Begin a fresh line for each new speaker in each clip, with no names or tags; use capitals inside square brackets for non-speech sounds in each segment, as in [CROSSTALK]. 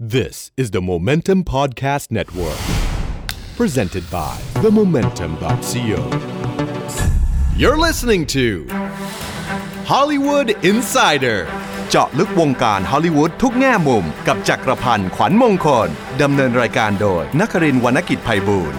This is the Momentum Podcast Network, presented by themomentum.co. You're listening to Hollywood Insider เจาะลึกวงการฮอลลีวูดทุกแง่มุม กับจักรพันธ์ขวัญมงคล ดำเนินรายการโดยนักรินทร์วรรณกิจไพบูลย์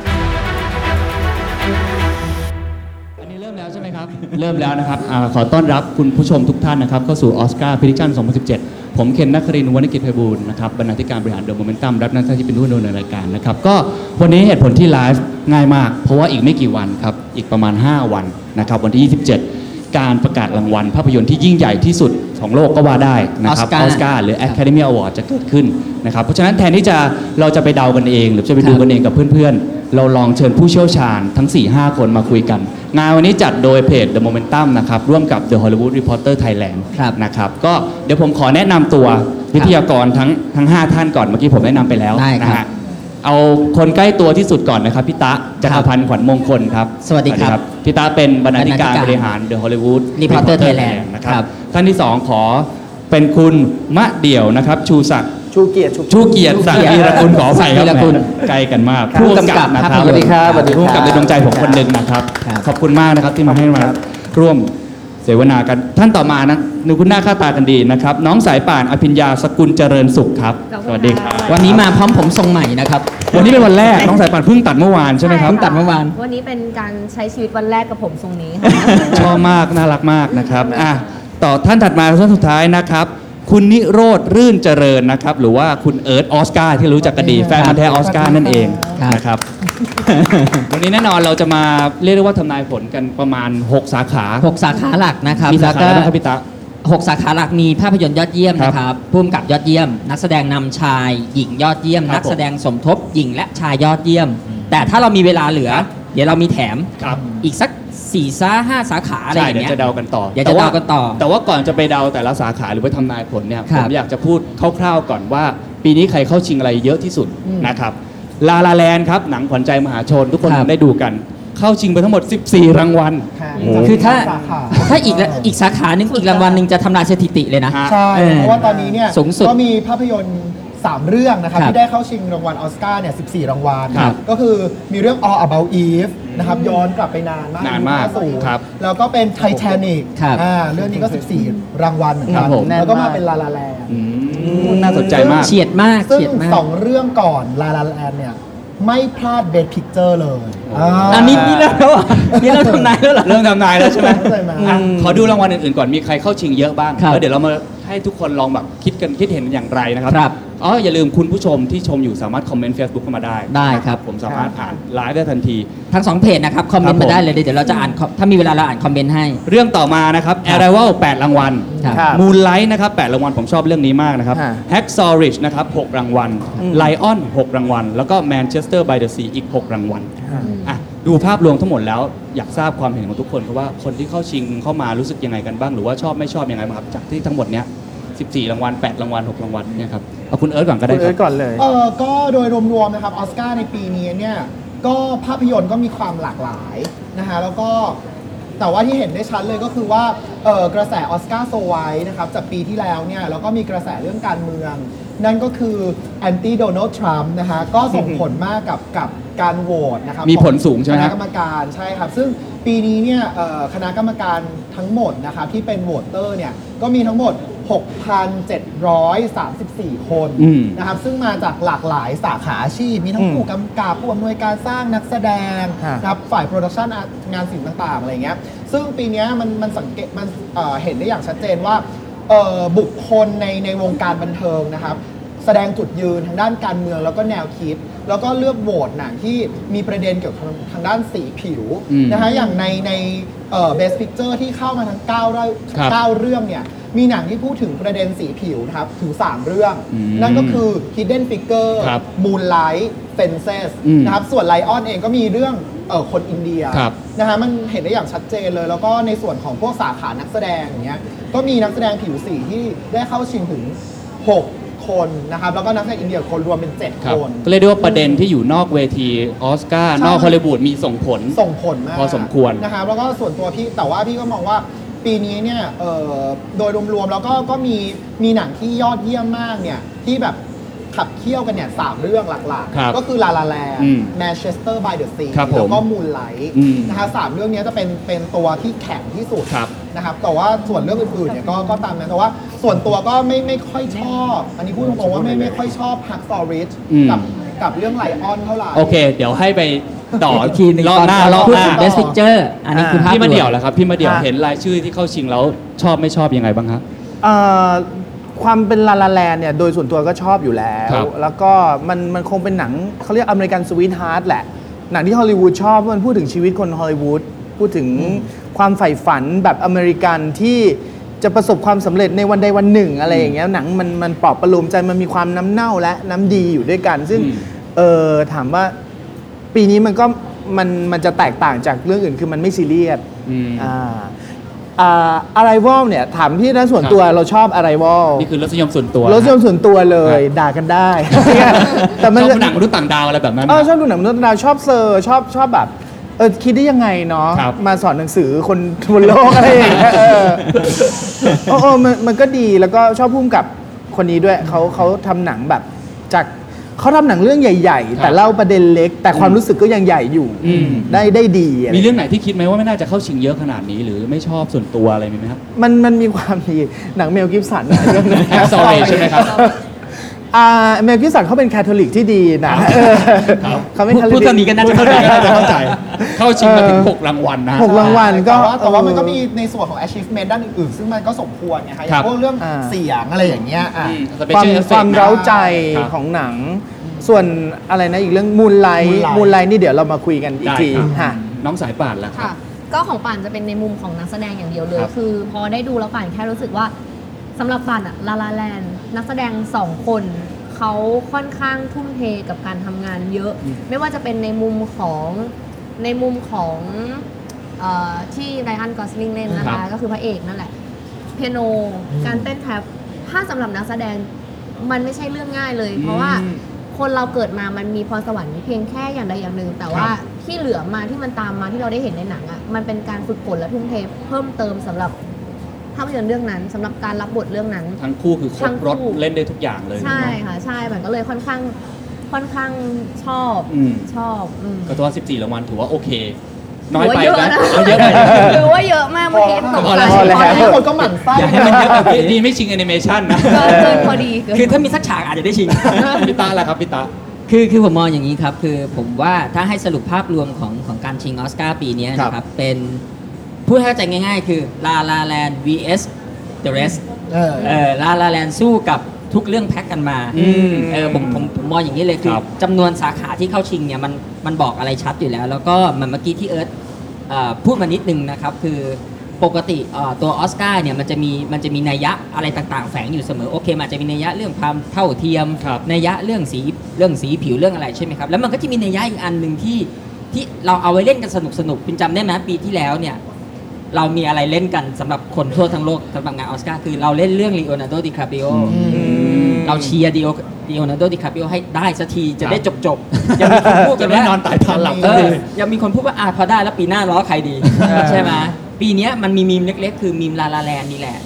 อันนี้เริ่มแล้วใช่ไหมครับ เริ่มแล้วนะครับอาขอต้อนรับคุณผู้ชมทุกท่านนะครับเข้าสู่ออสการ์พิ i ิชัน2017 ผมเคนนักครินทร์วรรณกิจไพบูลย์นะครับบรรณาธิการบริหารเดอะโมเมนตัมรับหน้าที่เป็นผู้ดำเนินรายการนะครับ ก็วันนี้เหตุผลที่ไลฟ์ง่ายมาก เพราะว่าอีกไม่กี่วันครับ อีกประมาณ 5 วันนะครับ วันที่ 27 การประกาศรางวัลภาพยนตร์ที่ยิ่งใหญ่ที่สุดของโลกก็ว่าได้นะครับ
Oscar
ออสการ์หรือ Academy Award จะเกิดขึ้นนะครับเพราะฉะนั้นแทนที่จะเราจะไปเดากันเอง หรือจะไปดูกันเองกับเพื่อนๆ เราลองเชิญผู้เชี่ยวชาญทั้ง 4-5 คนมาคุยกัน งานวันนี้จัดโดยเพจ The Momentum นะครับ ร่วมกับ The Hollywood Reporter Thailand
ครับ
นะครับ ก็เดี๋ยวผมขอแนะนำตัววิทยากรทั้งทั้ง 5 ท่านก่อนเมื่อกี้ผมแนะนำไปแล้ว
ได้ครับ
นะฮะเอาคนใกล้ตัวที่สุดก่อนนะครับพี่ตะจักรพันธ์ขวัญมงคลครับ
สวัสดีครับ
พี่ตะเป็นบรรณาธิการบ
บรรณาธิการ
ริหาร The Hollywood
Reporter Thailand
นะค
ครั
รับ
บ
ท่านที่สองขอเป็นคุณมะเดี่ยวนะครับ ชูศักดิ์
ชูเกียรติ
ชูเกียรติศักดิ์วีรกุลขออภัยครับ
วีรกุล
แหม่ใกล้กันมาก
ครับ
นะ
ผู้กำกับ
ครับ
สวัสดีครับสวัสดีครับ
ผู้กำกับในดวงใจผมคนหนึ่งนะครับ
ครับ
ขอบคุณมากนะครับที่มาให้มาร่วมเสวนากันท่านต่อมานะนึกคุณหน้าค่าตากันดีนะครับ น้องสายป่านอภิญญาสกุลเจริญสุขครับ สวัสดีครับ
วันนี้มาพร้อมผมทรงใหม่นะครับ
วันนี้เป็นวันแรกน้องสายป่านเพิ่งตัดเมื่อวานใช่ไหมครับ
เพิ่งตัดเมื่อวาน
วันนี้เป็นการใช้ชีวิตวันแรกกับผมทรงนี้ค่ะ
[LAUGHS] ชอบมากน่ารักมากนะครับอ่ะต่อท่านถัดมาท่านสุดท้ายนะครับ คุณนิโรธรื่นเจริญนะครับ หรือว่าคุณเอิร์ธออสการ์ที่รู้จักกันดีแฟนพันธ์แท้ออสการ์นั่นเอง
ครับ
นะครับ [LAUGHS] วันนี้แน่นอนเราจะมาเรียกได้ว่าทำนายผลกันประมาณ 6 สาขา
หกสาขาหลักนะครับ
มีสา
แล้ว
ขา
ก็
แล้วครับพี่ตะ
หกสาขาหลักมีภาพยนตร์ยอดเยี่ยม
ครับ
นะครับพุ่มกับยอดเยี่ยม นักแสดงนำชายหญิงยอดเยี่ยม
ครับ
นักแสดงสมทบหญิงและชายยอดเยี่ยม แต่ถ้าเรามีเวลาเหลือ เดี๋ยวเรามีแถม
ครับ
อีกสักสี่ซาห้าสาขาอะไรอ
ใช่
ย่าง
เดี๋ย
เงี้
วย จะเดากันต่อ
เดี๋ยวจะ
แต่ว่
เดากันต่อ
แต่ว่าก่อนจะไปเดาแต่ละสาขาหรือไปทำนายผลเนี่ย
ค
ผ
รับ
มอยากจะพูดคร่าวๆก่อนว่า ปีนี้ใครเข้าชิงอะไรเยอะที่สุดนะครับลาลาแลนครับหนังขวัญใจมหาชน ทุกคน
ครับ
ได้ดูกัน เข้าชิงไปทั้งหมด 14 รางวัล
คือถ้า
สาขา
ถ้าอีกละอีกสาขาหนึ่งอีกรางวัลหนึ่งจะทำลายสถิติเลยนะ
ฮะ
ใช่
เออ
เพราะว่าตอนนี้เนี่ย
สูงสุด
ก็มีภาพยนตร์สามเรื่องนะครับ
ครับ
ที่ได้เข้าชิงรางวัลออสการ์เนี่ย 14 รางวัล
ครับ
ก็คือมีเรื่อง All About Eve นะครับย้อนกลับไปนานมาก
นานมาก
สูง
ครับ
แล้วก็เป็น Titanic
ครับ
อ่าเรื่องนี้ก็ 14 รางวัลเหมือน
ครั
กับ น
ผม
แล้วก็มาเป็นลาลาแลน
อืมน่าสนใจมาก
เฉียดมาก
ซึ่ง
เฉียดมาก
สองเรื่องก่อนลาลาแลนเนี่ยไม่พลาดเบสพิกเจอร์เลยา
อันนี้นี่เรา
[LAUGHS]
แล้วเหรอนี่เราทำนายแล้วเหรอ
เริ่มทำนายแล้วใช่ไหม
เริ่มทำนายมา
อ่ะขอดูรางวัลอื่นๆก่อนมีใครเข้าชิงเยอะบ้าง
ครับ
แล้วเดี๋ยวเรามาให้ทุกคนลองแบบคิดกันคิดเห็นอย่างไรนะครับ
ครับ
อ๋ออย่าลืมคุณผู้ชมที่ชมอยู่สามารถคอมเมนต์ Facebook เข้ามาได้
ได้ครับ
ผมสามารถอ่านไลฟ์ได้ทันที
ทั้งสองเพจนะครับ คอมเมนต์
ครับผม
มาได้เลย เดี๋ยวเราจะอ่านคอมถ้ามีเวลาเราอ่านคอมเมนต์ให้
เรื่องต่อมานะครับ Arrival 8 รางวัล
ครับ
มูนไลท์นะครับ 8 รางวัล ผมชอบเรื่องนี้มากนะครับ
ฮะ
Hacksaw Ridge นะครับ 6 รางวัล Lion 6 รางวัล แล้วก็ Manchester by the Sea อีก 6 รางวัลอ่ะดูภาพรวมทั้งหมดแล้วอยากทราบความเห็นของทุกคนครับว่าคนที่เข้าชิงเข้ามารู้สึกยังไงกันบ้าง หรือว่าชอบไม่ชอบยังไงบ้างครับ จากที่ทั้งหมดเนี้ย 14 รางวัล 8 รางวัล 6 รางวัลเนี่ยครับเอาคุณเอิร์ธก่อนก็ได้ครับ
เออก็โดยรวมๆนะครับออสการ์ในปีนี้เนี่ยก็ภาพยนตร์ก็มีความหลากหลายนะฮะแล้วก็แต่ว่าที่เห็นได้ชัดเลยก็คือว่าเออกระแสออสการ์โซไวนะครับจากปีที่แล้วเนี่ยแล้วก็มีกระแสเรื่องการเมือง นั่นก็คือแอนตี้โดนัลด์ทรัมป์นะฮะก็ส่งผลมากกับกับการโหวตนะครับ
มีผลสูงใช่ไหม
ค
ฮะ
ณะกรรมการใช่ครับ ซึ่งปีนี้เนี่ยเอ่อคณะกรรมการทั้งหมดนะครับที่เป็นโหวตเตอร์เนี่ยก็มีทั้งหมด 6,734 คน
อืม
นะครับซึ่งมาจากหลากหลายสาขาอาชีพ มีทั้งผู้กำกับผู้อำนวยการสร้างนักแสดงนะครับฝ่ายโปรดักชันงานศิลป์ต่าง ๆ อะไรเงี้ยซึ่งปีเนี้ยมันมันสังเกตมันเอ่อเห็นได้อย่างชัดเจนว่าเอ่อบุคคลในในวงการบันเทิงนะครับ แสดงจุดยืนทางด้านการเมืองแล้วก็แนวคิด แล้วก็เลือกโหวตหนังที่มีประเด็นเกี่ยวกับทางด้านสีผิว
อืม
นะฮะอย่างในในเบสพิกเจอร์ที่เข้ามาทั้ง9เก้าเรื่อง
ครับ
เก้าเรื่องเนี่ยมีหนังที่พูดถึงประเด็นสีผิวนะครับถึงสามเรื่อง
อืม
นั่นก็คือ Hidden Figure
ครับ
Moonlight Fences
อืม
นะครับ ส่วน Lion เองก็มีเรื่องเออคนอินเดีย
ครับ
นะฮะมันเห็นได้อย่างชัดเจนเลย แล้วก็ในส่วนของพวกสาขานักแสดงอย่างเงี้ยก็มีนักแสดงผิวสีที่ได้เข้าชิงถึง 6 คนนะครับ แล้วก็นักแสดงอินเดียคนรวมเป็น
ครั
7
บ
คน
ก็เรียกได้ว่าประเด็นที่อยู่นอกเวทีออสการ์
ใช่
นอกฮอลลีวูดมีส่งผล
ส่งผลมาก
พอสมควร
นะครับแล้วก็ส่วนตัวพี่แต่ว่าพี่ก็มองว่าปีนี้เนี่ยเอ่อโดยรวมๆแล้วก็ก็มีมีหนังที่ยอดเยี่ยมมากเนี่ยที่แบบ
ขับเคี่ยวกันเนี่ยสามเรื่องหลัก
ครับ
ๆ ก็คือลาลาแลน
อืม
แมนเชสเตอร์บายเดอะซี
ครับผม
แล้วก็มูนไลท์
อืม
นะคะสามเรื่องเนี้ยจะเป็นเป็นตัวที่แข็งที่สุด
ครับ
นะครับแต่ว่าส่วนเรื่องอื่นๆเนี่ยก็ก็ตามนั้นแต่ว่าส่วนตัวก็ไม่ไม่ค่อยชอบ อันนี้พูดตรงๆว่าไม่ไม่ค่อยชอบฮักซอริช
อืม
กับกับเรื่องไลออนเท่าไหร่
โอเค เดี๋ยวให้ไปต่อ
อีกทีหนึ่ง
รอบหน้า
ต
รอบ
พูด
หน้า
ถึง best picture อันนี้คือภาพ
พี่มาเดี่ยว
ร
แล้ว
ม
ครับพี่มาเดี่ยว
อ่ะ
เห็นรายชื่อที่เข้าชิงแล้วชอบไม่ชอบยังไงบ้างครับ
เอ่อความเป็นลาลาแลนเนี่ยโดยส่วนตัวก็ชอบอยู่แล้ว
ครับ
แล้วก็มันมันคงเป็นหนังเขาเรียกอเมริกันสวีทฮาร์ดแหละ หนังที่ฮอลลีวูดชอบเพราะมันพูดถึงชีวิตคนฮอลลีวูดพูดถึงความใฝ่ฝันแบบอเมริกันที่จะประสบความสำเร็จในวันใดวันหนึ่ง อะไรอย่างเงี้ยหนังมันมันปลอบประโลมใจมันมีความน้ำเน่าและน้ำดีอยู่ด้วยกัน ซึ่ง
อืม
เออถามว่าปีนี้มันก็มันมันจะแตกต่างจากเรื่องอื่นคือมันไม่ซีเรียส
อืม
อ่าอ่าอะไรวอลเนี่ย ถามพี่นะส่วน
ครับ
ตัวเราชอบอะไรวอล
นี่คือรสนิยมส่วนตัว
รสนิยมส่วนตัวเลย
ครับ
ด่ากันได้ [LAUGHS]
แต่
แต่
มั
มันน
ชอบหนังมนุษย์ต่างดาวอะไรแบบนั้น
เออ
นะ
ชอบดูหนังมนุษย์ต่างดาวชอบเซอร์ชอบชอบแบบเออคิดได้ยังไงเนาะ
ครับ
มาสอนหนังสือคนบนโลก อะไรอย่างเงี้ยเอ
[LAUGHS]
อเออเออมันมันก็ดีแล้วก็ชอบพุ่มกับคนนี้ด้วยเขาเขาทำหนังแบบจากเขาทำหนังเรื่องใหญ่
ครับ
ๆ แต่เล่าประเด็นเล็ก แต่ความรู้สึกก็ยังใหญ่อยู่
อืม
ได้ได้ดีอะไรอย่างเงี้ย
มีเรื่องไหนที่คิดไหมว่าไม่น่าจะเข้าชิงเยอะขนาดนี้ หรือไม่ชอบส่วนตัวอะไรมีไหมครับ
มันมันมีความดีหนังเมลกิฟสันนะเรื่องนึง
Hacksaw Ridge ใช่ไหมครับ
อ่าเมลกิฟสันเขาเป็นคาทอลิกที่ดีนะเออเขาเป็นคาทอลิก
พูดเท่านี้ก็น่าจะเข้าใจ
เข้าใจ เข้าชิงมาถึงหกรางวัลนะ
หกรางวัลก็
แต่ว่าแต่ว่ามันก็มีในส่วนของ achievement ด้านอื่นๆซึ่งมันก็สมควรไง
ค
คะอ
รั
ย่า
บ
งพวกเรื่อง
อ่า
เสียงอะไรอย่างเงี้ยอ่ะ
ความ
Special Effect
ความเร้าใจ
ครับ
ของหนัง ส่วนอะไรนะอีกเรื่องมูลไลท์
Moonlight
มูลไลท์นี่เดี๋ยวเรามาคุยกันอีก
ได้
ที
ครับ
ฮะ
น้องสายป่านล่ะครับ
ค่ะ ก็ของป่านจะเป็นในมุมของนักแสดงอย่างเดียวเลย
ครับ
คือพอได้ดูแล้วป่านแค่รู้สึกว่าสำหรับป่านอะลาลาแลนนักแสดงสองคน เขาค่อนข้างทุ่มเทกับการทำงานเยอะ ไม่ว่าจะเป็นในมุมของในมุมของเออที่ไรอันกอสลิงเล่นนะ
ครั
คะ
บ
ก็คือพระเอกนั่นแหละ เปียโนการเต้นแท็บถ้าสำหรับนักแสดงมันไม่ใช่เรื่องง่ายเลย เพราะว่าคนเราเกิดมามันมีพรสวรรค์เพียงแค่อย่างใดอย่างหนึ่ง แต่ว่าที่เหลือมาที่มันตามมาที่เราได้เห็นในหนังอะ่ะมันเป็นการฝึกฝนและทุ่มเทเพิ่มเติมสำหรับภาพยนตร์เรื่องนั้นสำหรับการรับบทเรื่องนั้น
ทั้งคู่คือคร
ทั้
บ
ง
ร
คู่
ถเล่นได้ทุกอย่างเลย
ใช่
เนอะ
ค่ะ ใช่แบบก็เลยค่อนข้างค่อนข้างชอบ
อืม
ชอบอืม
ก็ตัวว่า14 รางวัลถือว่าโอเค น้อยไป
ถืว่าเยอะ
นะ
[LAUGHS] นะ
เอาเยอะไป
ถือว่าเยอะมากเมื่อกี้ตก
พอ
ใจ
แล้ว
พอแล้ว
พอแล้ว
คนก็หมั่นไส้
อย่าให้มันเยอะแบบนี้ดีไม่ชิงแอนิเมชันนะ
เกินเกินพอดีเกิน
คือถ้ามีสักฉากอาจจะได้ชิ
[LAUGHS]
ง
พี่ตาล่ะครับพี่ตา
คือคือผมมองอย่างนี้ครับ คือผมว่าถ้าให้สรุปภาพรวมของของการชิงออสการ์ปีนี้นะครับ เป็นพูดให้เข้าใจง่าย ๆ คือลาลาแลน vs the rest
เออ
เออลาลาแลนสู้กับทุกเรื่องแพ็กกันมา
อืม
เออผมผมผมมองอย่างนี้เลยคือ
ครับ
จำนวนสาขาที่เข้าชิงเนี่ยมันมันบอกอะไรชัดอยู่แล้ว แล้วก็เหมันเมื่อกี้ที่เอิร์ธเอ่อพูดมานิดนึงนะครับ คือปกติเอ่อตัวออสการ์เนี่ยมันจะมีมันจะมีนัยยะอะไรต่างๆ แฝงอยู่เสมอ โอเคมันอาจจะมีนัยยะเรื่องความเท่าเทียม
ครับ
นัยยะเรื่องสีเรื่องสีผิวเรื่องอะไรใช่ไหมครับ แล้วมันก็จะมีนัยยะอีกอันหนึ่งที่ที่เราเอาไว้เล่นกันสนุกสนุกๆคุณจำได้ไหมปีที่แล้วเนี่ย เรามีอะไรเล่นกันสำหรับคนทั่วทั้งโลกสำหรับงานออสการ์คือเราเล่นเรื่อง l e โอนาร์โดดิคา i o เราเชียร์ l e โอนาร์โดดิคา i o ให้ได้สักทีจะได้จบจบๆยังมีคนพูดกั
จะ
น
ไม่
ว่าน
อนตายทานหลับ
เอ
เล
อย ยังมีคนพูดว่าอ่ะพอได้แล้วปีหน้าล้อใครดี ใช่ไหมปีเนี้ยมันมีมีมเล็กๆ คือมีมลาลาแลนนี่แหละ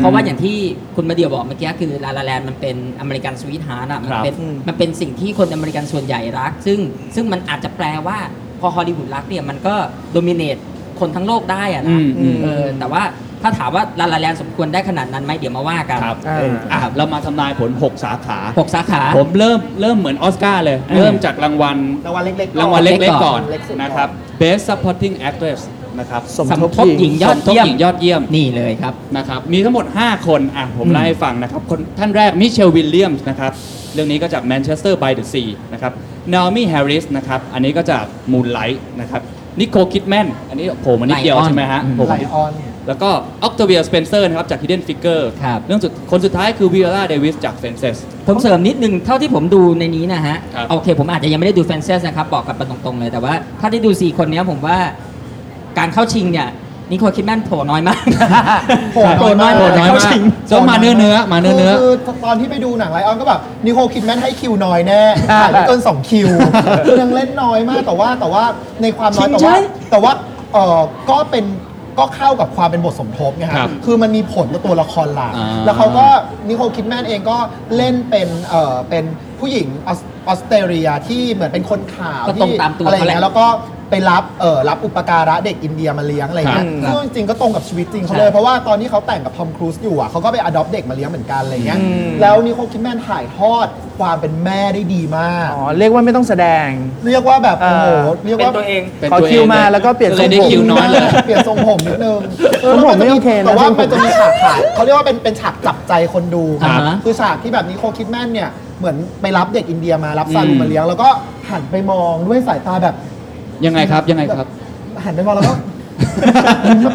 เพราะว่าอย่างที่คุณมาเดียวบอกเมื่อกี้คือลาลาแลนมันเป็นอเมริกันสวีทฮาร์ดอะมันเป็น
ครับ
มันเป็นสิ่งที่คนอเมริกันส่วนใหญ่รัก ซึ่งซึ่งมันอาจจะแปลว่าพอฮอลลีวูดรักเนี่ยมันก็โดมิเนตคนทั้งโลกได้อะนะ
อืมอืม
เออแต่ว่าถ้าถามว่าลาลาแลนสมควรได้ขนาดนั้นไหมเดี๋ยวมาว่ากัน
ครับ
อ่า
เอออ่ะเรามาทำนายผล 6 สาขา
หกสาขา
ผมเริ่มเริ่มเหมือนออสการ์เลย เริ่มจากรางวัล
รางวัลเล็กๆ
รางวัลเล็กๆก่อน
เล็กสุด
นะครับ Best Supporting Actress นะครับ
สม
สม
ท
ท
บบ ห
หญิ
ญิง
ง ยอดเยี่ยม
สทบหญิงยอดเยี่ยม
นี่เลยครับ
นะครับมีทั้งหมด 5 คนอ่ะผมไล่ให้ฟังนะครับคนท่านแรกมิเชลวิลเลียมส์นะครับเรื่องนี้ก็จากแมนเชสเตอร์บ h ยเดอะซีนะครับนาอมี่แฮร์ริสนะครับอันนี้ก็จากมูนไลท์นะครับนิโคคิดแมนอันนี้โผล่มานิดเดียว
Lion
ใช่ไหมฮะ
อืม
โผล่
ไล
มานิด
ออน
แล้วก็ออกเ v เวียสเปนเซอร์นะครับจาก Hidden Figure
ครับ
เรื่องสุดคนสุดท้ายคือวิ o ล่าเดวิสจากเฟนเซส
ผมเสริมนิดนึงเท่าที่ผมดูในนี้นะฮะ
ครับ
โอเค ผมอาจจะยังไม่ได้ดูแฟนเซสนะครับ บอกกับปตรงๆเลย แต่ว่าถ้าได้ดู 4 คนเนี้ยผมว่าการเข้าชิงเนี่ยนิโคลคิดแมนโผล่น้อยมาก
โผล่น้อยมาก
โผล่น้อย
เข้
มาก
ชิง
ก็มาเนื้อเนื้อๆมาเนื้อเนื้อ
คือคือตอนที่ไปดูหนังไลออนก็แบบนิโคลคิดแมนให้คิวน้อยแน่ถ่ายไม่เกิน 2 คิวยังเล่นน้อยมากแต่ว่าแต่ว่าในความน้อยแต่ว่าแต่ว่าเออก็เป็น ก็เข้ากับความเป็นบทสมทบไง
ครั
ฮะ
บ
คือมันมีผลกับตัวละครหลัก
อ่า
แล้วเขาก็นิโคลคิดแมนเองก็เล่นเป็นเอ่อเป็นผู้หญิงออสออสเตรเลียที่เหมือนเป็นคนขาว
ก็ตรง
ที่
ตามตัว
อะไรอย่างเงี้
เขา
ย
แหละ
แล้วก็ไปรับเอ่อรับอุปการะเด็กอินเดียมาเลี้ยงอะไรอย่างเงี้ย
ครับ
ซึ่งจริงๆก็ตรงกับชีวิตจริงเขาเลย เพราะว่าตอนที่เขาแต่งกับทอมครูซอยู่อ่ะเขาก็ไปอดอปเด็กมาเลี้ยงเหมือนกันอะไรอย่างเงี้ยแล้วนิโคลคิดแมนถ่ายทอดความเป็นแม่ได้ดีมาก
อ๋อเรียกว่าไม่ต้องแสดง
เรียกว่าแบบโอ้
เอ
โห
อ
เรียก
เป็น
ว่า
ตัวเอง
เป็น
ขอ
ตัวเอง
คิวมา
เลย
แล้วก็เปลี่ยน
ก็
ท
เล
ร
ย
ง
ได้
ผม
คิวน้อยเลย
เปลี่ยนทรงผมนิดนึง
ทรงผมไม่โอเคนะ
แต่ว่ามัน
ทรงผ
จะ
ม
มีฉากขายเขาเรียกว่าเป็นเป็นฉากจับใจคนดู
อ่าฮะ
คือฉากที่แบบนิโคลคิดแมนเนี่ย เหมือนไปรับเด็กอินเดียมารับซา
อื
ลู
ม
มาเลี้ยง แล้วก็หันไปมองด้วยสายตาแบบ
ยังไงครับยังไงครับ
หันไปมองแล้ว
[LAUGHS]
ก็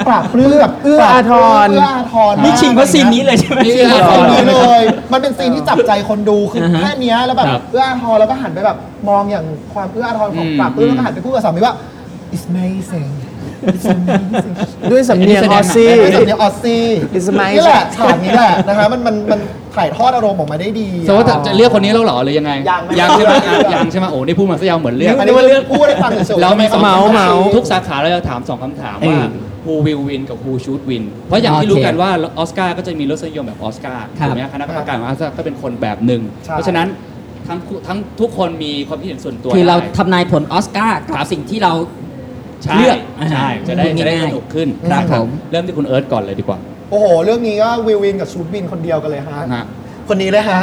ปราบเปลื้อ
เอื้ออาทร
เอื้ออาทร
นี่ชิงเพราะซีนนี้เลยใช่ไหม
นี่คือ
ตอนนี้เลย มันเป็นซีนที่จับใจคนดูคือ
อ่าฮะ
แค่เนี้ยแล้วแบบ
ครับ
เอื้ออาทรแล้วก็หันไปแบบมองอย่างความเอื้ออาทรของ
อืม
ปราบเปลื้อแล้วก็หันไปพูดกับสามีว่า it's amazing it's amazing
ด้วยสำเนียงออสซี่
เป็นสำเนียงออสซี่
It's amazing
นี่แหละฉากนี้แหละนะคะมันมันมันถ่ายทอดอารมณ์ออกมาได้ดี
สมมติว่าจะเลือกคนนี้แล้วเหรอหรือยังไง
ยังไม่
ใช่ไหม
ยัง
ยังใช่ไหมโอ้นี่พูดมาซะยาวเหมือนเลือก
อันนี้ว่าเลือกพูดให้ฟังเฉยๆ
แล้วไม่
ไต้อง
เมา
เมา
เมาทุกสาขาเราจะถามสองคำถามว่า who will win กับ who should win เพราะอย่างที่รู้กันว่าออสการ์ก็จะมีรสนิยมแบบออสการ์
ครับ
ถูกไหมคณะกรรมการของออสการ์ก็เป็นคนแบบหนึ่ง
ใช่
เพราะฉะนั้นทั้งคู่ทั้งทุกคนมีความคิดเห็นส่วนตัว
คือเรา
ได้
ทำนายผลออสการ์กับสิ่งที่เรา
ใช่
เลือก
ใช่จะได้
อ่า
จะได้ส
ง่ายๆ
นุกขึ้น
ครับ
นะ
ผม
เริ่มที่คุณเอิร์ธก่อนเลยดีกว่า
โอ้โห เรื่องนี้ก็วิววินกับชูดวินคนเดียวกันเลยฮะ
นะฮะ
คนนี้เลยฮะ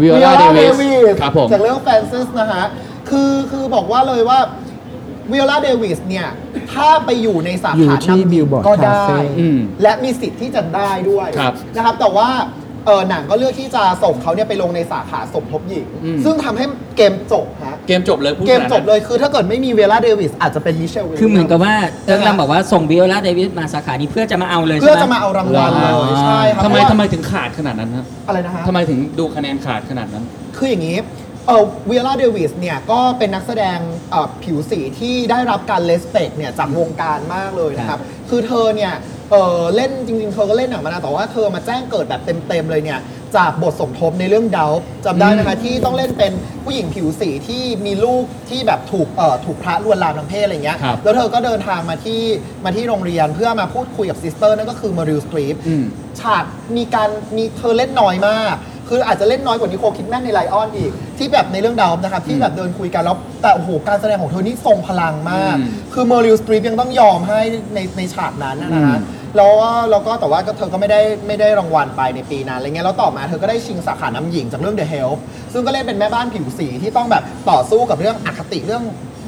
Viola Davis ครับผม
จากเรื่องแฟนซิสนะฮะ คือคือบอกว่าเลยว่าวิโอลาเดวิสเนี่ย ถ้าไปอยู่ในสา
อยู่
ขา
ที่ Billboard
ก็ได้
Cafe
อืม
และมีสิทธิ์ที่จะได้ด้วย
ครับ
นะครับ แต่ว่าเออหนังก็เลือกที่จะส่งเขาเนี่ยไปลงในสาขาสมทบหญิง
อืม
ซึ่งทำให้เกมจบฮะ
เกมจบเลยพูด
เกมจบเลยคือถ้าเกิดไม่มีเวลาเดวิสอาจจะเป็นมิเชลวิลลีย
คือเหมือนกับว่าเรื่องรำบอกว่าส่งบิโอลาเดวิสมาสาขานี้เพื่อจะมาเอาเลย
เพื่อ
ใช่ไห
จะมาเอารางวัลเลยใช่ครับ
ทำไม
เพราะว่า
ทำไมถึงขาดขนาดนั้นครับ
อะไรนะฮะ
ทำไมถึงดูคะแนนขาดขนาดนั้น
คืออย่างนี้เออวิลล่าเดวิสเนี่ยก็เป็นนักแสดงเอ่อผิวสีที่ได้รับการเลสเปกเนี่ยจากวงการมากเลยนะครับ คือเธอเนี่ยเออเล่นจริงๆ เธอก็เล่นหนังมานานแต่ว่าเธอมาแจ้งเกิดแบบเต็มๆเลยเนี่ยจากบทสมทบในเรื่องเดาจำได้นะคะที่ต้องเล่นเป็นผู้หญิงผิวสีที่มีลูกที่แบบถูกเอ่อถูกพระลวนลามทางเพศอะไรเงี้ย
ครับ
แล้วเธอก็เดินทางมาที่มาที่โรงเรียนเพื่อมาพูดคุยกับซิสเตอร์นั่นก็คือมาริลสตรีฟ
อืม
ฉากมีการมีเธอเล่นน้อยมาก คืออาจจะเล่นน้อยกว่านิโคลคิดแมนในไลออนอีก ที่แบบในเรื่องดาวนะครับ ที่แบบเดินคุยกันแล้วแต่โอ้โหการแสดงของเธอนี่ทรงพลังมาก
อืม
คือเมอริลสตรีปยังต้องยอมให้ในในฉากนั้นนะฮะแล้วก็แล้วก็แต่ว่าก็เธอก็ไม่ได้ไม่ได้รางวัลไปในปีนั้นอะไรเงี้ยแล้วต่อมาเธอก็ได้ชิงสาขาน้ำหญิงจากเรื่อง The Help ซึ่งก็เล่นเป็นแม่บ้านผิวสีที่ต้องแบบต่อสู้กับเรื่องอคติเรื่อง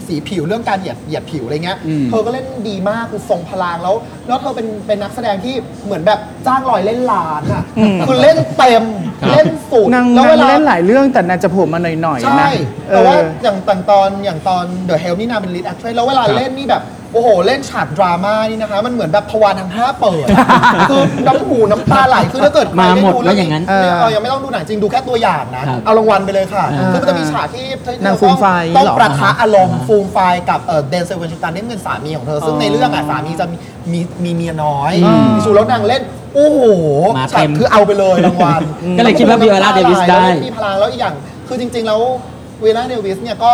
สีผิวเรื่องการเหยียดเหยียดผิวอะไรเงี้ย
อืม
เธอ ก็เล่นดีมากคือทรงพลังแล้ว แล้วเธอเป็นเป็นนักแสดงที่เหมือนแบบจ้างลอยเล่นล้านอ่ะคือเล่นเต็ม
ครับ
เล่นสุด
นาง
แล้ว
นาง
เวลา
เล่นหลายเรื่องแต่นางจะโผล่มาหน่อยๆ
ใช่
นะ
แต่ว่า
เออ
อย่างต่างตอนอย่างตอนเดอะเฮลนี่นางเป็นลีดแอคทรสแล้วเวลา
ครับ
เล่นนี่แบบ โอ้โห เล่นฉากดราม่านี่นะคะ มันเหมือนแบบทวารทั้งห้าเปิด คือน้ำหูน้ำตาไหลคือถ้าเกิดใคร
มาหมด
ไ
แล้วอย่างนั้น
เออยังไม่ต้องดูหนังจริงดูแค่ตัวอย่างนะ
ครับ
เอารางวัลไปเลยค่ะ
อ่า
คือมันจะมีฉากที่เธอ
หนัง
เธอต้
ฟูม
อง
ไฟล์
ต้อง
เหรอ
ประทะ อารมณ์ฟูมไฟล์กับเดนเซลเวนชิตันนี่เป็นสามีของเธอ ซึ่งในเรื่องอ่ะสามีจะมีมีมีเมียน้อยมีชูแล้วนางเล่น โอ้โห
มา
ฉก
เต็ม
คือเอาไปเลยรางวัล
อืมก็เลยคิดว่า Viola Davis ได้
แล้วมีพลังแล้วอีกอย่าง คือจริง ๆ แล้วเวลาเดวิสเนี่ยก็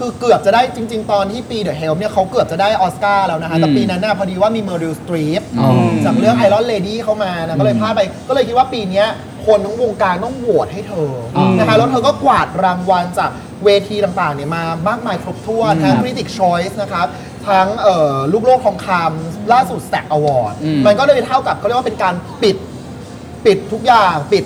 คือเกือบจะได้จริง ๆ ตอนที่ปีเดอะเฮลเนี่ยเขาเกือบจะได้ออสการ์แล้วนะคะแต่ปีนั้นน่ะพอดีว่ามีเมอริลสตรีป
อ๋อ
จากเรื่องไอรอนเลดี้เข้ามานะก็เลยพลาดไป ก็เลยคิดว่าปีเนี้ยคนทั้งวงการต้องโหวตให้เธออ
ม
นะคะแล้วเธอก็กวาดรางวัลจากเวทีต่างๆเนี่ยมามากมายครบถ้วนทั้ง
ครับ
Critic Choice นะครับ ทั้งเอ่อลูกโลกทองคำล่าสุดแ a กอวอร์ด
อืม
มันก็เลยเท่ากับเขาเรียกว่าเป็นการปิดปิดทุกอย่างปิด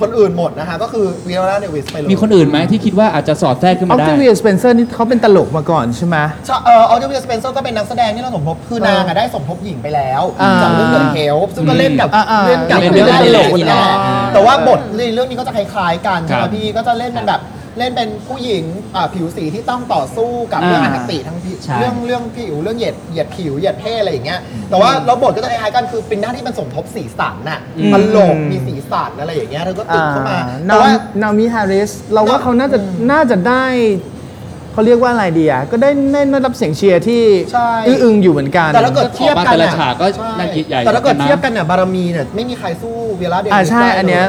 คนอื่นหมดนะคะก็คือวิลล่าเดวิสไปเลย
มีคนอื่นไหมที่คิดว่าอาจจะสอดแทรกขึ้น
ออ
มา
ฟ
ได้
เดเวียสเปนเซอร์นี่เขาเป็นตลกมาก่อนใช่ไหม
ใช่เออออเดวิสเปนเซอร์ก็เป็นนักแสดงที่เราสมทบคือนางอะได้สมทบหญิงไปแล้ว
อ่า
จากเรื่องเดอะเฮลซึ่งก็เล่นกับ
อ่าอ่า
เล่นกับ
เล่น
เรื่อง
เล่น
ตลก
เล่น
นี่แหละ
อ่า
แต่ว่าบทในเรื่องนี้ก็จะคล้ายๆกัน
ครับ
ค่ะพี่ก็จะเล่นเป็นแบบเล่นเป็นผู้หญิงอ่าผิวสีที่ต้องต่อสู้กับ
อ่า
เรื่องอคติทั้งผิว
ใช่
เรื่องเรื่องผิวเรื่องเหยียดเหยียดผิวเหยียดเพศอะไรอย่างเงี้ยแต่ว่าเราบทก็จะคล้ายๆกันคือเป็นหน้าที่มันสมทบสีสันน่ะมันโลกมีสีสันอะไรอย่างเงี้ยเธอก็ติดเข้ามา
นา
แต่ว่า
นามิฮาริส เราว่าเขาน่าจะ
อืม
น่าจะได้ เขาเรียกว่าอะไรดีอ่ะ ก็ได้ได้ได้รับเสียงเชียร์ที่
ใช่
อื้ออึงอยู่เหมือนกัน
แต่ถ้าเกิดเทียบกั
ออกมา
น
แต่ละ
น่
ฉากก็
ใช่
น่าคิดใหญ่
แต่ถ้าเกิด
เหมือนกันนะ
เทียบกันเนี่ยบารมีเนี่ยไม่มีใครสู้เวลาเดวิส
อ่าใช่
ได้ล
อันเนี้ย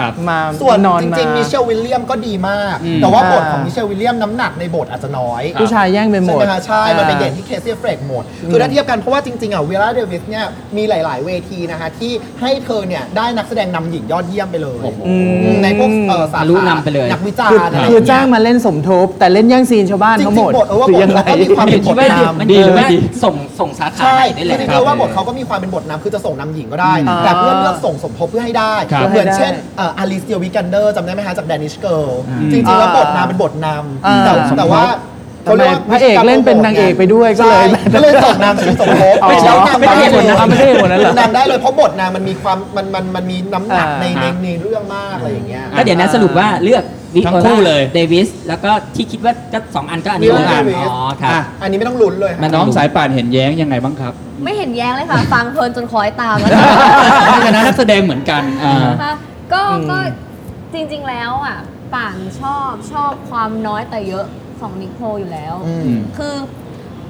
ครับ
มา
ส่วน
นอน
จ
มา
ริงๆมิเชลวิลเลียมก็ดีมาก
อืม
แต่ว่า
อ่า
บทของมิเชลวิลเลียมน้ำหนักในบทอาจจะน้อย
ผู้ชายแย่งไปหม
ใช่
ด
ไหมคะใช่ มันเป็น
อ่า
เด่นที่เคซี่เฟรกหมด คือถ้าเทียบกันเพราะว่าจริง ๆ อ่ะเวลาเดวิสเนี่ยมีหลาย ๆ เวทีนะคะที่ให้เธอเนี่ยได้นักแสดงนำหญิงยอดเยี่ยมไปเลย
โอ้โห
อืมในพวกเอ่อสา
ทะลุนำไปเลย
นักวิจาร
คือ
ณ์อะไร
คือ
เย
จ้างมาเล่นสมทบ แต่เล่นแย่งซีนชาวบ้าน
จริงๆ
ทั้งหมด
บทเออว่า
หรื
บท
อยังไง
เขามีความ
คิดว่าดีมันดี
ดี
ห
หรื
รือ อ
ไม่
ว่า
ดี
ส่งส่งสาขา
ใช่
ใหม่ได้เลย
คือจริ
ครั
ง
บ
ๆว่าบทเขาก็มีความเป็นบทนำคือจะส่งนำหญิงก็ได้
อ่า
แต่เพื่อนเลือกส่งสมทบเพื่อให้ได้
ครับ
เหมือนเช่น
ให้ได้
เอ่อาลิสเตียวิกันเดอร์จำได้ไหมฮะจากแดนิชเกิล
อืม
จริงๆแล้ว
อ่า
บทนำเป็นบทน
อ่า
ำแต่แต่ว่า
ทำไมพระเอกเล่นเป็นนางเอกไปด้วยก็เลย
ใช่ก็เลยส่งนำชื่อสมทบ
อ๋อ
ไม่ใช่ว่านำ
ไม่ได้หมดนะไม่ได้หมดนั้นเหรอ
นำได้เลยเพราะบทนำมันมีความมันมันมันมีน้ำหนักในในในเรื่องมากอะไรอย่างเงี้ย
ก็เดี๋ยวนะสรุปว่าเลือกวิ
ทั้
โอง
คู่เลย
เดวิสแล้วก็ที่คิดว่าก็สองอันก็อันนี้
วิ
ของ
โอลา
อัน
เดวิส
อ๋อครับ
อันนี้ไม่ต้องลุ้นเลยฮะ
มัน
น้องสายป่านเห็นแย้งยังไงบ้างครับ
ไม่เห็นแย้งเลยค่ะ ฟังเพลินจนคล้อยตามแล้วค่ะ
ในฐานะนักแสดงเหมือนกันอ่า
ก็
อืม
ก็จริงๆแล้วอ่ะป่านชอบชอบความน้อยแต่เยอะของนิโคลอยู่แล้ว คือ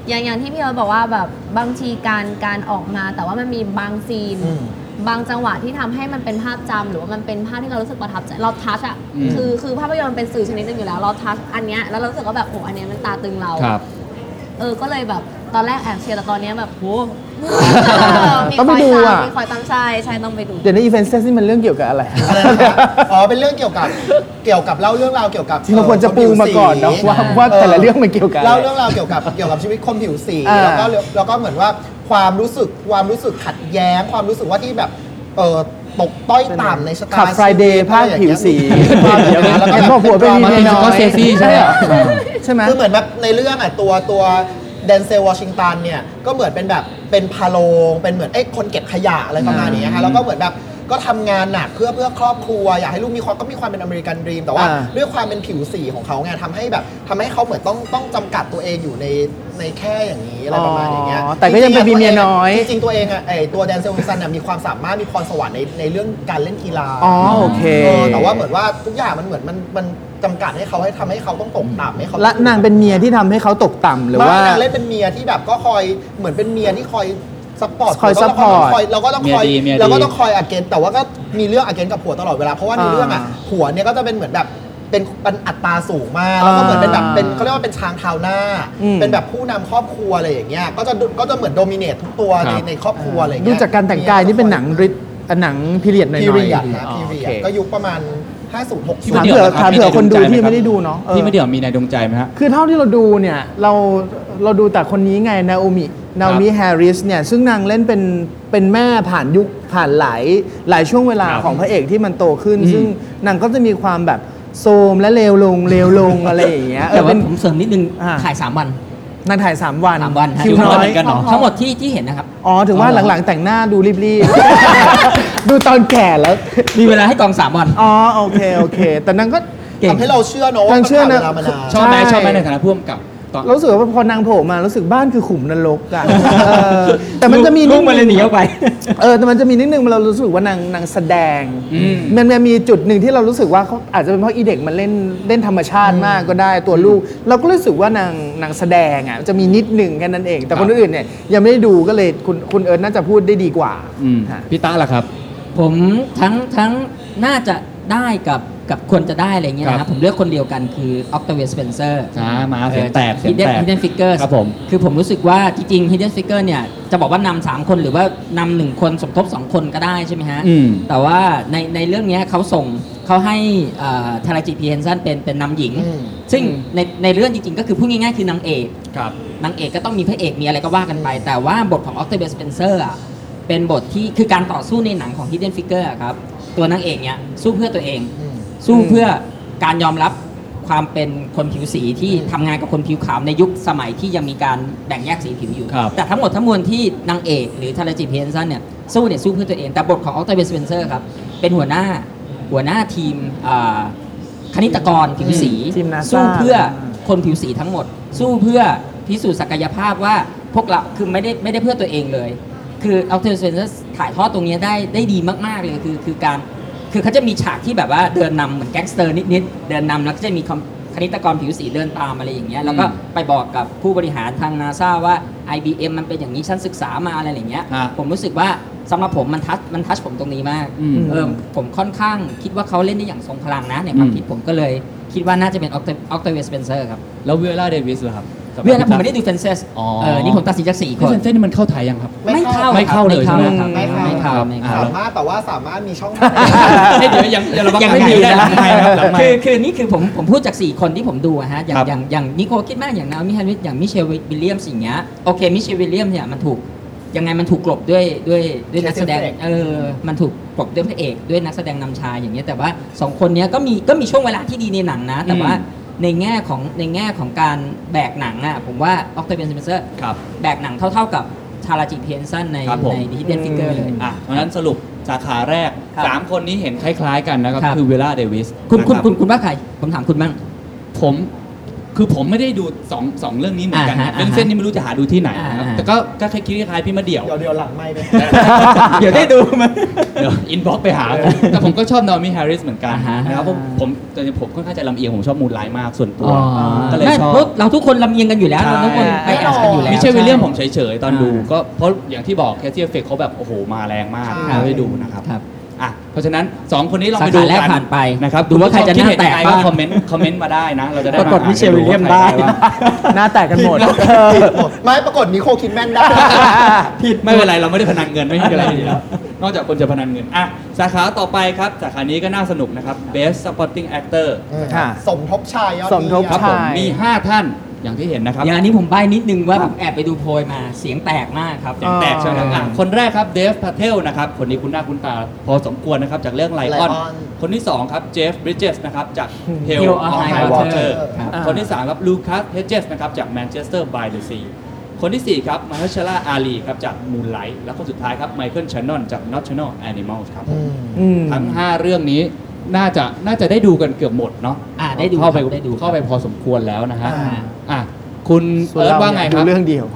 อย่างอย่างที่พี่เอิร์ธบอกว่าแบบบางทีการการออกมา แต่ว่ามันมีบางซีน
อืม
บางจังหวะที่ทำให้มันเป็นภาพจำหรือว่ามันเป็นภาพที่เรารู้สึกประทับใจเราทัชอ่ะ
อืม
คือคือภาพยนตร์มันเป็นสื่อชนิดหนึงอยู่แล้ว เราทัชอันเนี้ยแล้วเรารู้สึกว่าแบบโอ้อันเนี้ยมันตาตึงเรา
ครับ
เออ ก็เลยแบบตอนแรกแอบเชียร์แต่ตอนเนี้ยแบบโหมี
[LAUGHS] ต้องไป
คย
ดู
ตาม
อ่ะ
มีคอยตามใช่ใช่ต้องไปดู
เดี๋ยวนี้อีเวนต์เซสนี่มันเรื่องเกี่ยวกับอะไร
อะไรนะครับอ๋อ เป็นเรื่องเกี่ยวกับ เกี่ยวกับเล่าเรื่องราวเกี่ยวกับ
ที่เราควรจะปูมาก่อนเนาะ
คผิวสี
ว่าว่าแต่ละเรื่องมันเกี่ยวกับอะ
เล่า
ไร
เรื่องราวเกี่ยวกับเกี่ยวกับชีวิตคนผิวสี
อ่า
แล้วก็แล้วก็เหมือนว่าความรู้สึกความรู้สึกขัดแย้ง ความรู้สึกว่าที่แบบเออตกต้อยต่ำในชะตา
ขับ Friday
ชีต
ภาคผิวสี
ความอย่างเงี้ยแล้วก็
เห็นบอกหัวเป็น
มา
ดรา
ตินสก
ม่า
อตเซซี่ใช่ไหม
ใช่ไหม
คือเหมือนแบบในเรื่องอ่ะตัวตัวเดนเซลวอชิงตันเนี่ยก็เหมือนเป็นแบบเป็นพาโลงเป็นเหมือนไอ้ยคนเก็บขยะอะไรประมาณนี้ฮะแล้วก็เหมือนแบบก็ทำงานหนักเพื่อเพื่อครอบครัว อยากให้ลูกมีความก็มีความเป็นอเมริกันดรีม แต่ว่า
อ่า
ด้วยความเป็นผิวสีของเขาไงทำให้แบบทำให้เขาเหมือนต้องต้องจำกัดตัวเองอยู่ในในแค่อย่างนี้อะไรประมาณอย่างเงี้ย
อ๋อแต่ก็ยังเป็น
จริๆ
มีเมียน้อย
จริงๆตัวเองอ่ะไอ้ตัวแดนเซลวิสันเนี่ยมีความสามารถมีพรสวรรค์ในในเรื่องการเล่นกีฬา
อ๋อโอเค
เออแต่ว่าเหมือนว่าทุกอย่างมันเหมือนมันมันจำกัดให้เขาให้ทำให้เขาต้องตกต่ำให้เขา
และนางเป็นเมียที่ทำให้เขาตกต่ำหรือว่า
ไม่นางเล่นเป็นเมียที่แบบก็คอยเหมือนเป็นเมียที่คอยซัพพอร์ต
คอย
เราก็
support
ต้งคอยเราก็ต้องคอย
เมียดีเมียดี
เราก็ต้องคอยอัดเกนแต่ว่าก็มีเรื่องอัดเกนกับผัวตลอดเวลาเพราะว่าใน
อ่า
เรื่องอ่ะผัวเนี่ยก็จะเป็นเหมือนแบบเป็นเป็นอัตราสูงมากแล้วก็เหมือนเป็นแบบเป็นเขาเรียกว่าเป็นช้างเท้าหน้า
อืม
เป็นแบบผู้นำครอบครัวอะไรอย่างเงี้ยก็จะก็จะเหมือนโดมิเนตทุกตัวในในครอบครัวอะไรอย่ง
ดู
เงี้ย
จากการแต่งกายนี่เป็นหนังริดอ่ะหนังพีเรียดหน่อย
พี
ๆ
เรียดนะ
อ๋อ
พี
โอ
เรีย
เค
ดก็ยุคประมาณ 50
ถาม
60
เผื่อถามเผื่อคนดูที่ไม่ได้ดูเนอะเออ
พี่ไม่เดี่ยวมีในดวงใจไหมฮะ
คือเท่าที่เราดูเนี่ยเราเราดูแต่คนนี้ไงนาโอมินาโอมิแฮร์ริสเนี่ยซึ่งนางเล่นเป็นเป็นแม่ผ่านยุคผ่านหลายหลายช่วงเวลา
ครับ
ของพระเอกที่มันโตขึ้น
อืม
ซึ่งนางก็จะมีความแบบโทรมและเลวลงเลวลง อะไรอย่างเงี้ยเอ
แต่
อ
ว่า
เป็น
ผมเสริมนิดนึง
อ่า
ถ่ายสามวัน
นางถ่ายสามวัน
สามวันฮะ
คิว
ทุก
น้
วัเห
อย
มืกันเนาะทั้งหมดที่ที่เห็นนะครับ
อ๋อถึงว่าหลังๆแต่งหน้าดูรีบๆ ดูตอนแก่แล้ว
มีเวลาให้กองสามวัน
อ๋อโอเคโโอเค แต่นางก็
ทำให้เราเชื่อเนอะ
เรา
ว่ามัน
เชื่อ
ผ่าน
นะ
เวลามานาน
ชอบไหม
ใช่
ชอบไหมในฐานะพ่วงกับตอน
รู้สึกว่าพอนางโผล่มารู้สึกบ้านคือขุมนรกอะเออแต่มันจะมี
ลู
ด
ก
ง
มันเลยหนีออกไป
เออแต่มันจะมีนิดนึงเรารู้สึกว่านางนางแสดง
อืม
มันมันมีจุดหนึ่งที่เรารู้สึกว่าเขาอาจจะเป็นเพราะอีเด็กมันเล่นเล่นธรรมชาติมากก็ได้ตัวลูก เราก็รู้สึกว่านางนางแสดงอ่ะจะมีนิดหนึ่งแค่นั้นเอง
ค
แต่
รั
ค
บ
นอื่นเนี่ยยังไม่ได้ดูก็เลยคุณคุณเอิร์นน่าจะพูดได้ดีกว่า
อืม
ฮะ
พี่ตาล่ะครับ
ผมทั้งทั้งน่าจะได้กับกับควรจะได้อะไรเงี้ยนะค
ครั
รับบ ผมเลือกคนเดียวกันคืออ c ก a v เว s สเปนเซอร์
อ่ามาเสียงแตกเสียง
ฮิดเด้น
แตก
ฮิดเด้นฟิกเกอร์
ครับผม
คือผมรู้สึกว่าจริงๆฮิดเด้นฟิกเกอร์เนี่ย จะบอกว่านำสามคนหรือว่านำหนึ่งคนสมทบสองคนก็ได้ใช่ไหมฮะ
อืม
แต่ว่าในในเรื่องเนี้ยเขาส่งเขาให้ทาราจิพีเฮนซันเป็นเป็นนำหญิง
อืม
ซึ่ง
อืม
ในในเรื่องจริงๆ ก็คือพูดง่ายๆคือนางเอก
ครับ
นางเอกก็ต้องมีพระเอกมีอะไรก็ว่ากันไป แต่ว่าบทของออ t เ v เบสเปนเซอร์อ่ะเป็นบทที่คือการต่อสู้ในหนังของ Hidden Figure อะครับ ตัวนางเอกเนี่ยสู้เพื่อตัวเอง
อืม
สู้
อืม
เพื่อการยอมรับความเป็นคนผิวสีที่ทำงานกับคนผิวขาวในยุคสมัยที่ยังมีการแบ่งแยกสีผิวอยู่
ครับ
แต่ทั้งหมดทั้งมวลที่นางเอกหรือทาราจิเพนซันเนี่ยสู้เนี่ยสู้เพื่อตัวเอง แต่บทของออ t เ v เบสเปนเซอร์ครับ เป็นหัวหน้าหัวหน้าทีมอ่าคณิตกรผิวสี
ทีม NASA
สู้เพื่อ คนผิวสีทั้งหมด สู้เพื่อพิสูจน์ศักยภาพว่าพวกเราคือไม่ได้ไม่ได้เพื่อตัวเองเลย คือเอาเทอร์เซนส์ถ่ายทอดตรงเนี้ยได้ได้ดีมาก ๆ เลยคือคือการคือเขาจะมีฉากที่แบบว่าเดินนำเหมือนแก๊งสเตอร์นิด ๆ เดินนำแล้วก็จะมีคอม คณิตกรผิวสีเดินตามอะไรอย่างเงี้ยแล้วก็ไปบอกกับผู้บริหารทางนาซาว่า IBM มันเป็นอย่างนี้ฉันศึกษามาอะไรอย่างเงี้ย
ฮะ
ผมรู้สึกว่าสำหรับผมมันทัชมันทัชผมตรงนี้มาก
อืม
เออผมค่อนข้างคิดว่าเขาเล่นได้อย่างทรงพลังนะในความ
อืม
คิดผมก็เลยคิดว่าน่าจะเป็นออกเตเวสเปนเซอร์ครับ
แล้วเวลาเดวิสเหรอครับสำหรับ
เรื่องนั้นผม
พี่ตั๊ก
ไม่ได้ดูเฟนเซส
อ๋อ
เออนี่ผมตัดสินจากสี่ค
พี่
น
เซนเซ่นี่มันเข้าไทยยังครับ
ไม่เข้า
ไม่เข้าเลยใช่ไหมครับ
ไม่เข้า
ไม่เข้า
ไม่เข้า
สา
อ่ะ
มารถแต่ว่าสามารถมีช่อง
[LAUGHS]
เดี๋ยวยังยังระวัง
ยังไม่มี
ได้หลั
นะ
งไมค์ครับหลังไม
คือ
ค์
คือนี่คือผมผมพูดจาก 4 คนที่ผมดูอะฮะ อย่า
ค
ง
รับ
อย่างอย่างนิโคคิดมากอย่างนามิฮันวิทอย่างมิเชลวิลเลียมสิ่างเงี้ยโอเค มิเชลวิลเลียมเนี่ยมันถูกยังไงมันถูกกลบด้วยด้วยด้วยนักแสดง
Chasing Flag
เออมันถูกกลบด้วยพระเอกด้วยนักแสดงนำชายอย่างเงี้ยแต่ว่า 2 คนเนี้ยก็มีก็มีช่วงเวลาที่ดีในหนังนะ แต่ว่า
อืม
ในแง่ของในแง่ของการแบกหนังอ่ะผมว่าออกเตเบนเซนเซอร์
ครับ
แบกหนังเท่า ๆกับชาลาจิเพียนซันใน
ครับผม
ในดิจิเดนฟิกเกอร์เลย
อ่ะเพราะฉะนั้นสรุปสาขาแรก
ครับ
3 คนนี้เห็นคล้ายๆกันนะครับ
ครับ
คือเวลาเดวิส
คุณคุณ
นะรับ
คุณคุณว่าใครผมถามคุณบ้าง
ผมคือผมไม่ได้ดูสองสองเรื่องนี้เหมือนกันนะ
อ่าฮะ
เรื่องเส้นนี่ไม่รู้จะหาดูที่ไหนนะครับ
อ่า
แต่ก็ก็คล้ายๆคล้ายๆพี่มะเดี่ยว
เดี๋ยวเดี๋ยวหลังไม่ไป
[LAUGHS] เดี๋ยวได้ดูมั้ยเดี๋ยวอินบ็อกไปหา แต่ผมก็ชอบนอมิแฮริสเหมือนกัน
อ่าฮะ
นะครับผมผมแต่ผมค่อนข้างจะลำเอียง ผมชอบมูดไลท์มากส่วนตัว ก็เลย
ไม่
ชอบ
เพราะเราทุกคนลำเอียงกันอยู่แล้ว เราทุกคน
ใช่
ไม่แอบกันอยู่แล้ว
มิเชลวิลเลียมผมเฉยๆ ตอนดู
อ่า
ก็เพราะอย่างที่บอกแคสเซียเฟกเขาแบบ โอ้โห มาแรงมาก
ใช่
เราได้ดูนะครับ
ครับ
อ่ะเพราะฉะนั้น 2 คนนี้ลอง
สา
ไป
ขา
ดู
แรก
กั
ผ่านไป
นะครับ
ดูว่าใครจะหน้าแตก
บ้า
บ้างง
คอมเมนต์คอมเมนต์มาได้นะ เราจะได้
ปรากฏ
ห
มิเชลวิลเลียม
ดูาใคร
ได้
บ้าง
หน้าแตกกันหมด
ไม่ปรากฏนิโคคิดแม่นได้
ผิดไม่เป็นไรเราไม่ได้พนันเงินไม่มีอะไรอยู่แล้วนอกจากคนจะพนันเงินอ่ะสาขาต่อไปครับ สาขานี้ก็น่าสนุกนะครับ Best Supporting Actor
ค่ะ
สมทบชายยอด
สมทบ
เยี่ย
ครับผม
ใช่
มี 5 ท่านอย่างที่เห็นนะครับ
อย่างอันนี้ผมใบ้นิดนึงว่าผมแอบไปดูโพยมาเสียงแตกมากครับ
เสียงแตกใช่ไหมครับอ่ะคนแรกครับเดฟพาเทลนะครับ คนนี้คุณหน้าคุณตา พอสมควรนะครับ จากเรื่องไลออน
Lion
คนที่ 2 ครับเจฟบริดเจสนะครับ จาก
Hail
Hell
of
of High
High
Water
Water
ครับ
อ่า
คนที่ 3 ครับลูคัสเฮเจสนะครับ จาก Manchester by the Sea คนทีสี่4 ครับมาเฮชล่าอาลีครับ จาก Moonlight แล้วคนสุดท้ายครับไมเคิลชันนอนจาก National Animals ครับ
อืม
อืม
ทั้ง 5 เรื่องนี้น่าจะน่าจะได้ดูกันเกือบหมดเนาะ
อ่าได้ดู
เข้าไป
ครับได้ดูครับ
เข้าไปพอสมควรแล้วนะฮะ
อ่า
อ่ะคุณ
ส่วน
เอิร์ธ
เรา
ว่าไงค
เนี่ยดู
รับ
เรื่องเดียว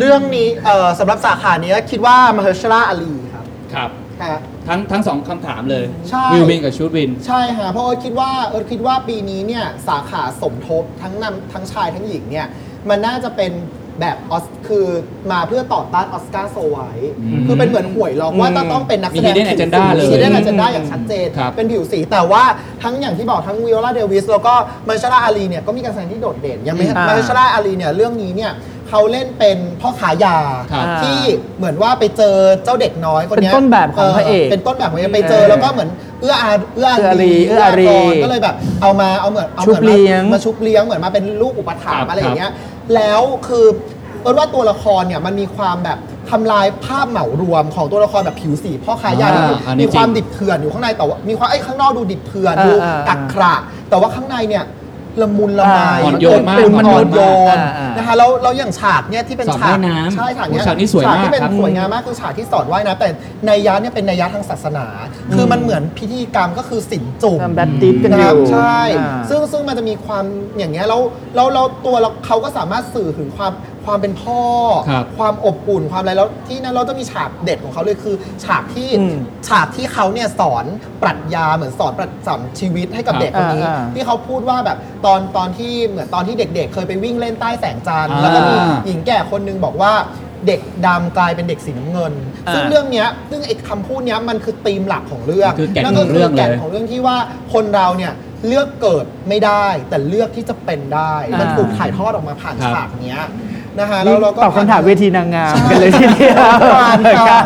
เรื่องนี้เอ่อสำหรับสาขานี้คิดว่ามาเฮอร์ชลาอาลีครับ
ครับ
ฮะ
ทั้งทั้งสองคำถามเลย
ใช่
วิววินกับชูดวิน
ใช่ฮะเพราะเอิร์ธคิดว่าเอิร์ธคิดว่าปีนี้เนี่ยสาขาสมทบทั้งนำทั้งชายทั้งหญิงเนี่ยมันน่าจะเป็นแบบออสคือมาเพื่อต่อต้านออสการ์โซไวท์
อืม
คือเป็นเหมือนหวยล็อกว่าจะต้องเป็นนักแสดง
มี hidden agenda เลย
มี hidden agenda อย่างชัดเจน
ครับ
เป็นผิวสีแต่ว่าทั้งอย่างที่บอกทั้งวิโอลาเดวิสแล้วก็มาชาราอาลีเนี่ยก็มีการแสดงที่โดดเด่นยังไม่
อ่าม
มาชาราอาลีเนี่ยเรื่องนี้เนี่ยเขาเล่นเป็นพ่อขายยา
ครับ
ที่เหมือนว่าไปเจอเจ้าเด็กน้อยคน
เป็น
เนี้ย
ต้นแบบของพระเอก
เป็นต้นแบบของพระเอกไปเจอแล้วก็เหมือนเอื้ออาเอื้อ
เอื้ออารี
เอื้ออารี
เอื้ออารี
ก็เลยแบบเอามาเอาเหมือนอา
ชุบ
หมือนมา
เลี้ยง
มาชุบเลี้ยงเหมือนมาเป็นลูกอุปถัม
ครั
ภ์
บ
อะไรอย่างเงี้ยแล้วคือเอินว่าตัวละครเนี่ยมันมีความแบบทำลายภาพเหมารวมของตัวละครแบบผิวสีพ่อค้ายา
อ่า
ที่
อันนี้
มีความ
จริง
ดิบเถื่อนอยู่ข้างในแต่ว่ามีความไอ้ยข้างนอกดูดิบเถื่อน
อ่า
ดู
อ่า
กักขระ แต่ว่าข้างในเนี่ยละมุนละไม
อ่า
อ่อนโยนมาก
เป็น
อ่อนโยน
อ่อนโยน
อ่าอ่าน
นะคะแล้วแล้วอย่างฉากเนี่ยที่เป็น
ฉาก
ฉาก
ว่ายน้ำ
ใช่ฉากเนี้ย
โอ้ฉากนี้สวยมาก
ฉากที่เป็น
ครับ
สวยงามมากคือฉากที่สอนว่ายน้ำแต่ในยยะเนี่ยเป็นในยยะทางศาสนา คือมันเหมือนพิธีกรรมก็คือสินจุ่ม
ทำแบตติสกันอ
นะค
ยู่
รับใช่
อ่า
ซึ่งซึ่งมันจะมีความอย่างเงี้ยแล้วแล้วแล้วตัวเราเขาก็สามารถสื่อถึงความความเป็นพ่อ
ครับ
ความอบอุ่นความอะไรแล้วที่นั้นเราจะมีฉากเด็ดของเขาเลยคือ ฉากที่
อืม
ฉากที่เขาเนี่ยสอนปรัชญาเหมือนสอนปรัชสอนชีวิตให้กับ
ครับ
เด็กคนนี้
อ่าอ่า
ที่เขาพูดว่าแบบตอนตอนที่เหมือนตอนที่เด็ก ๆ เคยไปวิ่งเล่นใต้แสงจันทร์
อ่า
แล้วก็มีหญิงแก่คนนึงบอกว่าเด็กดำกลายเป็นเด็กสีน้ำเงิน
อ่า
ซึ่งเรื่องเนี้ยซึ่งไอ้คำพูดเนี้ยมันคือธีมหลักของเรื่อง
คือแก่น
นั่น
ข
ก็
อง
คื
เรื่อง
แก่น
เลย
ของ เรื่องที่ว่าคนเราเนี่ยเลือกเกิดไม่ได้ แต่เลือกที่จะเป็นได้
อ่ามั
มันถูกถ่ายทอดออกมาผ่าน
ครับ
ฉากเนี้ยนะคะแล้
นี่
วเราก็
ตอบคำถามเวทีนางงามกันเลยทีเดียว
ผ่านค่ะ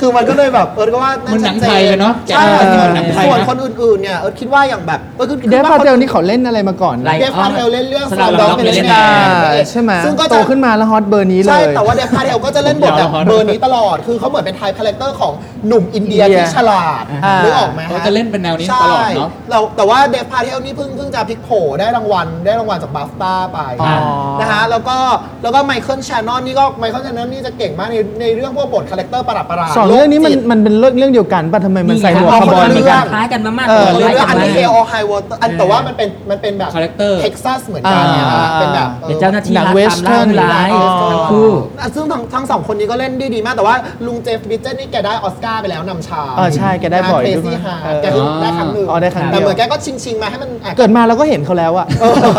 คือมันก็เลยแบบเออก็ว่า
เหมือนหนัง
จะ
ไทยเลยเนาะแกะ
ใช่
มันเหมือนหนังไทย
ส่วน
นะ
คนอื่นๆเนี่ยเออคิดว่าอย่างแบบเออคือคิ
เดฟ
ว่า
พา
ค
เทลนี่เขาเล่นอะไรมาก่อนนะ
ไล
เดฟพาเทลเล่นเรื่องสลัมดอ
Slumdog
กเป็นเล่น
Millionaire
อ่าใช่ไหม
ซึ่งก็
โต
จะ
ขึ้นมาแล้วฮอตเบอร์นี้เลย
ใช่ แต่ว่าเดฟคาเดลก็จะเล่นบทแบบ
ผมยาว
เบอร์นี้ตลอด คือเขาเหมือนเป็นไทยคาแรคเตอร์ของหนุ่มอินเดีย
อินเดีย
ที่ฉลาด
อ่านึ
นึกออกไหมฮ
เขาจะเล่นเป็นแนวนี้ตลอดเนาะ
ใช่เราแต่ว่าเดฟพาเดลนี่เพิ่งเพิ่งจะพลิกโผได้รางวัลได้รางวัลจากบาฟตาไป
อ๋อ
นะฮะ แล้วก็แล้วก็ ไมเคิลชานอนนี่ก็ไมเคิลชานอนนี่จะเก่งมากในในเรื่องพวกบทคาแรคเตอร์ประหลาดประหลาด
สองเรื่องนี้มันมันเป็นเรื่องเรื่องเดียวกันป่ะทำไมมันใส่หัว
ะ
คาร์บอน
เา
เหมือนกัน
คล้ายกันมามาก
เออ
เรื่
ค
อ
ล้ายกั
งอันนี้เอ
มา
อก ไฮวอเตอร์อันแต่ว่ามันเป็นมันเป็นแบบ
คาแรคเตอร์
เท็กซัสเหมือนกันเนี่ย
อ่า
เป็นแบบ
เป็นเจ้าหน้าที่
หนัง
รัฐ
เวส
ตาม
เทิ
ล่าผู้
ร์น
ร้าย
เออ
ทั้งคู่
อ่ะซึ่งทั้งทั้งสองคนนี้ก็เล่นได้ดีมาก แต่ว่าลุงเจฟบิดเจนนี่แกได้ออสการ์ไปแล้วนำชาย
เออใช่แกได้บ่อย
เฟ
ด้วยมั้
ซี่
ย
ฮา
เออ
แกเพิ่งได้ครั้งหนึ่ง
อ๋อได้ครั้งเดี
แต่
ยว
เหมือนแกก็ชิงชิงๆมาให้มันอ่ะ
เกิดมาเราก็เห็นเขาแล้วอะ
เออ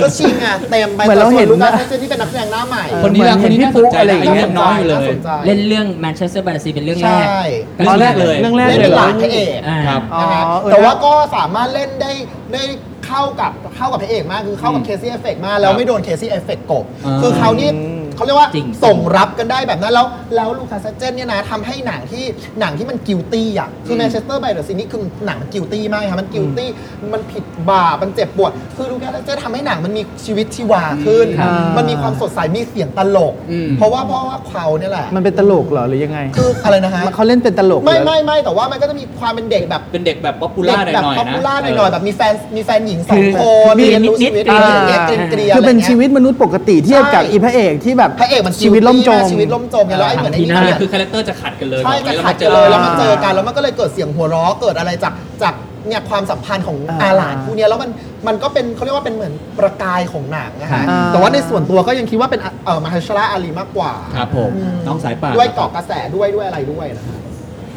ก็ชิงอ่ะ เต็มไป
เหมือนเราเห็น
นะ
นะ
ที่เป็นนักแสดงหน้าใหม่
เออ
คนนี้แหละค
เหมือน น
นี้
เห็น
น่าส
พี่ปุ๊
น
ก
ใจ
อะไรอ
นะ
ย่า
อา
งเงี้
ยุ
ย
ยังน้อยอยู่เลย
ใช่
เล่นเรื่อง Manchester by the Sea เป็นเรื่องแร
ใช่
ก
ตอนแรกเลย
เรื่องแรก
เล่น
เลยเห
เป็นห
ร
ลา
อ
นพระเอก
อ่า
ครับ
นะฮะ
อ๋อเออ
แต่ว่าก็สามารถเล่นได้ได้เข้ากับเข้ากับพระเอกมากคือเข้ากับเคซี่เอฟเฟกมากแล้วไม่โดนเคซี่เอฟเฟกกบ
อ่า
คือเขานี่เขาเรียกว่า
จริง
ส่งรับกันได้แบบนั้น แล้วแล้วลูคัสเจนเนี่ยนะทำให้หนังที่หนังที่มันกิลตี้อ่ะคือแมนเชสเตอร์ไบเดอร์ซีนี่คือหนังมันกิลตี้มากครับมันกิลตี้มันผิดบาปมันเจ็บปวด คือลูคัสเจนทำให้หนังมันมีชีวิตชีวาขึ้น
อ่ามั
มันมีความสดใสมีเสียงตลก
อืม
เพราะว่าเพราะว่าเขาเนี่ยแหละ
มันเป็นตลกเหรอหรือยังไง
คืออะไรนะฮะ
เขาเล่นเป็นตลกเหรอ
ไม่ไม่ไม่แต่ว่ามันก็จะมีความเป็นเด็กแบบ
เป็นเด็กแบบป๊อปปู
เด็
ล่าก หน่
แบบ
อย
ป๊อ
ๆ
ป
นะ
ปูล่าหน่อยๆแบบมีแฟนมีแฟนหญิงสอง
คือ
คน
มี
เรียนรู้
นิ
ชี
ด
วิต
ๆ
อะไรอย่าง
อ่า
เงี้ยเกรียนเกรีย
คือเป็น
ะไรงี้ย
ชีวิตมนุษย์ปกติเทียบกับ
ใช่
อีพระเอกที่แบบ
พระเอกมัน
ชีวิตล่มจม
ากชีวิตล่มจมไงแล้วไอ้เหมือนไอ้
ที่
นี่
น่า
เนี่ย
คือคาแรคเตอร์จะขัดกันเลย
ใช่
บอก
จะ
เลยแล้ว
ขั
มา
ด
เจ
กัน
อ
เลยแล้วมันเจอกันแล้วมันก็เลยเกิดเสียงหัวเราะเกิดอะไรจากจากเนี่ยความสัมพันธ์ของ
อ่า
อาหลานคู่เนี้ยแล้วมันมันก็เป็นเขาเรียกว่าเป็นเหมือนประกายของหนังนะฮะ
อ่า
แต่ว่าในส่วนตัวก็ยังคิดว่าเป็นเอ่อมหาชราอาลีมากกว่า
ครับผม
ม
น้องสายป่าน
ด้วยเกาะกระแสด้วยด้วยอะไรด้วยนะฮะ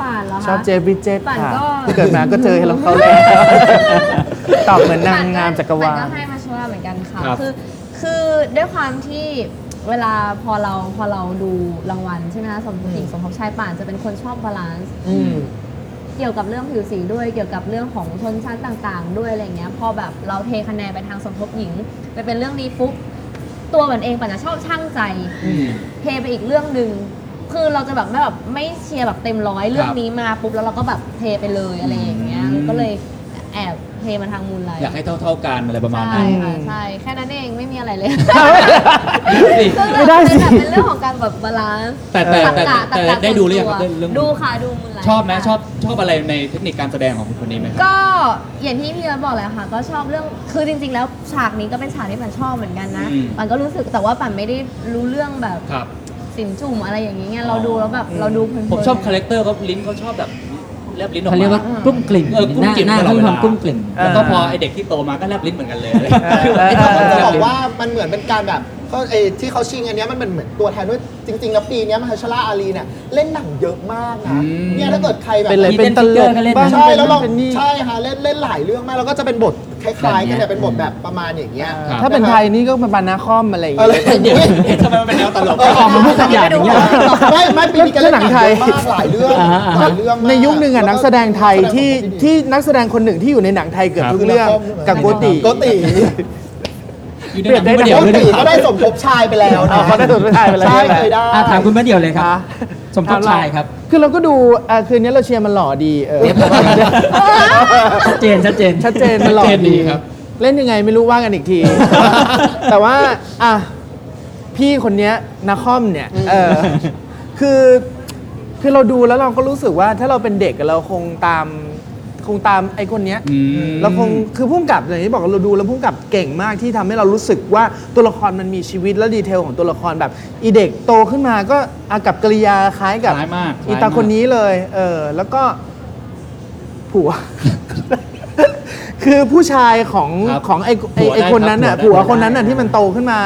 ป่านเหรอคะ
ช
[LAUGHS]
อบเจฟบริดเจต
ปั่น
ค่ะ
ก็
เกิดมาก็เจอให้เราเขา
[LAUGHS]
แล้วตอบเหมือนนางงามจักรวาล
มันก็ให้มาช่วยเหมือนกันค่ะ
ครับ
คือคือด้วยความที่เวลาพอเราพอเราดูรางวัลใช่ไหมคะสมทบหญิงสมทบชายป่านจะเป็นคนชอบบาลานซ์เกี่ยวกับเรื่องผิวสีด้วยเกี่ยวกับเรื่องของชนชั้นต่างๆ ด้วยอะไรเงี้ยพอแบบเราเทคะแนนไปทางสมทบหญิง ไปเป็นเรื่องนี้ปุ๊บตัวเหมือนเองป่านจะชอบช่างใจ เทไปอีกเรื่องหนึ่ง คือเราจะแบบไม่แบบไม่เชียร์แบบเต็มร้อยเรื่องนี้มาปุ๊บแล้วเราก็แบบเทไปเลยอะไรอย่างเงี้ย
อืม
ก็เลยแอบเทมาทางมูลไลท์
อยากให้เท่าๆกันอะไรประมาณ
ใช่
นั้น
ค่ะใช่แค่นั้นเองไม่มีอะไร
[LAUGHS]
เลย
สิ
ไม่ได้สิ
ซึ่งแบบเป็นเรื่องของการแบบบาลานซ์
แต่แต่
ตัก
แต่
กะ
แต่
ตักกะ
ได้ดูหรือยังค
ส่
รั
ว
บ
น
ได้
ตัว
เรื่อง
ดูค่ะดูมูลไลท์
ชอบไหม
ค่ะ
ชอบชอบอะไรในเทคนิคการแสดงของคุณคนนี้ไหมครับ
ก็อย่างที่พี่เอิร์ธบอกแหละค่ะ ก็ชอบเรื่องคือจริง ๆ แล้วฉากนี้ก็เป็นฉากที่ปันชอบเหมือนกันนะ
อืม
ปันก็รู้สึกแต่ว่าปันไม่ได้รู้เรื่องแบบ
ครับ
สินจุ่มอะไรอย่างนี้ไงเรา
อ๋อ
ดูแล้วแบบเราดูเพลินๆ
ผมชอบคาแรคเตอร์เขาลิ้นเขาชอบแบบแลบลิ้นออก
เขา
มา
เรียกว่ากุ้มกลิ่น
เออกุ้มกลิ่น
หน้า
ตลอด
ต้อง
เวลา
ทำกุ้มกลิ่น
แล้วก็พอไอเด็กที่โตมาก็แลบลิ้นเหมือนกันเลย
ไอ้
ทำเห
ทำเห
มื
มันน
น
จะ
แล
บบ อก
ลิ้น
ว่ามันเหมือนเป็นการแบบก็ไอ้ที่เขาชิงอันเนี้ยมันเป็นเหมือนตัวแทนด้วยจริง ๆ แล้วปีเนี้ยมหาชลาอาลีเนี่ยเล่นหนังเยอะมากนะ
อืม
เนี่ยถ้าเกิดใครแบบ
เป็นอะไร
มี
เป็นตลก
เล่นฟิกเกอร์ก็เล่น
บ้าง
ใช่
เป็น
แล้ว
นั่
เรา
นเป็นนี่
ใช่ค่ะเล่นเล่นหลายเรื่องมากแล้วก็จะเป็นบทคล้ายๆกันเนี่ยเป็นบทแบบประมาณอย่างเงี้ย
ครับ
ถ้าเป็นไทยนี่ก็ประมาณนาคอมอะไรอย่าง
อะไร
เงี้ย
อย่างเงี้ย
เห็นทำไมมันเป็นแนวตลก
เออออกมาพูดสักอย่างอย่างเงี้ยไม่ไม่ปีนี้ก็เล่นหนังเย
ห
อะ
นังไทย
มากหลายเรื่องหลายเรื่องมาก
ในยุคหนึ่งอ่ะนักแสดงไทยที่ที่นักแสดงคนหนึ่งที่อยู่ในหนังไทยเกือบทุกเรื่องกับโกติ
โกติ
อยู่ในหนัง
เปลี่ยนได้
ไม่เดีย
โก
วด้วย
ติ
นะครับ
ก็ได้สมทบชายไปแล้ว
อ๋อ
นะ
เขาได้สมทบชายไปแล้ว
ใช่เคยได้
อ่ะถามคุณเมื่อเดียวเลยครับ
ฮะ
สมทบชายครับ
คือเราก็ดูอ่ะคืนนี้เราเชียร์มันหล่อดีเออ
ชัดเจนชัดเจน
ชัดเจนมันหล่อ
ชัดเจนดีครับ
เล่นยังไงไม่รู้ว่ากันอีก
[LAUGHS]
ที แต่ว่า อ่ะ พี่คนเนี้ยนาคอมเนี่ย เออ คือ คือเราดูแล้วเราก็รู้สึกว่าถ้าเราเป็นเด็กอะเราคงตาม คงตามไอ้คนเนี้ย
อืม
เราคงคือพุ่มกับอย่างที่บอกเราดูแล้วพุ่มกับเก่งมากที่ทำให้เรารู้สึกว่าตัวละครมันมีชีวิตและดีเทลของตัวละครแบบอีเด็กโตขึ้นมาก็อากับกริยาคล้ายกับ
คล้ายมาก
อี
คล้า
ตา
ยา
ม
ก
คนนี้เลย เออ แล้วก็ผัว คือผู้ชายของ
ครับ
ของไอ้ไอ้
ผัวได้
ไอ้คนนั้น
ค
น่ะ
รับผั
ผั
ว
ว
ได้
คนนั้นน่ะที่มันโตขึ้นมา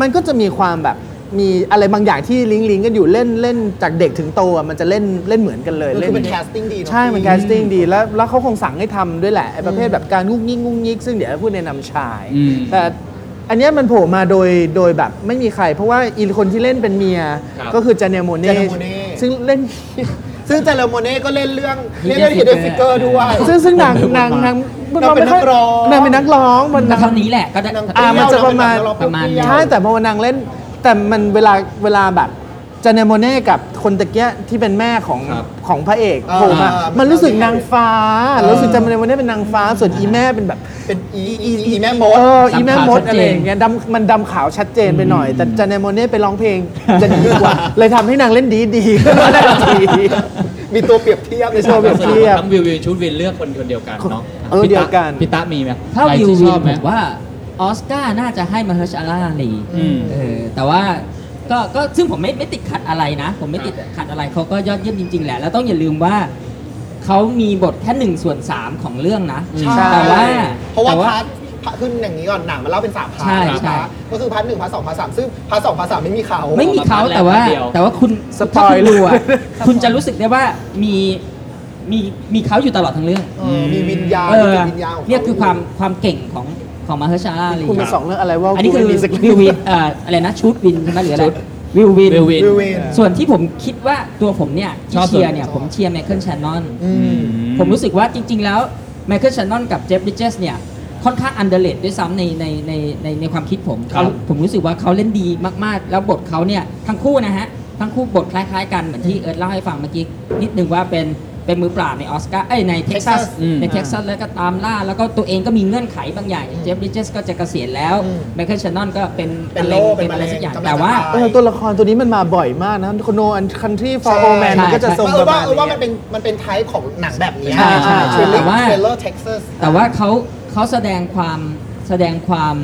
มันก็จะมีความแบบมีอะไรบางอย่างที่ลิงก์ลิงก์กันอยู่เล่นเล่นจากเด็กถึงโตอ่ะมันจะเล่นเล่นเหมือนกันเลย
คือ
ล่
เป็น casting ดีเนอะ
ใช่ มัน
พี่
แคสติ้งดี แล้ว แล้วเขาคงสั่งให้ทำด้วยแหละไอ้ประเภทแบบการงุกงิกงุกงิก ซึ่งเดี๋ยวพูดในนำชาย
อืม
แต่อันเนี้ยมันโผล่มาโดย โดยแบบไม่มีใคร เพราะว่าอีคนที่เล่นเป็นเมีย
ครับ
ก็คือจานเนลโมเน่
จาเนลโมเน่
ซึ่งเล่น
ซึ่งเจลโมเน่ก็เล่นเรื่อง
Hidden
เล่นเรื่อง Hidden
Figure
Figure ด้วย
ซึ่งซึ่งนางนางนาง
นางเป็นนักร้อง
นางเป็นนักร้องมัน
ก็
นาง
เท่านี้แหละก็ได้
อ่ะมันจะประมาณ
ประมาณ
ใช่ แต่พอวันนางเล่น แต่มันเวลาเวลาแบบจานเนลโมเน่กับคนตะเกียที่เป็นแม่ของ
ครับ
ของพระเอก
อ่า
โผล่มา
อ่ามั
มันรู้สึกนางฟ้า
เออ
รู้สึกจานเนลโมเน่เป็นนางฟ้า ส่วนอีแม่เป็นแบบ
เป็นอีอีอีแม่มด
เออ
ดำ
อีแม่มด
ขาวชัดเจน
อะไรอย่างเงี้ยดำมันดำขาวชัดเจนไปหน่อย แต่จันเนโมเน่ไปร้องเพลงจะดีกว่า เลยทำให้นางเล่นดีดีๆขึ้นมาได้ที
มีตัวเปรียบเทียบ
มีตัวเปรียบ
สนุกทั้งวิววิวชุดวินเลือกคนคนเดียวกันเนาะ
เออเดียวกัน
พิตะมีไหม
ถ้า
ใคร
วิว
ที่
วิ
ช
น
อบไหม
ผมว่า ออสการ์น่าจะให้มาเฮอร์ชาลาลี
อืม
เออแต่ว่าก็ก็ซึ่งผมไม่ไม่ติดขัดอะไรนะ ผมไม่ติดขัดอะไรเขาก็ยอดเยี่ยมจริง ๆ แหละ แล้วต้องอย่าลืมว่าเขามีบทแค่หนึ่งส่วนสามของเรื่องนะ
ใช่
แต่ว่า
เพราะว่า
แต่
พาร์ทพาร์ทขึ้นอย่างนี้ก่อนหนังมันเล่าเป็นสามพาร์ท
ใช่
นะ
ใช่
คะก็คือพาร์ทหนึ่งพาร์ทสองพาร์ทสามซึ่งพาร์ทสองพาร์ทสามไม่มีเขา
ไม่มีเขาแต่ว่า แต่ว่าคุณ
สปอ
ถ้า
ยล์
คุณดู
[LAUGHS]
อะคุณจะรู้สึกได้ว่ามีมีมีเขาอยู่ตลอดทั้งเรื่อง
เออมีวิญญาณ
เออ
มีจิตวิญญาณของข
เนี่ยคือความความเก่งของของมาเฮอร์ชาลาลี
คุณมาสองเรื่องอะไรว่า
อันนี้คือ
กูไม่มีสัก
วิ
เรื่
ว
อง
วินเอ่ออะไรนะชูดวินใช่ไหมหรืออะไรวิววิน
วิววิน
วิววิน
ส่วนที่ผมคิดว่าตัวผมเนี่ย
ช
ที่
อบส่วน
เชียร์เนี่ย ผมเชียร์ไมเคิลชานนอน
อืม
ผมรู้สึกว่าจริง ๆ แล้วไมเคิลชานนอนกับเจฟบริดเจสเนี่ย ค่อนข้างอันเดอร์เลดด้วยซ้ำในในในในในความคิดผม
ครับ
เขาผมรู้สึกว่าเขาเล่นดีมากๆ แล้วบทเขาเนี่ย ทั้งคู่นะฮะ ทั้งคู่บทคล้ายๆกัน เหมือนที่เอิร์ธเล่าให้ฟังเมื่อกี้ นิดนึงว่าเป็นเป็นมือปราบในออสการ์เอ้ยในเท็กซัส
Texas
อืม
ในเท็กซัสแล้วก็ตามล่า แล้วก็ตัวเองก็มีเงื่อนไขบางอย่างเจฟบริดเจสก็จะเกษียณแล้ว
อืม
ไมเคิลชานนอนก็เป็น
เป็นโรคเป็น
อะไร
มะเร็ง
สักอย่าง
กำลัง
แต่ว่า
จะตาย
เออตัวละครตัวนี้มันมาบ่อยมากนะโนอันคันทรีฟอร์โอแมน
ใช่
มันก็จะ
เอ
ทรง
อ
ประ
ว่า
มาณ
เออว่ามัน
นี้
เป็นมันเป็นไทป์ของหนังแบบเนี้
ใช่ใช่ใช่แต่ว่า
เทรลเลอร์เท็กซัส
แต่ว่าเขาเขาแสดงความแสดงความ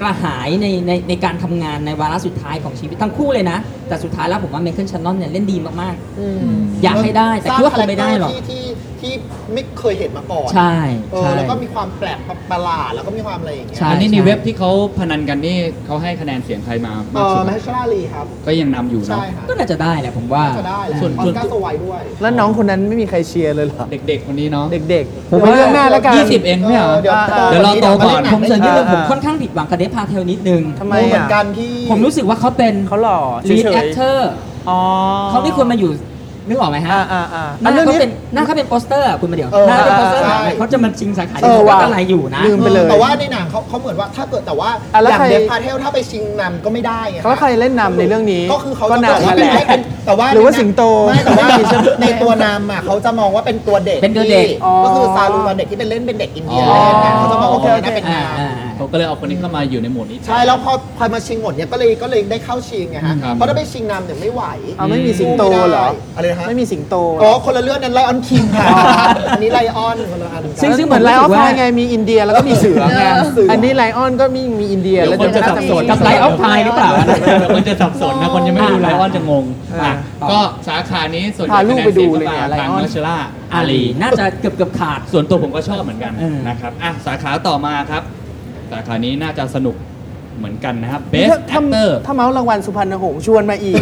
กระหายในในในการทำงานในวาระสุดท้ายของชีวิตทั้งคู่เลยนะ แต่สุดท้ายแล้วผมว่าเมเคิลชันนอนเนี่ยเล่นดีมาก ๆ อยากให้ได้ แต่คิดว่าคงไม่ได้หรอก
สางคาแคเตที่ที่ที่ไม่เคยเห็นมาก่อน
ใช่
เออ
ใช่
แล้วก็มีความแปลกประหลาดแล้วก็มีความอะไรอย่างเงี้ย
ใช่
อันนี้ในเว็บที่เขาพนันกันนี่เขาให้คะแนนเสียงใครมา
เอ
มาก
อ
สุด
แมชชาลาลีครับ
ก็ยังนำอยู่
ใช่
เนาะ
ครับ
ก็น่าจะได้แหละผมว่า
ก็ได้แหละ
ส่วน
ออสการ์สไวด้วย
แล้วน้องคนนั้นไม่มีใครเชียร์เลยเหรอ
เด็กๆคนนี้เนาะ
เด็กๆ
ผมว่า
ไว้เรื่องหน้าแล้วกัน
ยี่สิบเองไม่เหรอ
เดี๋ยวโต
เดี๋ยวรอโตก่อน
ผมเสริมนิดนึง
อ่า
ผมค่อนข้างผิดหวังกับเดฟพาเทลนิดนึง
ทำไม
รู้เหมือ
อ่ะ
นกันที่
ผมรู้สึกว่าเขาเป็น
เขาหล่อ
lead
เฉย
actor
ๆอ๋อ
เขาไม่ควรมาอยู่นึกออกไหมฮะ
อ่าอ่าอ่า
หน้า
รื่อง
เขา
นี้
เป็นหน้าเขาเป็นโปสเตอร์อะคุณมาเดี๋ยว
เออ
หน้าเขาเป็นโปสเตอร์
ใช่
หลังเขาจะมาชิงสาขา
เออ
ที่
ว่ะ
ก็อะไรอยู่นะ
ลืมไปเลย
แต่ว่าในหนังเขาเขาเหมือนว่าถ้าเกิดแต่ว่า
อ่ะแล้ว
อย่าง
ใคร
เดฟพาเทลถ้าไปชิงนำก็ไม่ได้ไง
เขาใครเล่นนำในเรื่องนี้
ก็คือเขา
ก็
จะ
นำ
มอ
นั่
งาน
แหละ
แต่ว่า
หรือว่าสิงโต
ไม่แต่ว่าในตัวนำอ่ะเขาจะมองว่าเป็นตัวเด็ก
เป็นตัวเด็ก
ที่ก็คือซาลูมอนเด็กที่เป็นเล่นเป็นเด็กอินเดีย
อ๋อ
เล่นนะเขาจะมองว่าคนนั้น
โอ
นะ
เค
เป็น
อ่าน
าง
อ่าอ่า
เขาก็เลยเอาคนนี้เข้ามาอยู่ในหมวดนี้
ใช่ แล้วพอพอมาชิงหมดเนี่ยก็เลยก็เลยได้เข้าชิงไงฮะ
ครับ
เพราะถ้าไปชิงนำเนี่ยไม่ไหว
เอาไม่มีสิงโตเหรอ
อะไรนะฮะ
ไม่มีสิงโต
อ๋อคนละเรื่องนั้นไลออนคิงค่ะอันนี้ไลออนคนละอันกัน
ซึ่ง
เหมือนไลออ
ผม
น
รู้สึก
พา
ว่า
ยไงมีอินเดียแล้วก็มีเสือไง
เออเสืออั
อันนี้ไลออนก็มีมีอินเดีย
เดี๋ยว
แล้ว
คนจะสับสน
กับไลออฟพายหรือเปล่า
เดี๋ยวคนจะสับสนนะคนยังไม่ดูไลออนจะงงอ่ะก็สาขานี้ส่วนใหญ่คะแนนเสียงก็มาทางมาเชล่าอา
อา
ลี
ลีน่าจะเกือบเกือบขาด
ส่วนตัวผมก็ชอบเหมือนกัน
เออ
นะครับอ่ะสาขาต่อมาครับ สาขานี้น่าจะสนุกเหมือนกันนะครับ
นี่
Best
ถ้า
Actor
ถ้าเมาส์รางวัลสุพรรณหงส์ชวนมาอีก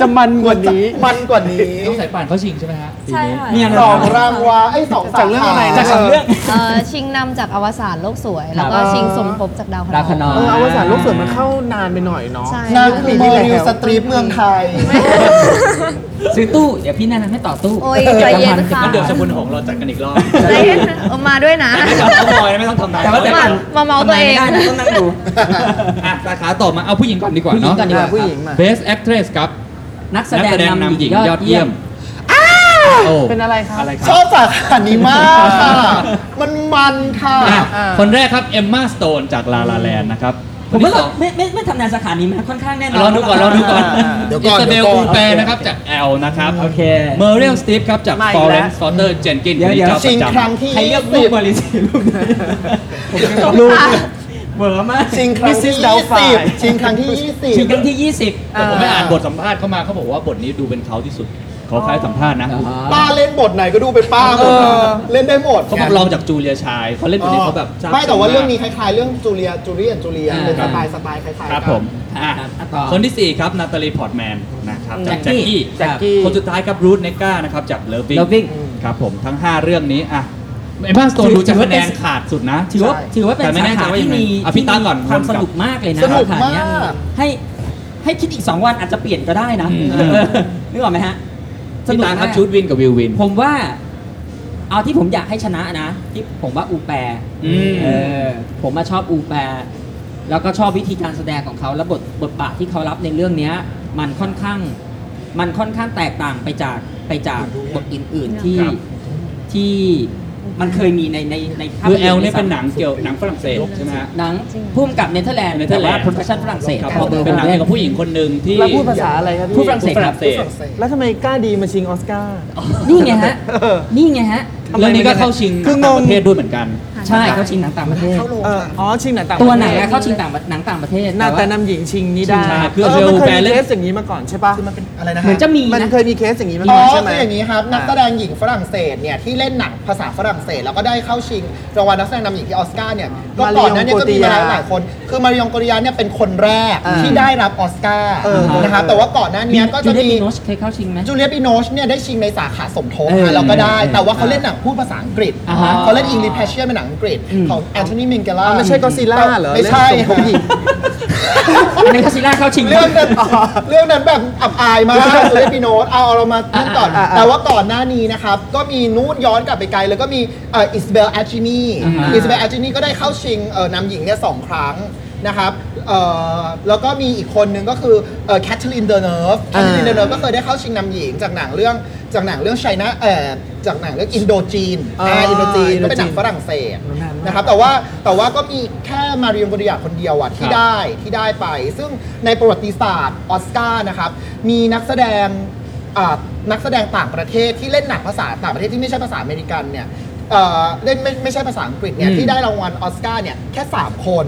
จะมันกว่านี้
มันกว่านี้
ต้องสายป่านเขาชิงใช่ไหมฮะปี
ใช่
นี้
ค่ะ
เนี่ยนะ
สองรางวัลไอ้ยสองส
จากเรื่องอะไรนะ
จากสองเรื่อง
เอ่อชิงนำจากอวสานโลกสวย แล้วก็
ครับ
ชิงสมภพจากดาว
ดาวคะ
คะ
น
น
อ
อง ง
เอออวสานโลกสวยมันเข้านานไปหน่อยเนาะ
ใช่
นางคือโมริวสตรีทเมืองไทย
ซื้อตู้ เดี๋ยวพี่แนะนำให้ต่อตู้
โอ้ยใจเย็นค่ะ
งั้นเดี๋ยวสมุนหงส์เราจัดกันอีกรอบ
เอ้ยเอามาด้วยนะ
ไม่ต้องทำบอยนะไม่ต้องทำนาย
แต่ว่าแต่
มา
ก่อน
มาเมาตัวเอง
ทำนายไม่ได้นะต้องนั่งดู
อ่ะสาขาต่อมาเอาผู้หญิงก่อนดีกว่าเนาะ
ผู้หญิงก่อนดีกว่า
อ่ะผู้หญิงมา
Best Actress ครับ
นักแส
นัก
ดง
แสดง
นำ
นำ
ห
ห
ญิ
ญิ
ง
ง
ย
ย
อ
อ
ด
ด
เยี่
เยี่
ย
ย
ม
มโอ้
เป็นอะไรครับ
อะไรค
ช
รั
อ
บบ
สาขานี้มากค่ะมันมันค่ะ
อ่ะ
อ่า
คนแรกครับ เอมมาสโตนจากลาลาแลนนะครับ
ผมว่า
คนที่ส
เรา
อง
ไม่ไม่ไม่ทำนายสาขานี้มันค่อนข้างแน่นอน
รอดูก่อนรอดูก่อน
อ่า
เดี๋ยว
อิ
ก่อน
ซาเบ
เดี๋ย
ล
วก่อน
อูแปรนะครับจากแอลนะครับ
โอเค
เมอร์เรียลสตีฟครับจาก
มาอี
ฟอกเร
แล้ว
นซ์ฟอนเตอร์เจนกิน
เดี๋ยว
คนนี้เจ้าป
ชิง
ระ
ครั้ง
จำ
ที่
ใครเลือกรูปมาริซีรูปนี้
ลูก
เบอร์มาก
ชิงครั้ง
Mrs.
ที่ยี่สิ
Doubtfire
บชิงครั้งที่ยี่สิบ
ชิงครั้งที่ 20
แต่ผมไม่อ่านบทสัมภาษณ์เข้ามาเขาบอกว่าบทนี้ดูเป็นเขาที่สุดเขาคล้ายสัมภาษณ์นะ
ป้าเล่นบทไหนก็ดูเป็นป้าหมดนะเล่นได้หมด
เขาบอกลองจากจูเลียชายเขาเล่นบทนี้เขาแบบซบ
ไม่แต่ว่าเรื่องนี้
ซึ้
คล้ายๆ เรื่องจูเลียจูเลียนจูเลีย
อ่า
เป็นสไตล์สไตล์คล้าย
มาก
ๆ
ครับ
กัน
ผมอ่ะ
ครับอ่ะต่อ
คนที่ 4 ครับนาตาลีพอร์ตแมนนะครับจาก
แจ็
แจ็
ค
ค
กี้
กี้
แจ็คกี้
คนสุดท้ายครับรูทเนก้านะครับจากเลิฟวิ่ง
Loving
ครับผมทั้ง 5 เรื่องนี้อ่ะไอ้บ้านสโตนดูจากคะแนนขาดสุดนะ
ถือว่าถือว่าเป็น
แต่ไม่
สา
แน่ใจ
ขา
ว่ายั
ที่
งไง
มี
อ่ะพี่
ที่
ตาก่อน
ควา
ว
ม
นก
ส
ลับ
นุกมากเลยนะ
สนุก
สข
มา
เย
ก
ให้ให้คิดอีก 2 วันอาจจะเปลี่ยนก็ได้นะ
อืม
เออนึกออกไหมฮะ
พี่ตาครับ
มาก
ชูดวินกับวิววิน
ผมว่า เอาที่ผมอยากให้ชนะนะ ที่ผมว่าอูแปร
อืม
เออผมมาชอบอูแปรแล้วก็ชอบวิธีการแสดงของเขาและบทบทบาทที่เขารับในเรื่องเนี้ย มันค่อนข้าง มันค่อนข้างแตกต่างไปจากไปจากบทอื่น ๆ ที่
ครับ
ที่มันเคยมีในในในภาพ
คื
ย
อแอล
ต์ด้ว
เนี่ย
ซ้ำ
เป็นหนังเกี่ยวหนังฝรั่งเศสใช่ไหมฮะ
หนังพุ่มกับเนเธอร์แลนด์
เนเธอ
แต่
ร์แล
ว่าน
ด์
โปรดักชั่นฝรั่งเศส
ครับ
พอเบอร์
เป็นหนัง
เบอ
เกี่ยว
ร์
กับผู้หญิงคนหนึ่งที่
แล้วพูดภาษาอะไรครับ
ผู้
พี่
ฝรั่งเศส
ฝ
ครั
รั่
บ
งเศส
แล้วทำไมกล้าดีมาชิงออสการ์
นี่ไงฮะ นี่ไงฮะ
ทำไม
เรื่องนี้ก็เข้าชิง
คืองง
ประเทศด้วยเหมือนกัน
ใช่เขาชิงหนังต่างประเทศ
เข้าโรง
เอออ๋อชิงหนังต่าง
ตัวไหนอะเข้าชิงต่างหนังต่างประเทศ
หน้า
ว่า
แต่นำหญิงชิงนี่ได้
ชิงชนะเพื่อ
เออมันเคยมี
Ballot
เคสอย่างนี้มาก่อนใช่ปะ
คือมันเป็นอะไรนะ
เหมือนจะมี
มัน
นะ
เคยมีเคสอย่างนี้มา
อ๋
ก่
อ
อนใช่ไหม
คืออย่างนี้ครับ นักแสดงหญิงฝรั่งเศสเนี่ยที่เล่นหนังภาษาฝรั่งเศส แล้วก็ได้เข้าชิงรางวัลนักแสดงนำหญิงที่ออสการ์เนี่ยก็ก่อนหนั้านเนี่ยก็มีมาแล้วหลายคน คือมาริองโกริยาเนี่ยเป็นคนแรก
อ่า
ที่ได้รับออสการ์
เออ
นะครับแต่ว่าก่อนหน้านี้ก็จะ
จูเลีย
มี
มิโนชเคยเข้าชิงไหม
จูเลียปิโนชเนี่ยได้ชิงในสาขาสมทบ
เออ
ค่ะเราก็ได้
เออ
แต่ว่าเขาเล่นหนังพูดภาษาอังกฤษ
อ่าฮะ
เขาเล่นอิงลิ p แพชเชียเป็นหนังอังกฤษ ของแอนโทนีมิงเกล่า
อ่ะไม่ใช่ Godzilla เหรอ
ไม่ใช่
เล่นสมทบหญิง
ันนี้คาซิล่าเข้าชิง
เรื่องนั้นเรื่องนั้นแบบอับอายมากจูเลียปิโนชเอาเรามาพูดก่อน
อ่าอ่า
แต่ว่าก่อนหน้านี้นะครับ ก็มีนู้นย้อนกลับไปไกลเลยก็มีเอิสเบลอาจินี
อ่าฮะ
อิสเบลอาจินีก็ได้เข้าชิงเอ่อนำหญิงเนี่ยสองครั้งนะครับเอ่อแล้วก็มีอีกคนนึงก็คือแคทเธอรีนเดอร์เนฟแคทเธอรีนเดอร์เน
อ่า
ก็เคยได้เข้าชิงนำหญิงจากหนังเรื่องจากหนังเรื่องไชน่าเอ่อจากหนังเรื่องอินโดจีน
อ่า
อินโดจีนก็เป็นหนัง
Indochine
ฝรั่งเศสนะครับแต่ว่าแต่ว่าก็มีแค่มาริโอโกริยาคนเดียวอะ
ค
ที่
รับ
ได้ที่ได้ไป ซึ่งในประวัติศาสตร์ออสการ์นะครับมีนักแสดงอ่านักแสดงต่างประเทศที่เล่นหนังภาษาต่างประเทศที่ไม่ใช่ภาษาอเมริกันเนี่ยเอ่อเล่นไม่ไม่ใช่ภาษาอังกฤษเนี่ย
อืม
ที่ได้รางวัลออสการ์เนี่ยแค่สามคน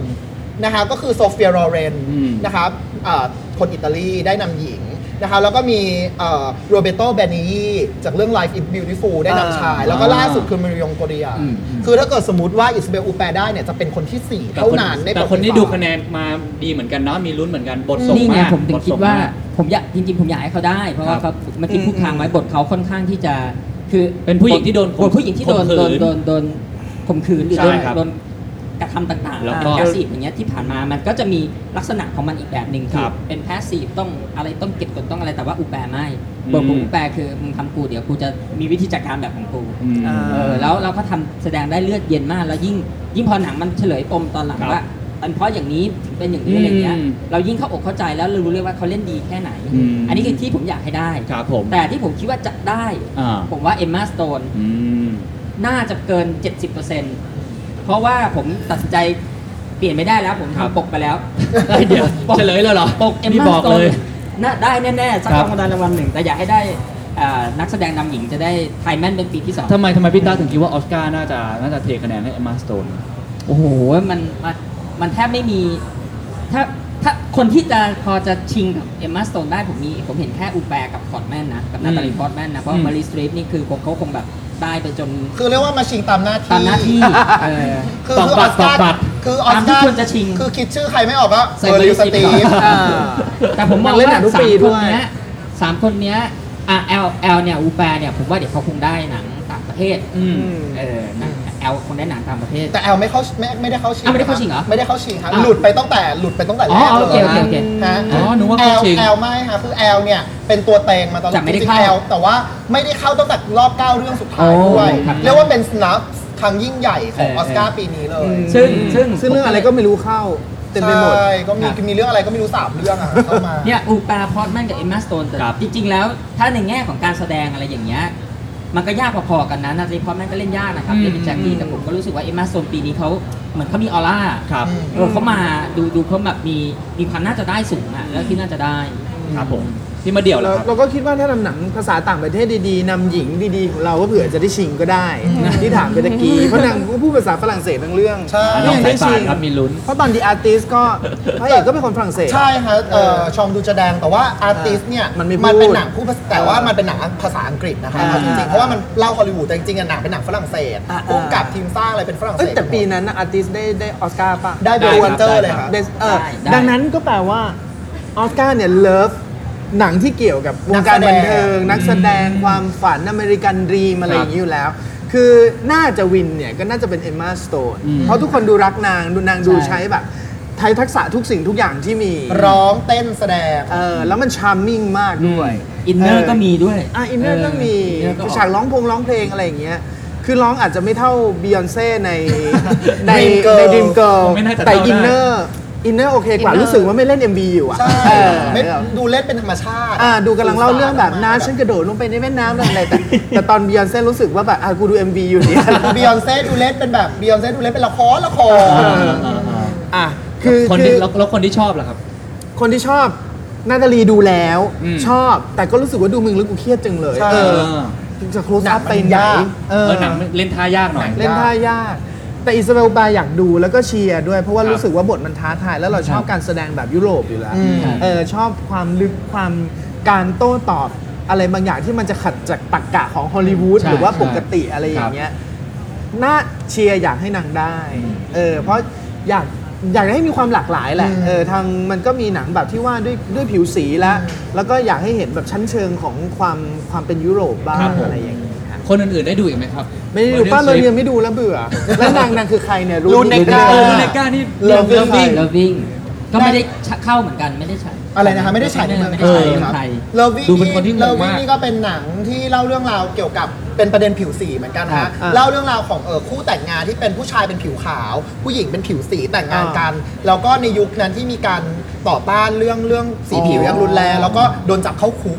นะคะก็คือโซเฟียโรเรน
อืม
นะครับอ่าคนอิตาลีได้นำหญิง นะคะแล้วก็มีโรเบโตแบนีจากเรื่อง Life is Beautiful ได้นำชาย
อ่า
แล้วก็ล่าสุดคือมาริองโกเรีย
อืม
คือถ้าเกิดสมมติว่าอิสเบลอูแปรได้เนี่ย จะเป็นคนที่ 4
แต่
เท่า
คน
นั้นใน
แต่
ประ
ค
วั
น
ติศาสตร์
ที่ดูคะแนนมาดีเหมือนกันเนาะมีลุ้นเหมือนกันบทส่ง
นี่ไง
มาก
ผมถึ
บ
ง
ท
คิด
ส่ง
ว่าม
ก
ผมอยากจริงๆ ผมอยากให้เขาได้ เพราะว่า
ครั
เขา
บ
เมื่อกี้
อืม
พูดทางไว้บทเขาค่อนข้างที่จะ คือ
เป็นผู้หญิงที่โดน
บทผู้หญิงที่โด
ข่
น
มขื
โดน
น
โดนโดนข่มขืนหรือ
ใช่
โดน
ครับ
โดนกระทำต่าง
แล้ว
ๆ
ก็
พาสซีฟอย่างเงี้ยที่ผ่านมามันก็จะมีลักษณะของมันอีกแบบหนึ่งคื
ค
อ
รับ
เป็นพาสซีฟต้องอะไรต้องเก็บกดต้องอะไรแต่ว่าอุแปรไม่
อืม
บทของอุแปรคือมึงทำกูเดี๋ยวกูจะมีวิธีจัดการแบบของกู
อืม
อ่า
เออแล้วเราก็ทำแสดงได้เลือดเย็นมาก แล้วยิ่งยิ่งพอหนังมันเฉลยปมตอนหลัง
ครับ
ว่าเป็นเพราะอย่างนี้ถึงเป็นอย่างนี้อะไรเงี้ย
อืม
เรายิ่งเข้าอกเข้าใจแล้วเรารู้เลยว่าเขาเล่นดีแค่ไหน
อืม
อันนี้คือที่ผมอยากให้ได้
ครับผม
แต่ที่ผมคิดว่าจะได้
อ่า
ผมว่าเอมมาสโตน
อืม
น่าจะเกิน 70%เพราะว่าผมตัดสินใจเปลี่ยนไม่ได้แล้ว ผม
ครับ
ทำปกไปแล้ว
เฮ้ยเดี๋ยวเฉลยเลยเหรอ
ปกเอม
พี่
มา
บอ
ส
ก
โต
เล
น
ย
น่าได้แน่ๆสัก
ครั
รา
บ
งวัลรางวัลหนึ่งแต่อยากให้ได้อ่านักแสดงนำหญิงจะได้ไทยแมนเป็นปีที่สอง
ทำไมทำไมพี่ตาถึงคิดว่าออสการ์น่าจะน่าจะเทคะแนนให้เอมมาสโตน
โอ้โห มันมันมันแทบไม่มี ถ้าถ้าคนที่จะพอจะชิงกับเอมมาสโตนได้ผมมี ผมเห็นแค่อูแปรกับคอร์ดแมนนะ กับนาตาลี
อืม
คอร์ดแมนนะ เพ
อื
ราะ
ม
มารีสตรีฟนี่คือคงเขาคงแบบได้ไปจน
คือเรียกว่ามาชิงตามหน้าที่
ตามหน้าที่เออ
คือ
ตอบ
คือ
บั
ออ
ตร
สการ์
ตอบบัตร
คือออส
ตามที่
การ์
ควรจะชิง
คือคิดชื่อใครไม่ออกก็
ใส่
เออ
เบอ
ริว
ร์
ส
สิบ
ตีฟ
อ่า
แต่ผมมอง
เล่นหนั
ว่าง
ทุก
สา
ปี
ม
ด้
ค
วย
นเนี้ยสามคนเนี้ยอ่ะแอลแอลเนี่ยอูแปรเนี่ยผมว่าเดี๋ยวเขาคงได้หนังต่างประเทศ
อืม
เออหนังแอลคงได้หนังต่างประเทศ
แต่แอลไม่เข้าไม่ไม่ได้เข้าชิง
อ่ะไม่ได้เข้าชิงเหรอ
ไม่ได้เข้าชิงครับ
อ่ะ
หลุดไปตั้งแต่หลุดไปตั้งแต่แรก
อ๋อ
เล
โอเค
ย
โอเคโอเค
ฮะ
อ๋อนึกว่า
แอ
เข้า
ล
ชิง
แอลไม่ค่ะคือแอลเนี่ยเป็นตัวเต็งมาตลอด
จะไม่ได้
จริ
เข้า
งๆแอลแต่ว่าไม่ได้เข้าตั้งแต่รอบ 9 เรื่องสุดท้าย
โอ้
ด้วย
ครับ
เรียกว่าเป็นสนับครั้งยิ่งใหญ่ของ
เออ
ออสการ์
เออ
ปีนี้เลย
ซึ่งซึ่ง
ซึ่งเรื่องอะไรก็ไม่รู้เข้าเต็มไปหมด
ใช่ ก็มี
ครับ
มีเรื่องอะไรก็ไม่รู้สามเรื่องอ่ะเข้ามา
เนี่ยอูปาพอตแมนกับเอมมาสโตนแต่
ครับ
จริง ๆ แล้วถ้าในแง่ของการแสดงอะไรอย่างเงี้ยมันก็ยากพอๆกันนะนาตาลีพอตแมนก็เล่นยากนะครับ
อืม
เล่นเป็นแจ็คกี้แต่ผมก็รู้สึกว่าเอมมาสโตนปีนี้เขาเหมือนเขามีออร่า
ครับ
เออเขามาดูดูเขาแบบมีมีความน่าจะได้สูงอะแล้วที่น่าจะได้
ครับผมพี่มาเดี่ยวเหร
เรา
อครับ
เราก็คิดว่าถ้าทำหนังภาษาต่างประเทศดีๆนำหญิงดีๆ ของเราก็เผื่อจะได้ชิงก็ได้ ที่ถามไปตะกี้ เพราะนางก็พูดภาษาฝรั่งเศสทั้งเรื่อง
ใช่
ก็
น้อง
ยัง
สาย
ได้
ป่า
ชิ
น
ง
ครับมีลุ้น
เพราะตอนดีอาร์ติสก็พระเอกก็เป็นคนฝรั่งเศส
ใช่ครับเอ่อชองดูจะแดงแต่ว่าอาร์ติสเนี่ย
มันไม่พูด
เป็นหนังผู้ภาษาแต่ว่า
เออ
มันเป็นหนังภาษาอังกฤษนะครับ
อ่า
เอาจริงๆเพราะว่ามันเล่าฮอลลีวูดแต่จริงๆอะหนังเป็นหนังฝรั่งเศส
อ่า
พุ่มกับทีมสร้างอะไรเป็นฝรั่งเศ
เอ้ย
ส
แต่ปีนั้นอาร์ติสได้ได้ออสการ์ป่ะ
ได้เบอร์วันเจอร์
ได้
เลย
ค
ค
รั
รับ บ
ได้เออ
ได้ได้
ดังนั้นก็แปลว่าออสการ์เนี่ยเลิฟหนังที่เกี่ยวกับวงการบันเทิง นักแสดงความฝันอเมริกันดีมอะไรอย่างนี้อยู่แล้ว คือน่าจะวินเนี่ยก็น่าจะเป็นเอมมาสโตน
อืม
เพราะทุกคนดูรักนางดูนางดู
ใช่
ใช้แบบใช้ทักษะทุกสิ่งทุกอย่างที่มี
ร้องเต้นแสดง
เออแล้วมันชาร์มมิ่งมากด้วย
อินเนอร์ก็มีด้วย
อ่ะอินเนอร์ก็มี
เออ inner ก็ออก
ฉากร้องพงร้องเพลงอะไรอย่างเงี้ย คือร้องอาจจะไม่เท่าบียอนเซ่ใน ใน
Dream Girl
ในดีมเกิล
ผมไม่น่าจะ
แต่
เท่าได้
อินเนอร์อินเนอร์โอเคกว่า
inner
รู้สึกว่าไม่เล่น MB อยู่อ่ะ
ใช่
เออ
ไม่ดูเล่นเป็นธรรมชาติ
อ่ะดูกำลังเล่าเรื่องแบบน้าฉันกระโดดลงไปในแม่น้ำอะไรแต่แต่แต่ตอนบียอนเซ่รู้สึกว่าแบบอ่ะกูดู MB อยู่เนี่ย
บียอนเซ่ดูเล่นเป็นแบบบียอนเซ่ดูเล่นเป็นละครละคร
อ่าอ่าอ่า
อ่ะคือ
คน
คื
ที่
อ
แล้วแล้วคนที่ชอบล่ะครับ
คนที่ชอบนาตาลีดูแล้ว
อืม
ชอบแต่ก็รู้สึกว่าดูมึงแล้วกูเครียดจังเลย
ใช่
เออ
เออ
จะครูซับไปไหน
ยาก
เอ
เอ
อ
อหนังเล่นท่ายากหน่อย
เล่นท่ายาก แต่อิสราเอลบาอยากดูแล้วก็เชียร์ด้วย เพราะว่า
ครับ
รู้สึกว่าบทมันท้าทาย แล้วเราชอบการแสดงแบบยุโรปอยู่แล้ว
อืม
เออชอบความลึกความการโต้ตอบอะไรบางอย่างที่มันจะขัดจากตรรกะของฮอลลีวูด
ใช่
หรือว่า
ใช่
ปกติอะไรอย่างเงี้ย น่าเชียร์อยากให้นางได้ เออ เพราะอยากอยากให้มีความหลากหลายแหละ
อืม
เออ ทางมันก็มีหนังแบบที่ว่าด้วยด้วยผิวสีและ แล้วก็อยากให้เห็นแบบชั้นเชิงของความความเป็นยุโรปบ้า
ครั
ง
บผม
อะไรอย่างเงี้ยครับ
คนอื่นๆได้ดูอีกไหมครับ
ไม่ได้ดูป้าเมเรียมไม่ดูแล้วเบื่อ แล้วนางนางคือใคร
[LAUGHS]
เนี่ย
รูเนก้า
เออลูเนก้านี่
เลิฟ
เลิฟวิ่
วิ่
ง
ง
เลิฟวิ่งก็ไม่ได้เข้าเหมือนกันไม่ได้ฉาย
อะไรนะคะไม่ได้ฉายในเมืองไทย
ไม่ได้ฉายในเมือง
ครับ
ไทย
เลิฟวี่
ดูเป็นคนที่งงมาก
เลิฟวี่นี่ก็เป็นหนังที่เล่าเรื่องราวเกี่ยวกับเป็นประเด็นผิวสีเหมือนกัน
ครั
ฮะ
บ
เล่าเรื่องราวของเออคู่แต่งงานที่เป็นผู้ชายเป็นผิวขาว ผู้หญิงเป็นผิวสีแต่งงานกัน แล้วก็ในยุคนั้นที่มีการต่อต้านเรื่องเรื่องสีผิวอย่างรุนแรงแล้วก็โดนจับเข้าคุก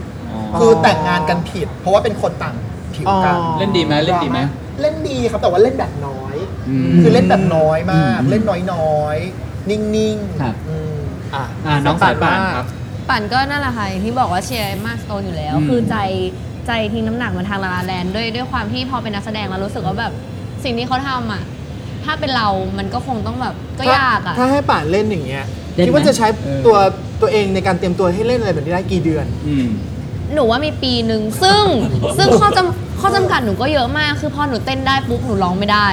คือแต่งงานกันผิด เพราะว่าเป็นคนต่างผิว
อ๋อ
กัน
เล่นดีไหมเล่นดีไหม
เล่นดีครับแต่ว่าเล่นแบบน้อย
อืม
คือเล่นแบบน้อยมาก
อืม
เล่นน้อยๆ นิ่ง
ครับ
ๆอืมอ่ะ
อ่าน้องสายป่านครับ
ปั่นก็นั่นแหละค่ะอย่างที่บอกว่าเชียร์มากสโตนอยู่แล้ว
อืม
คือใจใจทิ้งน้ำหนักมาทางลาลาแลนด์ด้วยด้วยความที่พอเป็นนักแสดงเรารู้สึกว่าแบบสิ่งที่เขาทำอ่ะ ถ้าเป็นเรา มันก็คงต้องแบบก็ยากอ่ะ
ถ้าให้ป่านเล่นอย่างเงี้ย
เล่นไหม
คิดว่าจะใช้
เออ
ตัวตัวเองในการเตรียมตัวให้เล่นอะไรแบบนี้ได้กี่เดือน
อืม
หนูว่ามีปีหนึ่งซึ่งซึ่งข้อจำข้อจำกัดหนูก็เยอะมาก คือพอหนูเต้นได้ปุ๊บหนูร้องไม่ได้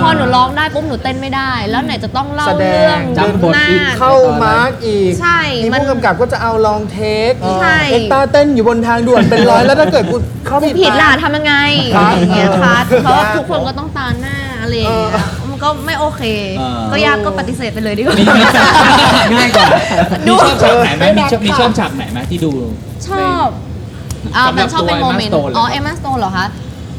พอหนูร้องได้ปุ๊บหนูเต้นไม่ได้ แล้วไหนจะต้องเล่า
แสดง
เรื่อง
จำบท
หน้า
อีก
เข้ามาร์กอีก
ใช่
มี
มัน
ผู้กำกับก็จะเอาลองเทคอีก
ใช่
เอ็กซ์ตร้าเต้นอยู่บนทางด่วนเป็นร้อย แล้วถ้าเกิดกูเข้า
กู
ผิด
ผิดล่ะ
ตาม
ทำยังไง
ครับ
อย่างเงี้ยคัดเพราะว่าทุกคนก็ต้องตาหน้าอะไรอย่างเงี้ยมันก็ไม่โอเค
เออ
ก็ยากก็ปฏิเสธไปเลยดีกว่า
มีมีฉากง่ายกว่า
ดู
มีชอบฉากไหนไหมมีชอบมีชอบฉากไหนไหมที่ดู
ชอบอ่า
สำหรับ
มันชอบเป็น
ตัว
โมเมน
Emma
ต์
Stone เลย
อ๋อ
ครับ
เอมมาสโตนเหรอคะ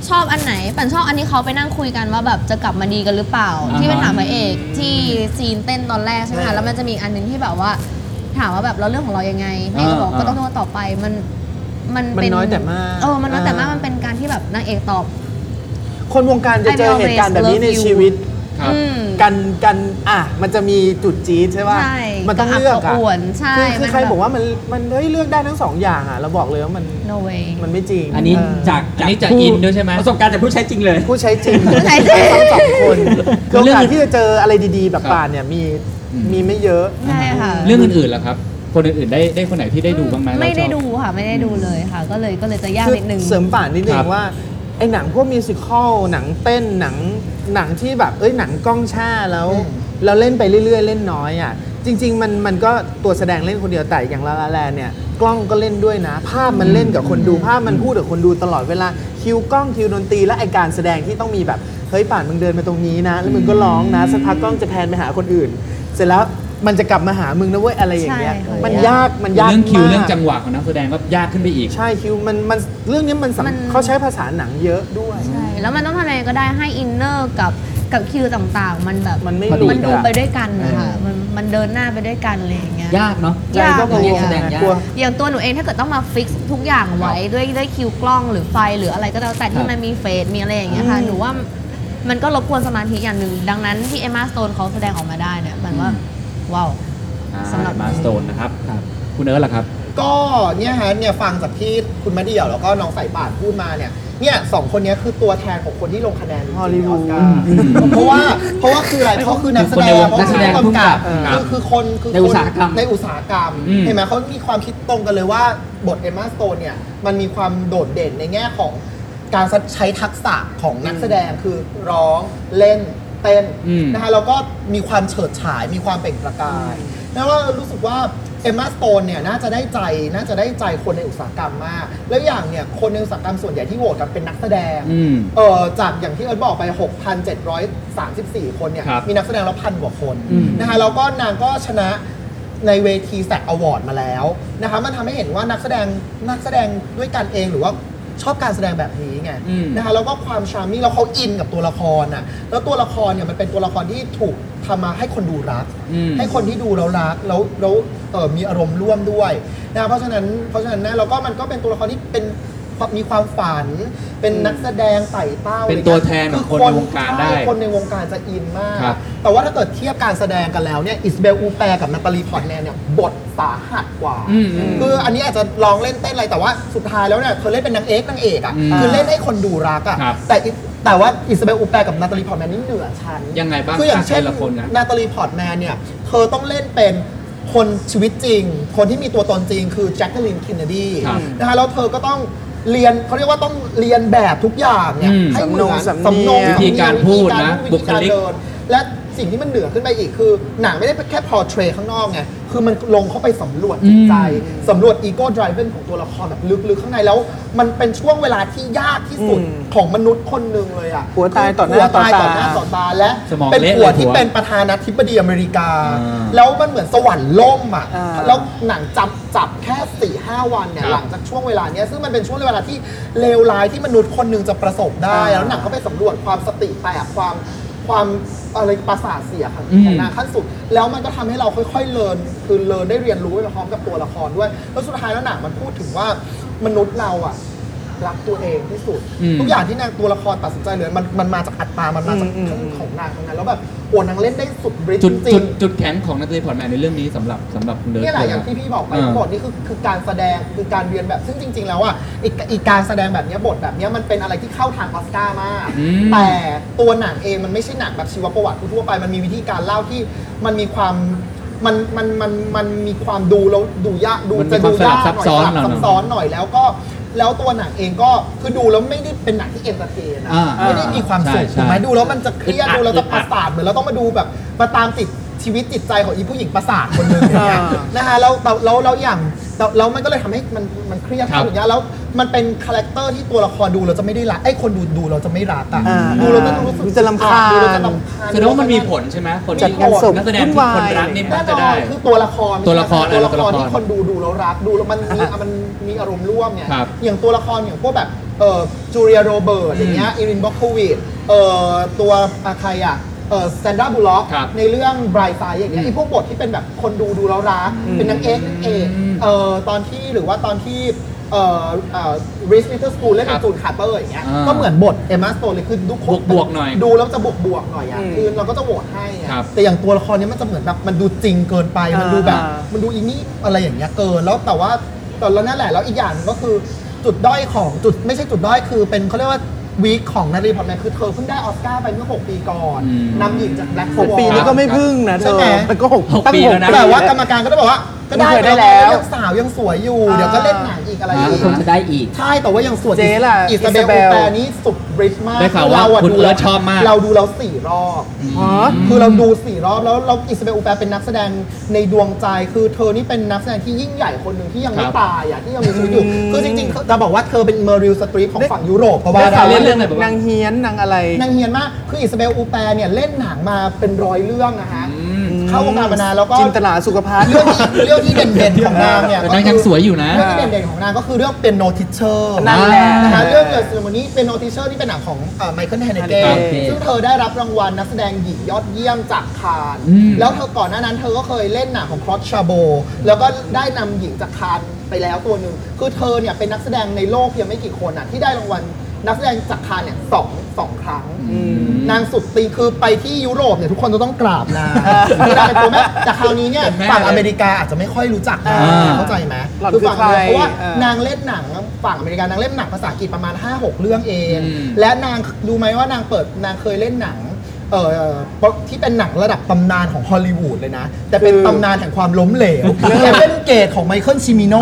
ชอบอันไหนปันชอบอันที่เขาไปนั่งคุยกันว่าแบบจะกลับมาดีกันหรือเปล่า
อ่าฮะ
ที่เป็นถามพระเอกที่ซีนเต้นตอนแรกใช่ไหมคะแล้วมันจะมีอีกอันหนึงที่แบบว่าถามว่าแบบเราเรื่องของเรายังไงพระเอกก็บอก
อ่า
ก็ต้องโน้ต่อไปมันมัน
มัน
เป็น
น้อยแต่มาก
เออมันน้อยแต่มาก
อ่ามั
มันเป็นการที่แบบนางเอกตอบ
คนวงการจะเจ
I
อ
will
เหตุการณ์แบบนี้
always
ใน
love you
ชีวิต
ครับ
อืม
กันกันอ่ะ มันจะมีจุดจี๊ดใช่ป่ะ
ใช่
มันต้องเลือก
ระ
อ่ะ
วนใช่
คือคือใคร
มันแบบ บ
อกว่ามันมันเฮ้ยเลือกได้ทั้งสองอย่างอ่ะ เราบอกเลยว่ามัน
no way
มันไม่จริง
อันนี้
เ
จาก
อันนี้จาก
ผู้
อินด้วยใช่ไหม
ประสบการณ์จากผู้ใช้จริงเลย
ผู้ใช้จริง
ผู้ใช้จริง
ทั้งสองคน
แล้ว
โอ
เรื่อง
กาส
อื่น
ที่จะเจออะไรดีๆ แบบ
ครับ
ป่านเนี่ยมี
อืม
มีไม่เยอะ
ใช่ค่ะ
เรื่องอื่นๆล่ะครับ คนอื่นๆได้ได้คนไหนที่ได้ดูบ้างไหม
ไม่ได้
เราชอบ
ดูค่ะไม่ได้ดูเลยค่ะ ก็เลยก็เลยจะยาก
คือ
นิดนึง
เสริมป่านนิดนึ
ครั
ง
บ
ว่าไอ้หนังพวกมิวสิคอลหนังเต้นหนังหนังที่แบบเอ้ยหนังกล้องช่าแล้ว
อืม
เราเล่นไปเรื่อย ๆ เล่นน้อยอ่ะจริง ๆ มันมันก็ตัวแสดงเล่นคนเดียวแต่อย่างลาลาแลนเนี่ยกล้องก็เล่นด้วยนะ ภาพมันเล่นกับคนดูภาพมันพูดกับคนดูตลอดเวลาคิวกล้องคิวดนตรีและไอการแสดงที่ต้องมีแบบเฮ้ยป่านมึงเดินมาตรงนี้นะ แล้วมึงก็ร้องนะสักพักกล้องจะแพนไปหาคนอื่น เสร็จแล้วมันจะกลับมาหามึงนะเว้ยอะไรอย่างเงี้ย
ใช่ค่ะ
มันยากมันยาก
เรื่องคิว
มาก
เรื่องจังหวะของนักแสดงก็ยากขึ้นไปอีก
ใช่คิวมันมันเรื่องนี้มันสำ
มัน
เขาใช้ภาษาหนังเยอะด้วย
ใช่แล้วมันต้องทำยังไงก็ได้ให้อินเนอร์กับกับคิวต่างๆ มันแบบ
มันไม่
มัน
หลุ
มัน
ด
ดู
อะ
ไปด้วยกันนะคะมันมันเดินหน้าไปด้วยกันอะไรอย่างเงี้ย
ยากเนาะ
ยาก
ก็กลัว
แสดงยาก
กลัว
อย่างตัวหนูเองถ้าเกิดต้องมาฟิกทุกอย่างไว้ด้วยด้วยคิวกล้องหรือไฟหรืออะไรก็แล้วแต่
ครั
ที่
บ
มันมีเฟสมีอะไรอย่างเงี้ยค่ะหนูว่ามันก็รบกวนสมาธิอย่างหนึ่ง ดังนั้นที่เอมมาสโตนเขาแสดงออกมาได้เนี่ยมันว่าว้าว สำหรับ
มาสโตนนะครับ คุณเอิร์ธล่ะครับ
ก็เนี่ยฮะเนี่ยฟังจากที่คุณมาเดี่ยวแล้วก็น้องสายป่านพูดมาเนี่ยเนี่ยสองคนเนี้ยคือตัวแทนของคนที่ลงคะแนนจริงๆ
ฮอลลีวูด
ในออสการ์เพราะว่าเพราะว่าคืออะไรเพราะคือนักแสดงเพราะคือผู้กำกับ
ครับ
คือคือคนคือค
ในอุตสาหกรรม
ในอุตสาหกรรม
อืม
เห็นไหมเขามีความคิดตรงกันเลยว่าบทเอมมาสโตนเนี่ยมันมีความโดดเด่นในแง่ของการใช้ทักษะของนักแสดงคือร้องเล่นเต้น
อืม
นะคะแล้วก็มีความเฉิดฉายมีความเปล่งประกายนั่นว่ารู้สึกว่าเอมมาสโตนเนี่ยน่าจะได้ใจน่าจะได้ใจคนในอุตสาหกรรมมาก แล้วอย่างเนี่ยคนในอุตสาหกรรมส่วนใหญ่ที่โหวตกันเป็นนักแสดง
อืม
เออจากอย่างที่เอิร์ธบอกไป 6,734 คนเนี่ย
ครับ
มีนักแสดงแล้วพันกว่าคน
อืม
นะคะแล้วก็นางก็ชนะในเวทีแซกอวอร์ดมาแล้วนะคะมันทำให้เห็นว่านักแสดงนักแสดงด้วยกันเองหรือว่าชอบการแสดงแบบนี้ไง
อืม
นะคะแล้วก็ความชาร์มมิ่งแล้วเขาอินกับตัวละครน่ะแล้วตัวละครเนี่ยมันเป็นตัวละครที่ถูกทำมาให้คนดูรัก
อืม
ให้คนที่ดูแล้วรักแล้วแล้วเอ่อมีอารมณ์ร่วมด้วยนะเพราะฉะนั้นเพราะฉะนั้นนะเราก็มันก็เป็นตัวละครที่เป็น มีความฝัน เป็นนักแสดงไต่เต้า
เป็นตัวแทนของคนในวงการได้
ใช่คนในวงการจะอินมาก
ครับ
แต่ว่าถ้าเกิดเทียบการแสดงกันแล้วเนี่ยอิสเบลอูแปรกับนาตาลีพอร์ตแมนเนี่ยบทสาหัสกว่า คืออันนี้อาจจะลองเล่นเต้นอะไรแต่ว่าสุดท้ายแล้วเนี่ยเธอเล่นเป็นนางเอกนางเอกอ่ะ
อืม
คือเล่นให้คนดูรักอ่ะ
ครับ
แต่อิแต่ว่าอิสเบลอูแปรกับนาตาลีพอร์ตแมนนี่เหนือชั้น
ยังไงบ้าง
คืออย่างเช่น
แต่ละคนนะ
นาตาลีพอร์ตแมนเนี่ยเธอต้องเล่นเป็นคนชีวิตจริง คนที่มีตัวตนจริงคือแจ็คเกอรีนคินเนดี
ครับ
นะคะแล้วเธอก็ต้องเรียนเขาเรียกว่าต้องเรียนแบบทุกอย่างเนี่ย
อืม
ให้เหมือน
สำนงสำเนียง
สำเนียง
วิธีการพูดนะ
วิธีาร
บุคลิ
พูดวิธีาร
ก
เดิน และสิ่งที่มันเหนือขึ้นไปอีกคือหนังไม่ได้แค่พอเทรข้างนอกไง คือมันลงเข้าไปสำรวจจิตใจสำรวจอีโก้ r i เ e n ของตัวละครแบบลึกๆ ข้างในแล้ว มันเป็นช่วงเวลาที่ยากที่สุด
อืม
ของมนุษย์คนหนึ่งเลยอ่ะ
หัวตายต่อหน้า
คืหัวตาย
ต่
ต่
อตา
อหน้าต่อตาและ
สมอง
เป็น
เละ
หัว
เลย
ที่
หัว
เป็นประธานาธิบดีอเมริกา
อ่า
แล้วมันเหมือนสวรรค์ล่มอ่ะ
อ่า
แล้วหนังจับจับแค่สี่ห้าวันเนี่ย
ครับ
หลังจากช่วงเวลาเนี้ยซึ่งมันเป็นช่วงเวลาที่เลวร้ายที่มนุษย์คนหนึ่งจะประสบได้ ได้แล้วหนังก็ไปสำรวจความสติแตกความความอะไรประสาทเสียของ
อืม
ของนางขั้นสุด แล้วมันก็ทำให้เราค่อยๆเรียนคือเรียนได้เรียนรู้ไปพร้อมกับตัวละครด้วย แล้วสุดท้ายแล้วหนังมันพูดถึงว่ามนุษย์เราอะรักตัวเองที่สุด
อืม
ทุกอย่างที่นางตัวละครตัดสินใจเหลือมันมันมาจากอัตตามันมาจาก
อืมอืม
ข้างของนางทั้งนั้นแล้วแบบโอนนางเล่นได้สุดบริจ
จุด
ริ
จุ
ง
ดจุดแข็งของนักเตะพอร์ตแมนในเรื่องนี้สำหรับสำหรับคุณเดิร์ด
ๆเนี่ยแหละอย่างที่พี่บอกไป
อ่า
ทั้งหมดนี่คือคือการแสดงคือการเรียนแบบซึ่งจริง ๆ แล้วอ่ะอีกอีกการแสดงแบบเนี้ยบทแบบเนี้ยมันเป็นอะไรที่เข้าทางออสการ์มาก
อืม
แต่ตัวหนังเองมันไม่ใช่หนังแบบชีวประวัติทั่วๆไป มันมีวิธีการเล่าที่มันมีความมันมันมันมันมีความดูแล้วดูยากดู
มันมีความส
จะดู
ลั
ยา
บ
ก
ซับซ้อนหน่อย
หน่อยสลับซับซ้อนหน่อยแล้วก็แล้วตัวหนังเองก็คือดูแล้วไม่ได้เป็นหนังที่เอนเตอร์เทนนะ
อ่า
ไม่ได้มีความสุข
ใช่ใช่
ถูกไหมดูแล้วมันจะเครียด
อึดอัด
ดูแล้วจะ
อึด
ป
อั
ระ
ด
สาทเหมือนเราต้องมาดูแบบมาตามติดชีวิตจิตใจของอีผู้หญิงประสาทคนหนึ่งอย่างเงี้ย
อ่า
นะคะแล้วแล้วแล้วแล้วอย่างแล้วแล้วมันก็เลยทำให้มันมันเครียด
ครับ
อย่างเงี้ยแล้วมันเป็นคาแรคเตอร์ที่ตัวละครดูเราจะไม่ได้รักไอ้ยคนดูดูเราจะไม่รักอ่ะ
อ่า
ดูเราจะรู้สึก
มันจะรำคาญ
ดูเราจะรำคาญ
แสดงว่ามันมีผลใช่ไหมคน
จัดงานศพ
นักแสดงที่คนรักนี่มั
แน่
น
น
จะ
อ
ได้
นคือตัวละคร
ตัวละคร
ตัวละค
เออตัวละคร
รที่คนดูดูแล้วรักดูแล้วมันมีอ่ะมันมีอารมณ์ร่วมเนี่ย
ครับ
อย่างตัวละครอย่างพวกแบบเอ่อจูเลียโรเบิร์ตอย่างเงี้ยอีรินบ็อกโควิดเอ่อตัวอะใครอ่ะเอ่อแซนดราบูล็อก
ครับ
ในเรื่องไบรท์ไซอย่างเงี้ยไอพวกบทที่เป็นแบบคนดูดูแล้วรักเป็นนางเอกนางเอก
อืม
เอ่อตอนที่หรือว่าตอนที่เอ่อเอ่อริสมิเตอร์สกูลเล่นเป็
ครั
น
บ
จูนคาร์เปอร์อย่างเงี้ย
อ่า
ก็เหมือนบทเอมมาสโตนเลยคือทุกคน
บวกๆหน่อย
ดูแล้วจะบวกบวกๆหน่อยอ่ะ
อืม
คือเราก็จะโหวตให้อ่ะ
ครับ
แต่อย่างตัวละครเนี้ยมันจะเหมือนแบบมันดูจริงเกินไป มันดูแบบ
อ่ามั
มันดูอีนี่อะไรอย่างเงี้ยเกินแล้วแต่ว่าแต่แล้วนั่นแหละแล้วอีกอย่างหนึ่งก็คือจุดด้อยของจุดไม่ใช่จุดด้อยคือเป็นเขาเรียกว่าวีคของนารีพอร์ตแมนคือเธอเพิ่งได้ออสการ์ไปเมื่อ 6 ปีก่อน
อืม
นำหญิงจากแบล็คโค
หก
วอ
ปีนี้ก็ไม่พึ่งนะเธ
ใช่
อ
ไหม
มันก็หก
หก
ตั้ง
ปี
หก
แล้วนะ
แต่ว่ากรรมการก็จะบอกว่า ก็ได้
เคยได้แล้ว
ยังสาวยังสวยอยู่ เดี๋ยวก็เล่นหนังอีกอะไรอีก
คงจะได้อีก
ใช่แต่ว่ายังสวย
เจ๊ล่ะ
อิสรา
อิซา
เบล
เบล
แต่นี้สุดบริสมาก
ได้ข่าวว่า
อะ
คุณ
ดู
เอิร์
แล้
ธชอบมาก
เราดูแล้วสี่รอบ
อ๋อ
คือเราดูสี่รอบแล้วเราอิสเบลอูแปรเป็นนักแสดงในดวงใจ คือเธอนี่เป็นนักแสดงที่ยิ่งใหญ่คนหนึ่งที่ยังไม่
ครับ
ตายอ่ะที่ยังมีชีวิตอยู่
อืม
คือจริงๆจะบอกว่าเธอเป็นเมอริลสตรีปของฝั่งยุโรปก็
ได้
ว่า
ข่า
ได้
ว
เล่
ว่าน
เรื่องอะไรบ้าง
นางเฮียนนางอะไร
นางเฮียนมาก คืออิสเบลอูแปรเนี่ยเล่นหนังมาเป็นร้อยเรื่องนะฮะ
อืม
เข้าวงการมานานแล้วก็
จินตนาสุขภัทร
เรื่องที่เรื่องที่เด่นๆของนางเนี่ย
แต่นางยังสวยอยู่นะ
เรื่องที่เด่นๆของนางก็คือเรื่องเป็นโนทิเชอร์
นั่นแหละ
นะคะเรื่องเกิดสมนี้เป็นโนติเชอร์ที่เป็นหนังของไมเคิลแฮนเนเก
Haneke
ซึ่งเธอได้รับรางวัลนักแสดงหญิงยอดเยี่ยมจากคาน
อืม
แล้วเธอก่อนหน้านั้นเธอก็เคยเล่นหนังของครอสชาโบ แล้วก็ได้นำหญิงจากคานไปแล้วตัวหนึ่งคือเธอเนี่ยเป็นนักแสดงในโลกเพียงไม่กี่คนอ่ะที่ได้รางวัลนักแสดงจากคานเนี่ยสองสองครั้ง นางสุดตีคือไปที่ยุโรปเนี่ยทุกคนจะต้องกราบนางคือนางเป็นตัวแม่แต่คราวนี้เนี่ย
เป็นแม่
ฝั่งอเมริกาอาจจะไม่ค่อยรู้จักนาง
อ่า
เข้าใจไหม
หล่อน
คือฝั่ง
คือใคร
เพราะว่า
เออ
นางเล่นหนังฝั่งอเมริกานางเล่นหนังภาษาอังกฤษประมาณ 5-6 เรื่องเอง
อืม
และนางรู้ไหมว่านางเปิดนางเคยเล่นหนังเอ่อที่เป็นหนังระดับตำนานของฮอลลีวูดเลยนะ แต่เป็นตำนานแห่งความล้มเหลวแค่เป็นเกตของไมเคิลชิมิ [LAUGHS] โน่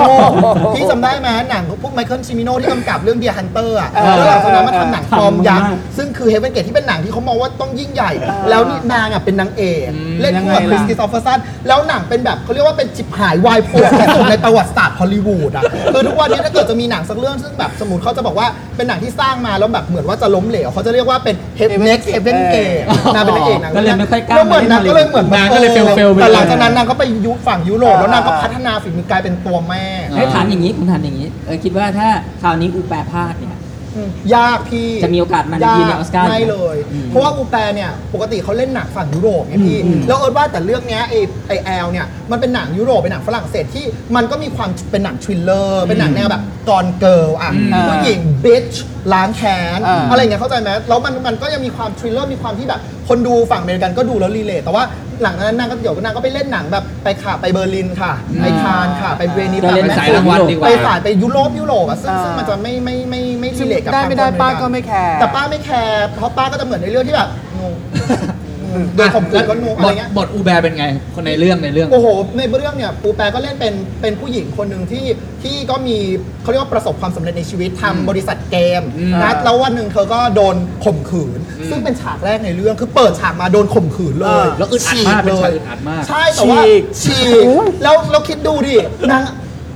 ที่จำได้ไหมหนังพวกไมเคิลชิมิโน่ที่กำกับเรื่องเดียฮันเตอร์อ่ะแล้วหลังจากนั้นมาทำหนัง ฟอร์มยักษ์ซึ่งคือเฮเ e นเกตที่เป็นหนังที่เขามองว่าต้องยิ่งใหญ่ แล้วนี่นางอ่ะเป็นนางเอกเล่นคู่กับ
ยัง
ค
ไง
ริส
ล่ะ
ติซอฟเฟอร์สันแล้วหนังเป็นแบบเขาเรียกว่าเป็นจิบหายวายโพที่สุดในประวัติศาสตร์ฮอลลีวูดอ่ะคือทุกวันนี้ถ้าเกิดจะมีหนังสักเรื่องซึ่งแบบสมมติเขาจะบอกว่าเป็นหนังที่สร้างมาแล้วแบบเหมือนว่าจะล้มเหลวเขาจะเรียกว่าเป็นเฮเ e นเฮเวนเกตนางเป็นนางเอกหนัง
ก็เลยไม่ค่อยกล้า
แล้วเหมือนนางก็เลยเหมือน
นางก็เลยเฟลๆไปเลย
แต่หลังจากนั้นนางก็ไปยุฝั่งยุโรปแล้วนางก็พัฒนาฝีมือกลายเป็นตัวแม่
ให้ยถามอย่างนี้ผมถามอย่างนี้เออคิดว่าถ้าคราวนี้อูแปรพลาดเนี่ย
ยากพี่
จะมีโอกาสมาในทีมในออสการ์
ไม่เลย เพราะว่าอูแปรเนี่ยปกติเขาเล่นหนังฝั่งยุโรปไงพี่แล้วเอิร์ธว่าแต่เรื่องเนี้ยไอไอแอลเนี่ยมันเป็นหนังยุโรปเป็นหนังฝรั่งเศสที่มันก็มีความเป็นหนังทริลเลอร์เป็นหนังแนวแบบกอนเกิลอ่ะผู้หญิงบิชล้างแค้น
อ่า
อะไรอย่างเงี้ยเข้าใจไหมแล้วมันมันก็ยังมีความทริลเลอร์มีความที่แบบ คนดูฝั่งอเมริกันก็ดูแล้วรีเลทแต่ว่าหลังจากนั้นนางก็เดี๋ยวนางก็ไปเล่นหนังแบบไปค่ะไปเบอร์ลินค่ะไปคานค่ะไปเวนิส
เราเล่น
ไป
สายรางวัลดีกว่า
ไปสายไปยุโรปยุโรปอ่ะซึ่งซึ่งมันจะไม่ไม่ไม่ไม่รีเลทกับ
ได้
ทง
ไม่ได้
คนอเริน
ป้าก็ไม่แคร์
แต่ป้าไม่แคร์เพราะป้าก็จะเหมือนในเรื่องที่แบบงงโดนข่มขืนก็งงอะไรเงี้ย
บทอูแบร์เป็นไง คนในเรื่องในเรื่อง
โอ้โห ในเรื่องเนี่ยปูแปรก็เล่นเป็นเป็นผู้หญิงคนหนึ่งที่ที่ก็มีเขาเรียกว่าประสบความสำเร็จในชีวิตทำบริษัทเกม
อืม
นะแล้ววันหนึ่งเธอก็โดนข่มขืน ซึ่งเป็นฉากแรกในเรื่องคือเปิดฉากมาโดนข่มขืนเลย
อ่า
แล้วอึดอัดมากเป็นฉากอึดอัดมาก
ใช่แต่ว่า
ฉีก
ฉีกแล้วเราคิดดูดินาง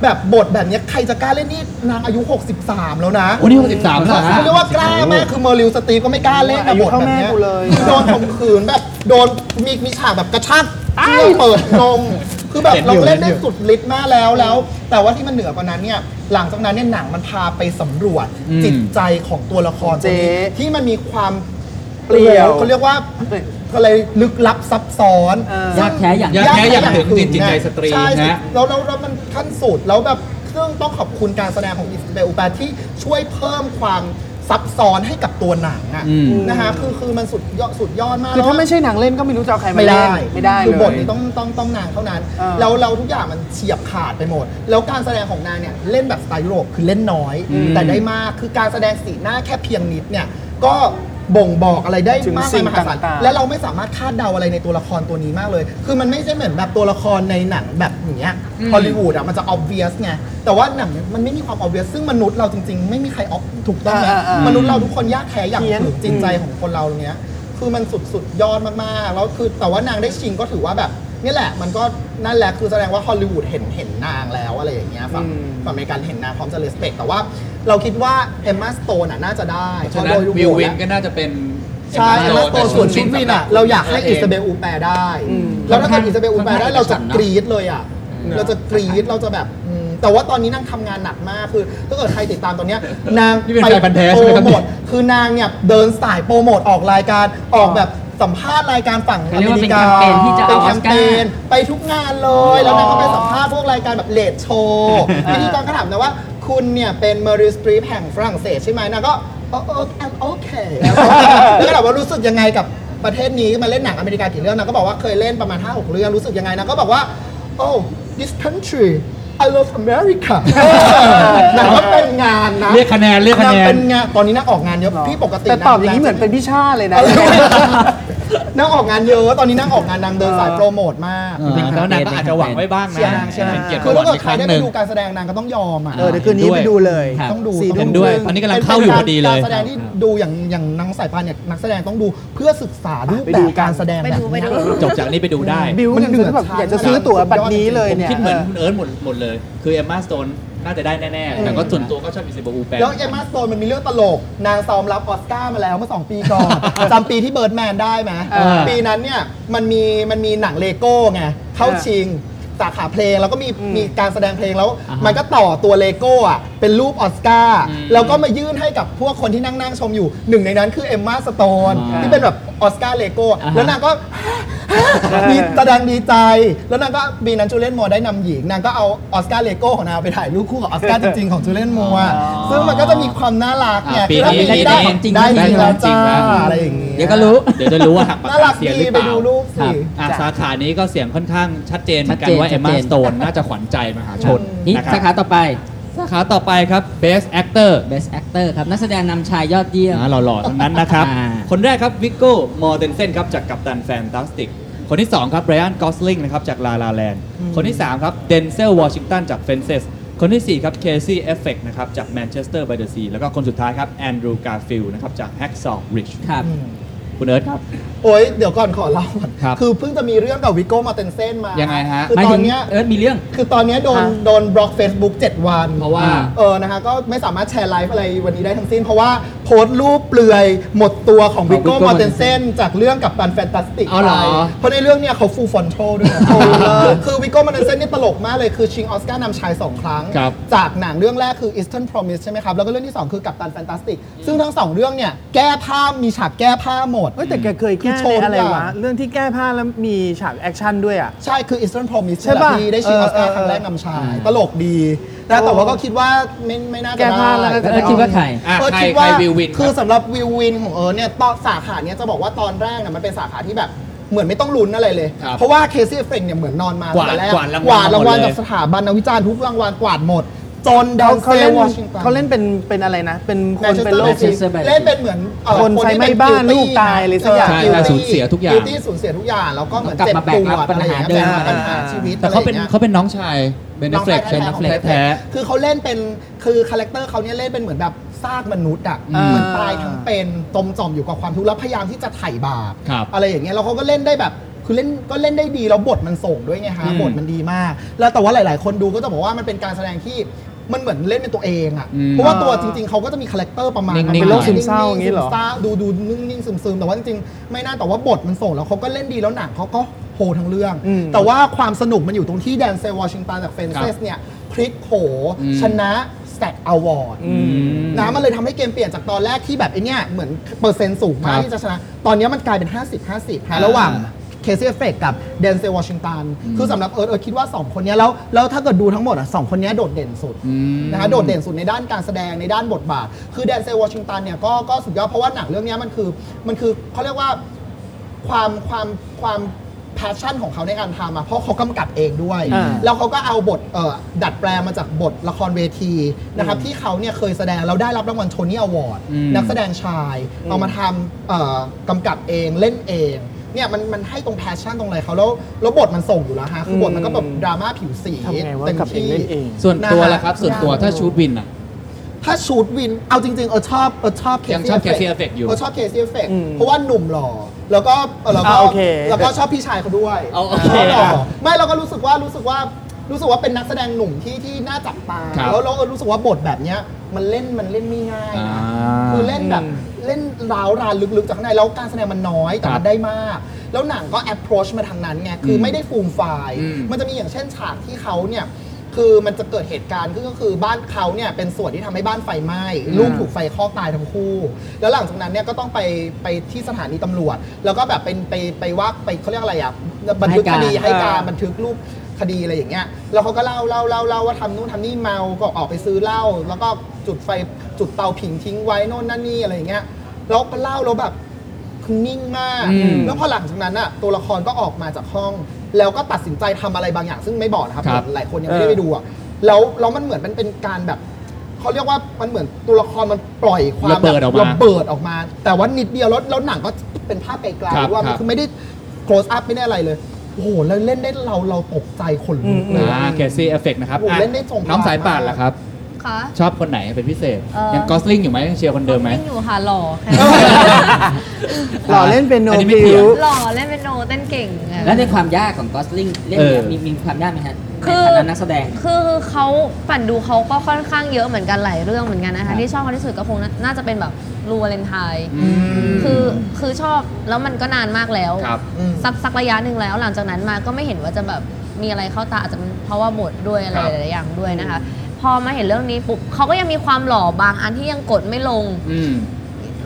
แบบบทแบบเนี้ยใครจะกล้าเล่นนี่นางอายุ 63 แล้วนะ
โอ้นี่หกสิบสามแล้วเหรอฮะ
เขาเรียกว่ากล้ามากคือเมอริลสตรีฟก็ไม่กล้าเล่นนะ
อายุ
บท
เท่า
แบบ
แม่
เนี้ย
กูเลย
โดนข่มขืนแบบโดนมีมีฉากแบบกระชากเปิดนม คือแบบเราเล่นได้สุดฤทธิ์มากแล้วแล้ว แต่ว่าที่มันเหนือกว่านั้นเนี่ยหลังจากนั้นเนี่ยหนังมันพาไปสำรวจ
อืม
จิตใจของตัวละคร
เจ๊
ตัวนี้ที่มันมีความเป
เปลี่
ลี่ย
ยว
วเขาเรียกว่าอะไรลึกลับซับซ้อน
เออ
ซึ่
ยาง กแท้อย่าง
ยากแท้อย่างถึงจิตใจสตรี
ใช่
นะ
แล้วแล้วแล้วมันขั้นสุดแล้วแบบเครื่องต้องขอบคุณการแสดงของอิสเบลอูแปที่ช่วยเพิ่มความซับซ้อนให้กับตัวหนังอะ
อืม
นะฮะคือคือมันสุดยอดสุดยอดมาก
คือถ้า
แล้ว
ไม่ใช่หนังเล่นก็ไม่รู้จะเอาใครมา
ไม่
เล่น
ได้
ไม่ได้เลย
คือบทนี้ต้องต้องต้องนางเท่านั้น
เออ
แล้วเราทุกอย่างมันเฉียบขาดไปหมด แล้วการแสดงของนางเนี่ยเล่นแบบสไตล์ยุโรปคือเล่นน้อย แต่ได้มากคือการแสดงสีหน้าแค่เพียงนิดเนี่ยก็บ่งบอกอะไรได้
ถึง
มาก
สิ่
มา
ง
ยมหาศาล
ต่างๆ
และเราไม่สามารถคาดเดาอะไรในตัวละครตัวนี้มากเลย คือมันไม่ใช่เหมือนแบบตัวละครในหนังแบบอย่างเงี้ยฮอลลีวูดอ่ะมันจะ obvious ไง แต่ว่าหนังมันไม่มีความ obvious ซึ่งมนุษย์เราจริง ๆ ไม่มีใคร ob ถูกต้องไหม
อ่าอ่าอ่าม
นุษย์เราทุกคนยากแค้อย่าง
เพี้ยน
ถึงจริงใจของคนเราเนี้ย คือมันสุดสุดยอดมากๆ แล้วคือแต่ว่านางได้ชิงก็ถือว่าแบบนี่แหละมันก็นั่นแหละคือแสดงว่าฮอลลีวูดเห็นเห็นนางแล้วอะไรอย่างเงี้ยฝั่ง
อืม
ฝั่งอเมริกันเห็นนางพร้อมจะเลสเปกแต่ว่าเราคิดว่าเอมมาสโตน่ะน่าจะได้
ฉะ
เพราะ
นั้
โด
น
ยรูป
วิว
โหวต
วิ
แล้
น
ว
ก็น่าจะเป็น
ใช่แล้ตัวส่วนชุดวินอะเราอยากให้อิสเบลอูแปรได้ แล้วถ้าเกิดอิสเบลอูแปรได้เราจะกรี๊ดเลยอะเราจะกรี๊ดเราจะแบบอืมแต่ว่าตอนนี้นางทำงานหนักมากคือถ้าเกิดใครติดตามตอนเนี้ย [LAUGHS] นางโปรโมทคือนางเนี่ยเดินสายโปรโมทออกรายการออกแบบสัมภาษณ์รายการฝั่งอ
เขาเรียก
เม
ว่า
ริ
เป็น
กา
แคมเปญที่จะ
เป็
เอา
น
ออส
แคมเป
การ์
ญไปทุกงานเลยแล้วนางก็ไปสัมภาษณ์พวกรายการแบบเลดโชว์พิธีกรก็ถามนะว่า คุณเนี่ยเป็นเมอริสตรีแห่งฝรั่งเศสใช่ไหมนางก็โอโอโอเค แล้วก็ถามว่ารู้สึกยังไงกับประเทศนี้มาเล่นหนังอเมริกากี่เรื่องนะก็บอกว่าเคยเล่นประมาณ 5 6 เรื่องรู้สึกยังไงนะก็บอกว่า oh this country I love America หนังก็เป็นงานนะ
เรียกคะแนนเรียกคะแนน
างเป็นงานตอนนี้นักออกงานเยอะพี่ปกติ
แต่ตอบอย่างนี้เหมือนเป็นพี่ชาเลยนะ
นั่งออกงานเยอะตอนนี้นั่งออกงานนางเดินสายโปรโมทมาก
เออแล้วนางก็อาจจะหวังไว้บ้างนะ
เชียร์นางเชียร์นาง
ป็เกียรติป
คือ
ระวัติในค
ถ้าเกิดใคร
รั้ง
ได้
ห
ไป
นึ่ง
ดูการแสดงนางก็ต้องยอมอ่ะ
เออเดี๋ยวคืนนี้ไปดูเลย
ครับ
ต้องดู
สี่
ต้
ทุ่ม
ดู
ครึ่ง
ตอนนี้กำลังเข้าอยู่พอดีเลย
การแสดงที่ดูอย่างอย่างนางสายพานเนี่ยนักแสดงต้องดูเพื่อศึกษารูปแบบการแสดง
ไป
แบบ
ดูไป
เนี้ย
ดู
จบจากนี้ไปดูได้
บิว
มัน
ยัง
เหนื
คือ
อ
แบบ
ชั้น
อยากจะซื้อตั๋วบัตรนี้เลย
ผม
เนี่ย
คิดเหมือนคุณเอิร์ธหมดหมดเลย คือเอมมาสโตนน่าจะได้แน่ๆ แต่ก็ส่วนตัวก็ชอบอิซิโบอูแป
แล้วเอมมาสโตนมันมีเรื่องตลก นางซ้อมรับออสการ์มาแล้วเมื่อ 2 ปีก่อน
[LAUGHS]
จำปีที่เบิร์ดแมนได้ไหม
เออ
ปีนั้นเนี่ยมันมีมันมีหนังเลโก้ไง เข้าชิงสาขาเพลง แล้วก็มีมีการแสดงเพลงแล้ว
อ่าฮะ
มันก็ต่อตัวเลโก้อะเป็นรูปออสการ์
อืม
แล้วก็มายื่นให้กับพวกคนที่นั่งนั่งชมอยู่หนึ่งในนั้นคือเอมมาสโตน
อ่า
ที่เป็นแบบออสการ์เลโก้
อ่าฮะ
แล้วนางก็ [GASPS] มีแสดงดีใจ แล้วนางก็ปีนั้นจูเลนมัวร์ได้นำหญิงนางก็เอาออสการ์เลโก้ของนางไปถ่ายรูปคู่กับออสการ์จริงๆของจูเลนมัวร์ซึ่งมันก็จะมีความน่ารักเนี่ย
อ่าปีนี้
คือ
ได้
ถ้าได้
ของจริง
ได้จริง
ได้
แล้ว
จริ
จ้าง
แล้ว
อะไรอย่างเงี้ย
เดี๋ยวก็รู้
เดี๋ยวจะรู้ว่าหัก [LAUGHS] ปาก
น่ารั
กาก
ดี
เสียงหรือเปล่า
ไปดูรูป
ค
สิ
รับอ่ะสาขานี้ก็เสียงค่อนข้างชัดเจนเหมือนกันว่า
ชั
เอ
ด
ม
เจน
มา
ชัดเจ
ส
น
โตนน่าจะขวัญใจมหาชน
นี่
นะครับ
สาขาต่อไป
สาขาต่อไปครับ Best Actor
Best Actor ครับ นักแสดงนำชายยอดเยี่ยม
นะหล่อๆทั้งนั้นนะครับ
อ่า
คนแรกครับวิกโก้มอร์เ n นเซนครับจากกัปตันแฟนตาสติก คนที่ 2 ครับไบรอันกอสลิงนะครับจากลาลาแลนด์ คนที่ 3 ครับเดนเซลวอชิงตันจากเฟนเซส คนที่ 4 ครับเคซี่เอฟเฟกนะครับจากแมนเชสเตอร์ไบเดอร์ซีแล้วก็คนสุดท้ายครับแอนดรูว์กาฟิลนะครับจากแฮกซอว์ริช
ครับ
คุณเอิร์ธครับ
โอ้ยเดี๋ยวก่อนขอเล่าก่อน
ครับ
อเพิ่งจะมีเรื่องกับวิโก้มาเตนเซนมา
ยั
ยัง
ไงฮะ
คือ
หมาย
ตอ
ถึ
น
ง
เนี้ย
เอิร์ธมีเรื่อง
คือตอนเนี้ยโดน
ฮะ
โดนบล็อก Facebook 7 วัน
เพราะว่า
เออนะคะก็ไม่สามารถแชร์ไลฟ์อะไรวันนี้ได้ทั้งสิ้น เพราะว่าโพสต์รูปเปลือยหมดตัวของวิโก้
ของ Viggo
มาเตนเซนจากเรื่องกับตันแฟนตาสติก
เอาเหรอ
เพราะในเรื่องเนี่ยเขาฟูฟอนโชด้วยนะคือคือวิโก้มาเตนเซนนี่ตลกมากเลยคือชิงออสการ์นำชายสองครั้ง
ครับ
จากหนังเรื่องแรกคือ Eastern Promise ใช่ไหมครับ แล้วก็เรื่องที่ 2 คือกัปตันแฟนตาสติก ซึ่งทั้งสองเรื่องเนี่ย แก้ผ้ามีฉากแก้ผ้าหมด
เฮ้ยแต่แกเคยแก้
คือโช
ใน
ว์ทุก
อะไร
อย่าง
วะ เรื่องที่แก้ผ้าแล้วมีฉากแอคชั่นด้วยอ่ะ
ใช่คือ Eastern Promise
ใช่ปะ
นี่แหลที่ได้ชิงออสการ์
เออเออ
ครั้งแรกนำชาย ตลกดีนะแต่ว่าก็คิดว่าไม่ไม่น่าจะ
แก้
ได้
ผ้าแล้วก็
เอิร์ธคิดว่าใคร
อ่ะ
เออ
ใคร
คิด
ใคร
ว่า
วิววิน
คือ
รับ
สำหรับวิววินของเออเนี่ยตอนสาขาเนี้ยจะบอกว่าตอนแรกเนี่ยมันเป็นสาขาที่แบบเหมือนไม่ต้องลุ้นอะไรเลย
ครับ
เพราะว่าเคซี่เฟรงเนี่ยเหมือนนอนมาก
วาด
แต่แรก
กวาดรางวัล
กวาดรางวัล
หมดเลย
จากสถาบันนักวิจารณ์ทุกรางวัลกวาดหมด จนเด
เขา
นเซ
เขา
ล
เล่น
วอชิงตัน
เขาเล่นเป็นเป็นอะไรนะ เป็นค
แม
น
นเชส
เป็น
เตอ
โร
ร์
ค
ซิ
จิต
ตี้เล่นเป็นเหมือนเอ่อ
คนไฟไหม้บ้านลูกตายเลยสักอย่าง
ใช่ใช่สูญเสียทุกอย่าง
ที่สูญเสียทุกอย่างแล้วก็เหมือน
กลับ
เจ็บ
มาแบ
ป
กรั
ว
บ
ดอะไรอย่าง
ปัญ
เงี้ย
หาเดิม
แบกรับปัญหาชีวิต
แต่เขาเป็น
อะไรอย่งงี้ย
เขาเป็นน้องชายเป็นนักเฟลกใช่ไหม
น้องชายแท้ๆ
แท้
คือเขาเล่นเป็นคือคาแรคเตอร์เขาเนี่ยเล่นเป็นเหมือนแบบซากมนุษย์อ่ะ
อ่า
เหมือนตายทั้งเป็นจมจอมอยู่กับความทุกข์แล้วพยายามที่จะไถ่บาป
ครับ
อะไรอย่างเงี้ยแล้วเขาก็เล่นได้แบบคือเล่นก็เล่นได้ดีแล้วบทมันส่งด้วยไงฮะ
อืม
บทมันดีมาก แล้วแต่ว่าหลาย ๆ คนดูก็จะบอกว่ามันเป็นการแสดงที่มันเหมือนเล่นเป็นตัวเองอ่ะ
อืม
เพราะว่าตัวจริง ๆเขาก็จะมีคาแรคเตอร์ประมาณ
นิ่งๆ
ห
ป็
น่อยซึมเศร้าอย่างงี้เหรอ
ซึมศาดูดูนิ่งๆซึมๆแต่ว่าจริงๆไม่น่าแต่ว่าบทมันส่งแล้วเขาก็เล่นดีแล้วหนังเขาก็โหทั้งเรื่อง
อืม
แต่ว่าความสนุกมันอยู่ตรงที่แดนเซลวอชิงตันจากเฟนเซสเนี่ยพลิกโผ
อืม
ชนะสแต็กอวอร์ด
ๆอืม
นะมันเลยทำให้เกมเปลี่ยนจากตอนแรกที่แบบไอเนี่ยเหมือนเปอร์เซ็นต์สูงมา
ค
ก
รับ
ที่จะชนะ ตอนเนี้ยมันกลายเป็น 50 50ฮะระหว่าง
อ่า
เคซี่เอฟเฟกกับแดนเซลวอชิงตันคือสำหรับเอิร์ธเอิร์ธคิดว่า 2 คนเนี้ยแล้วแล้วถ้าเกิดดูทั้งหมดอ่ะสองคนเนี้ยโดดเด่นสุด
อืม
นะคะโดดเด่นสุดในด้านการแสดงในด้านบทบาท คือแดนเซลวอชิงตันเนี่ยก็ก็สุดยอดเพราะว่าหนังเรื่องเนี้ยมันคือมันคือเขาเรียกว่า ความความความแพชชั่นของเขาในการทำอะเพราะเขากำกับเองด้วย
อ่า
แล้วเขาก็เอาบทเอ่อดัดแปลงมาจากบทละครเวทีนะครับที่เขาเนี่ยเคยแสดงแล้วได้รับรางวัลโทนี่อวอร์ด
อืม
นักแสดงชาย เอามาทำเอ่อกำกับเองเล่นเองเนี่ยมันมันให้ตรงแพชชั่นตรงอะไรเขาแล้วแล้วบทมันส่งอยู่แล้วฮะคือ
ม
บทมันก็แบบดราม่าผิวสี
ทำไงวะ
เต็ม
กับเอง
ที่
เล่นเอง
ส่วนตัว
นะฮะ
ล่ะครับ ส่วนตัวถ้าชูดวินอ่ะ
ถ้าชูดวิน เอาจริง ๆ เออชอบเออชอบเค
ยังชอบ Casey Affleck อยู่
เออชอบเคซี่เอฟเฟก
อืม
เพราะว่าหนุ่มหล่อ แล้วก็เออแล้วก็
อ่าโอเค
แล้วก็ชอบพี่ชายเขาด้วย
เอาโอเค
ชบหล่
ครับ
ไม่เราก็รู้สึกว่ารู้สึกว่ารู้สึกว่าเป็นนักแสดงหนุ่มที่ที่น่าจับตา
ครับ
แล้วเราก็รู้สึกว่าบทแบบเนี้ยมันเล่นมันเล่นไม่ง่ายนะ
อ่า
คือเล่นแบบเล่นร้าวรานลึกๆ จากข้างในแล้วการแสดงมันน้อยแต่
ครั
มั
บ
นได้มาก แล้วหนังก็ approach มาทางนั้นไงคืออ
ม
ไม่ได้ฟูมไฟล์
อืม
มันจะมีอย่างเช่นฉากที่เขาเนี่ย คือมันจะเกิดเหตุการณ์ขึ้นก็คือบ้านเขาเนี่ยเป็นส่วนที่ทำให้บ้านไฟไหม้ลูกถูกไฟคลอกตายทั้งคู่ แล้วหลังจากนั้นเนี่ยก็ต้องไปไปที่สถานีตำรวจ แล้วก็แบบเป็นไปไปว่าไปเขาเรียกอะไรอ่ะบันทึกคดี
ให้
ให้
การ
การบันทึกรูปคดีอะไรอย่างเงี้ยแล้วเขาก็เล่าเล่าเล่าเล่าว่าทำนู่นทำนี่เมาก็ออกไปซื้อเหล้าแล้วก็จุดไฟจุดเตาผิงทิ้งไว้โน่นนั่นนี่อะไรอย่างเงี้ยแล้วก็เล่าแล้วแบบคือนิ่งมาก
อืม
แล้วพอหลังจากนั้นอ่ะตัวละครก็ออกมาจากห้อง แล้วก็ตัดสินใจทำอะไรบางอย่างซึ่งไม่บอกนะครับ
ครับ
หลายคน ยังไม่ได้ไปดูอ่ะแล้วแล้วมันเหมือนมันเป็นการแบบเขาเรียกว่ามันเหมือนตัวละครมันปล่อยความ
ระเบิดออกมา
ระเบิดออกมา แต่ว่านิดเดียวแล้วแล้วหนังก็เป็นภาพไกล
ครับ
ๆว่า
ค
มั
รั
น
บ
คือไม่ได้ close up ไม่ได้อะไรเลยโอ้โหแล้วเล่นได้เราเราตกใจขนลุก
อืม
เลย
อ่าเคซี่เอฟเฟกนะครับ
โอ้โห
อ่ะ
เล่นได้ทรงพลัง
น้องสายป่านล่ะครับ
คะ
ชอบคนไหนเป็นพิเศษ
เอ่อ
ยังกอสลิงอยู่ไหมยังเชียร์คนเดิมไหม
ยังอยู่ค่ะหล่อค่ะ
หล่อเล่นเป็นโน
อันนี้ไม่
บิ
เถียง
ว
หล่อเล่นเป็นโนเต้นเก่งอะ
แล้วในความยากของกอสลิงเล่น
เอ
เนี่ย
อ
มีมีความยากไหมฮะ
คือ
ในฐานะนักแสดง
คือเขาปั่นดูเขาก็ค่อนข้างเยอะเหมือนกันหลายเรื่องเหมือนกันนะ
ครั
คะ
บ
ที่ชอบเขาที่สุดก็คงน่าน่าจะเป็นแบบรูวาเลนไทน์คือคือชอบแล้วมันก็นานมากแล้ว
ครับ
สักสักระยะหนึ่งแล้วหลังจากนั้นมาก็ไม่เห็นว่าจะแบบมีอะไรเข้าตาอาจจะเป็นเพราะว่าบทด้วยอะไร
ครับ
หลายๆอย่างด้วยนะคะ พอมาเห็นเรื่องนี้ปุ๊บเขาก็ยังมีความหล่อบางอันที่ยังกดไม่ลง
อืม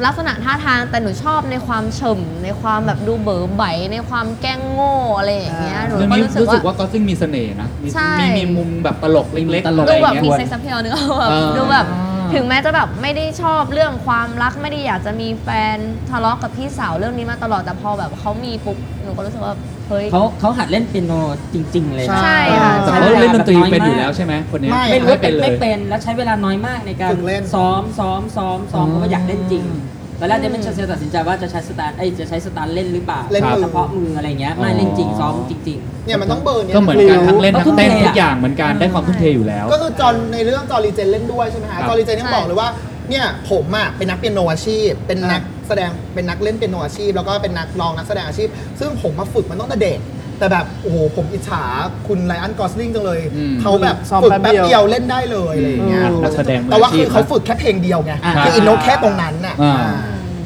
ลักษณะท่าทางแต่หนูชอบในความเฉมในความแบบดูเบ๋อใบในความแกล้งโง่อะไรอย่างเงี้ยหนู
เรื่อง
ก็
นี้
รู้สึก
รู้สึก
ว่า
ว่าก็ซิ่งมีเสน่ห์นะมี
ใช่
มีมีมุมแบบตลกเล็กๆ
ตลก
อะ
ดู
ไรอ
แบบ
ย่าง
มี
เงี้ย
เซ็กซ์เพลนึกออกแบบ
อ่า
[LAUGHS] ดูแบบถึงแม้จะแบบไม่ได้ชอบเรื่องความรักไม่ได้อยากจะมีแฟนทะเลาะกับพี่สาวเรื่องนี้มาตลอดแต่พอแบบเขามีปุ๊บหนูก็รู้สึกว่าเฮ้ย
เขาเขาหัดเล่นเปียโนจริง ๆ เลยนะ
ใช่ค่ะ
แต่
ใช่
เขาเล่นดนตรี
ใช่
เป็นอยู่แล้วใช่ไหมคนเนี้ย
ไม่
ไม่รู้ว่า
เป็
เป็
เลย
น นไม่เป็นแล้วใช้เวลาน้อยมากในการ
ฝึกเล่น
ซ้อมซ้อมซ้อมซ้อม
อืม
เพราะว่าอยากเล่นจริงตอนแรกเนี่ย
อืม
เป็นเชลซีตัดสินใจว่าจะใช้สตาร์ไอยจะใช้สตาร์เล่นหรือเปล่า
เล่นมือ
เฉพาะมืออะไรเงี้ยไม่เล่นจริงซ้อมจริง
เนี่ยมันต้องเบิร์นเนี่ย
ก็เหมือนกันทั้งเล่น
เขา
ทั้
ทุ่
ง
ม
เต้น
เทอะ
ทุกอย่างเหมือนกันได้ความทุ่มเทอยู่แล้ว
ก็คือจอห์นในเรื่องจอร์ลีเจนเล่นด้วยใช่ไหม
ครั
ฮะ
บ
จอร์ลีเจนต้องบอกเลยว่าเนี่ยผมอ่ะเป็นนักเปียโนอาชีพ เป็นนัก แสดงเป็นนักเล่นเปียโนอาชีพ แล้วก็เป็นนักร้องนักแสดงอาชีพ ซึ่งผมมาฝึกมันตั้งแต่เด็ก แต่แบบโอ้โหผมอิจฉาคุณไลออนกอสลิงจังเลย
อืม
เขาแบบ
ซ้อม
ฝึก
แป๊บ
แป๊บ
เดี
เดี
ย
ยว วเล่นได้เลยอะไรอย่างเงี้ย
อืมนักแสดงมืออาชีพ
แต่ว่าคือเขาฝึกแค่เพลงเดียวไง
อ่า
คืออินโนแค่ตรงนั้นน่ะ
อ่า
อ่า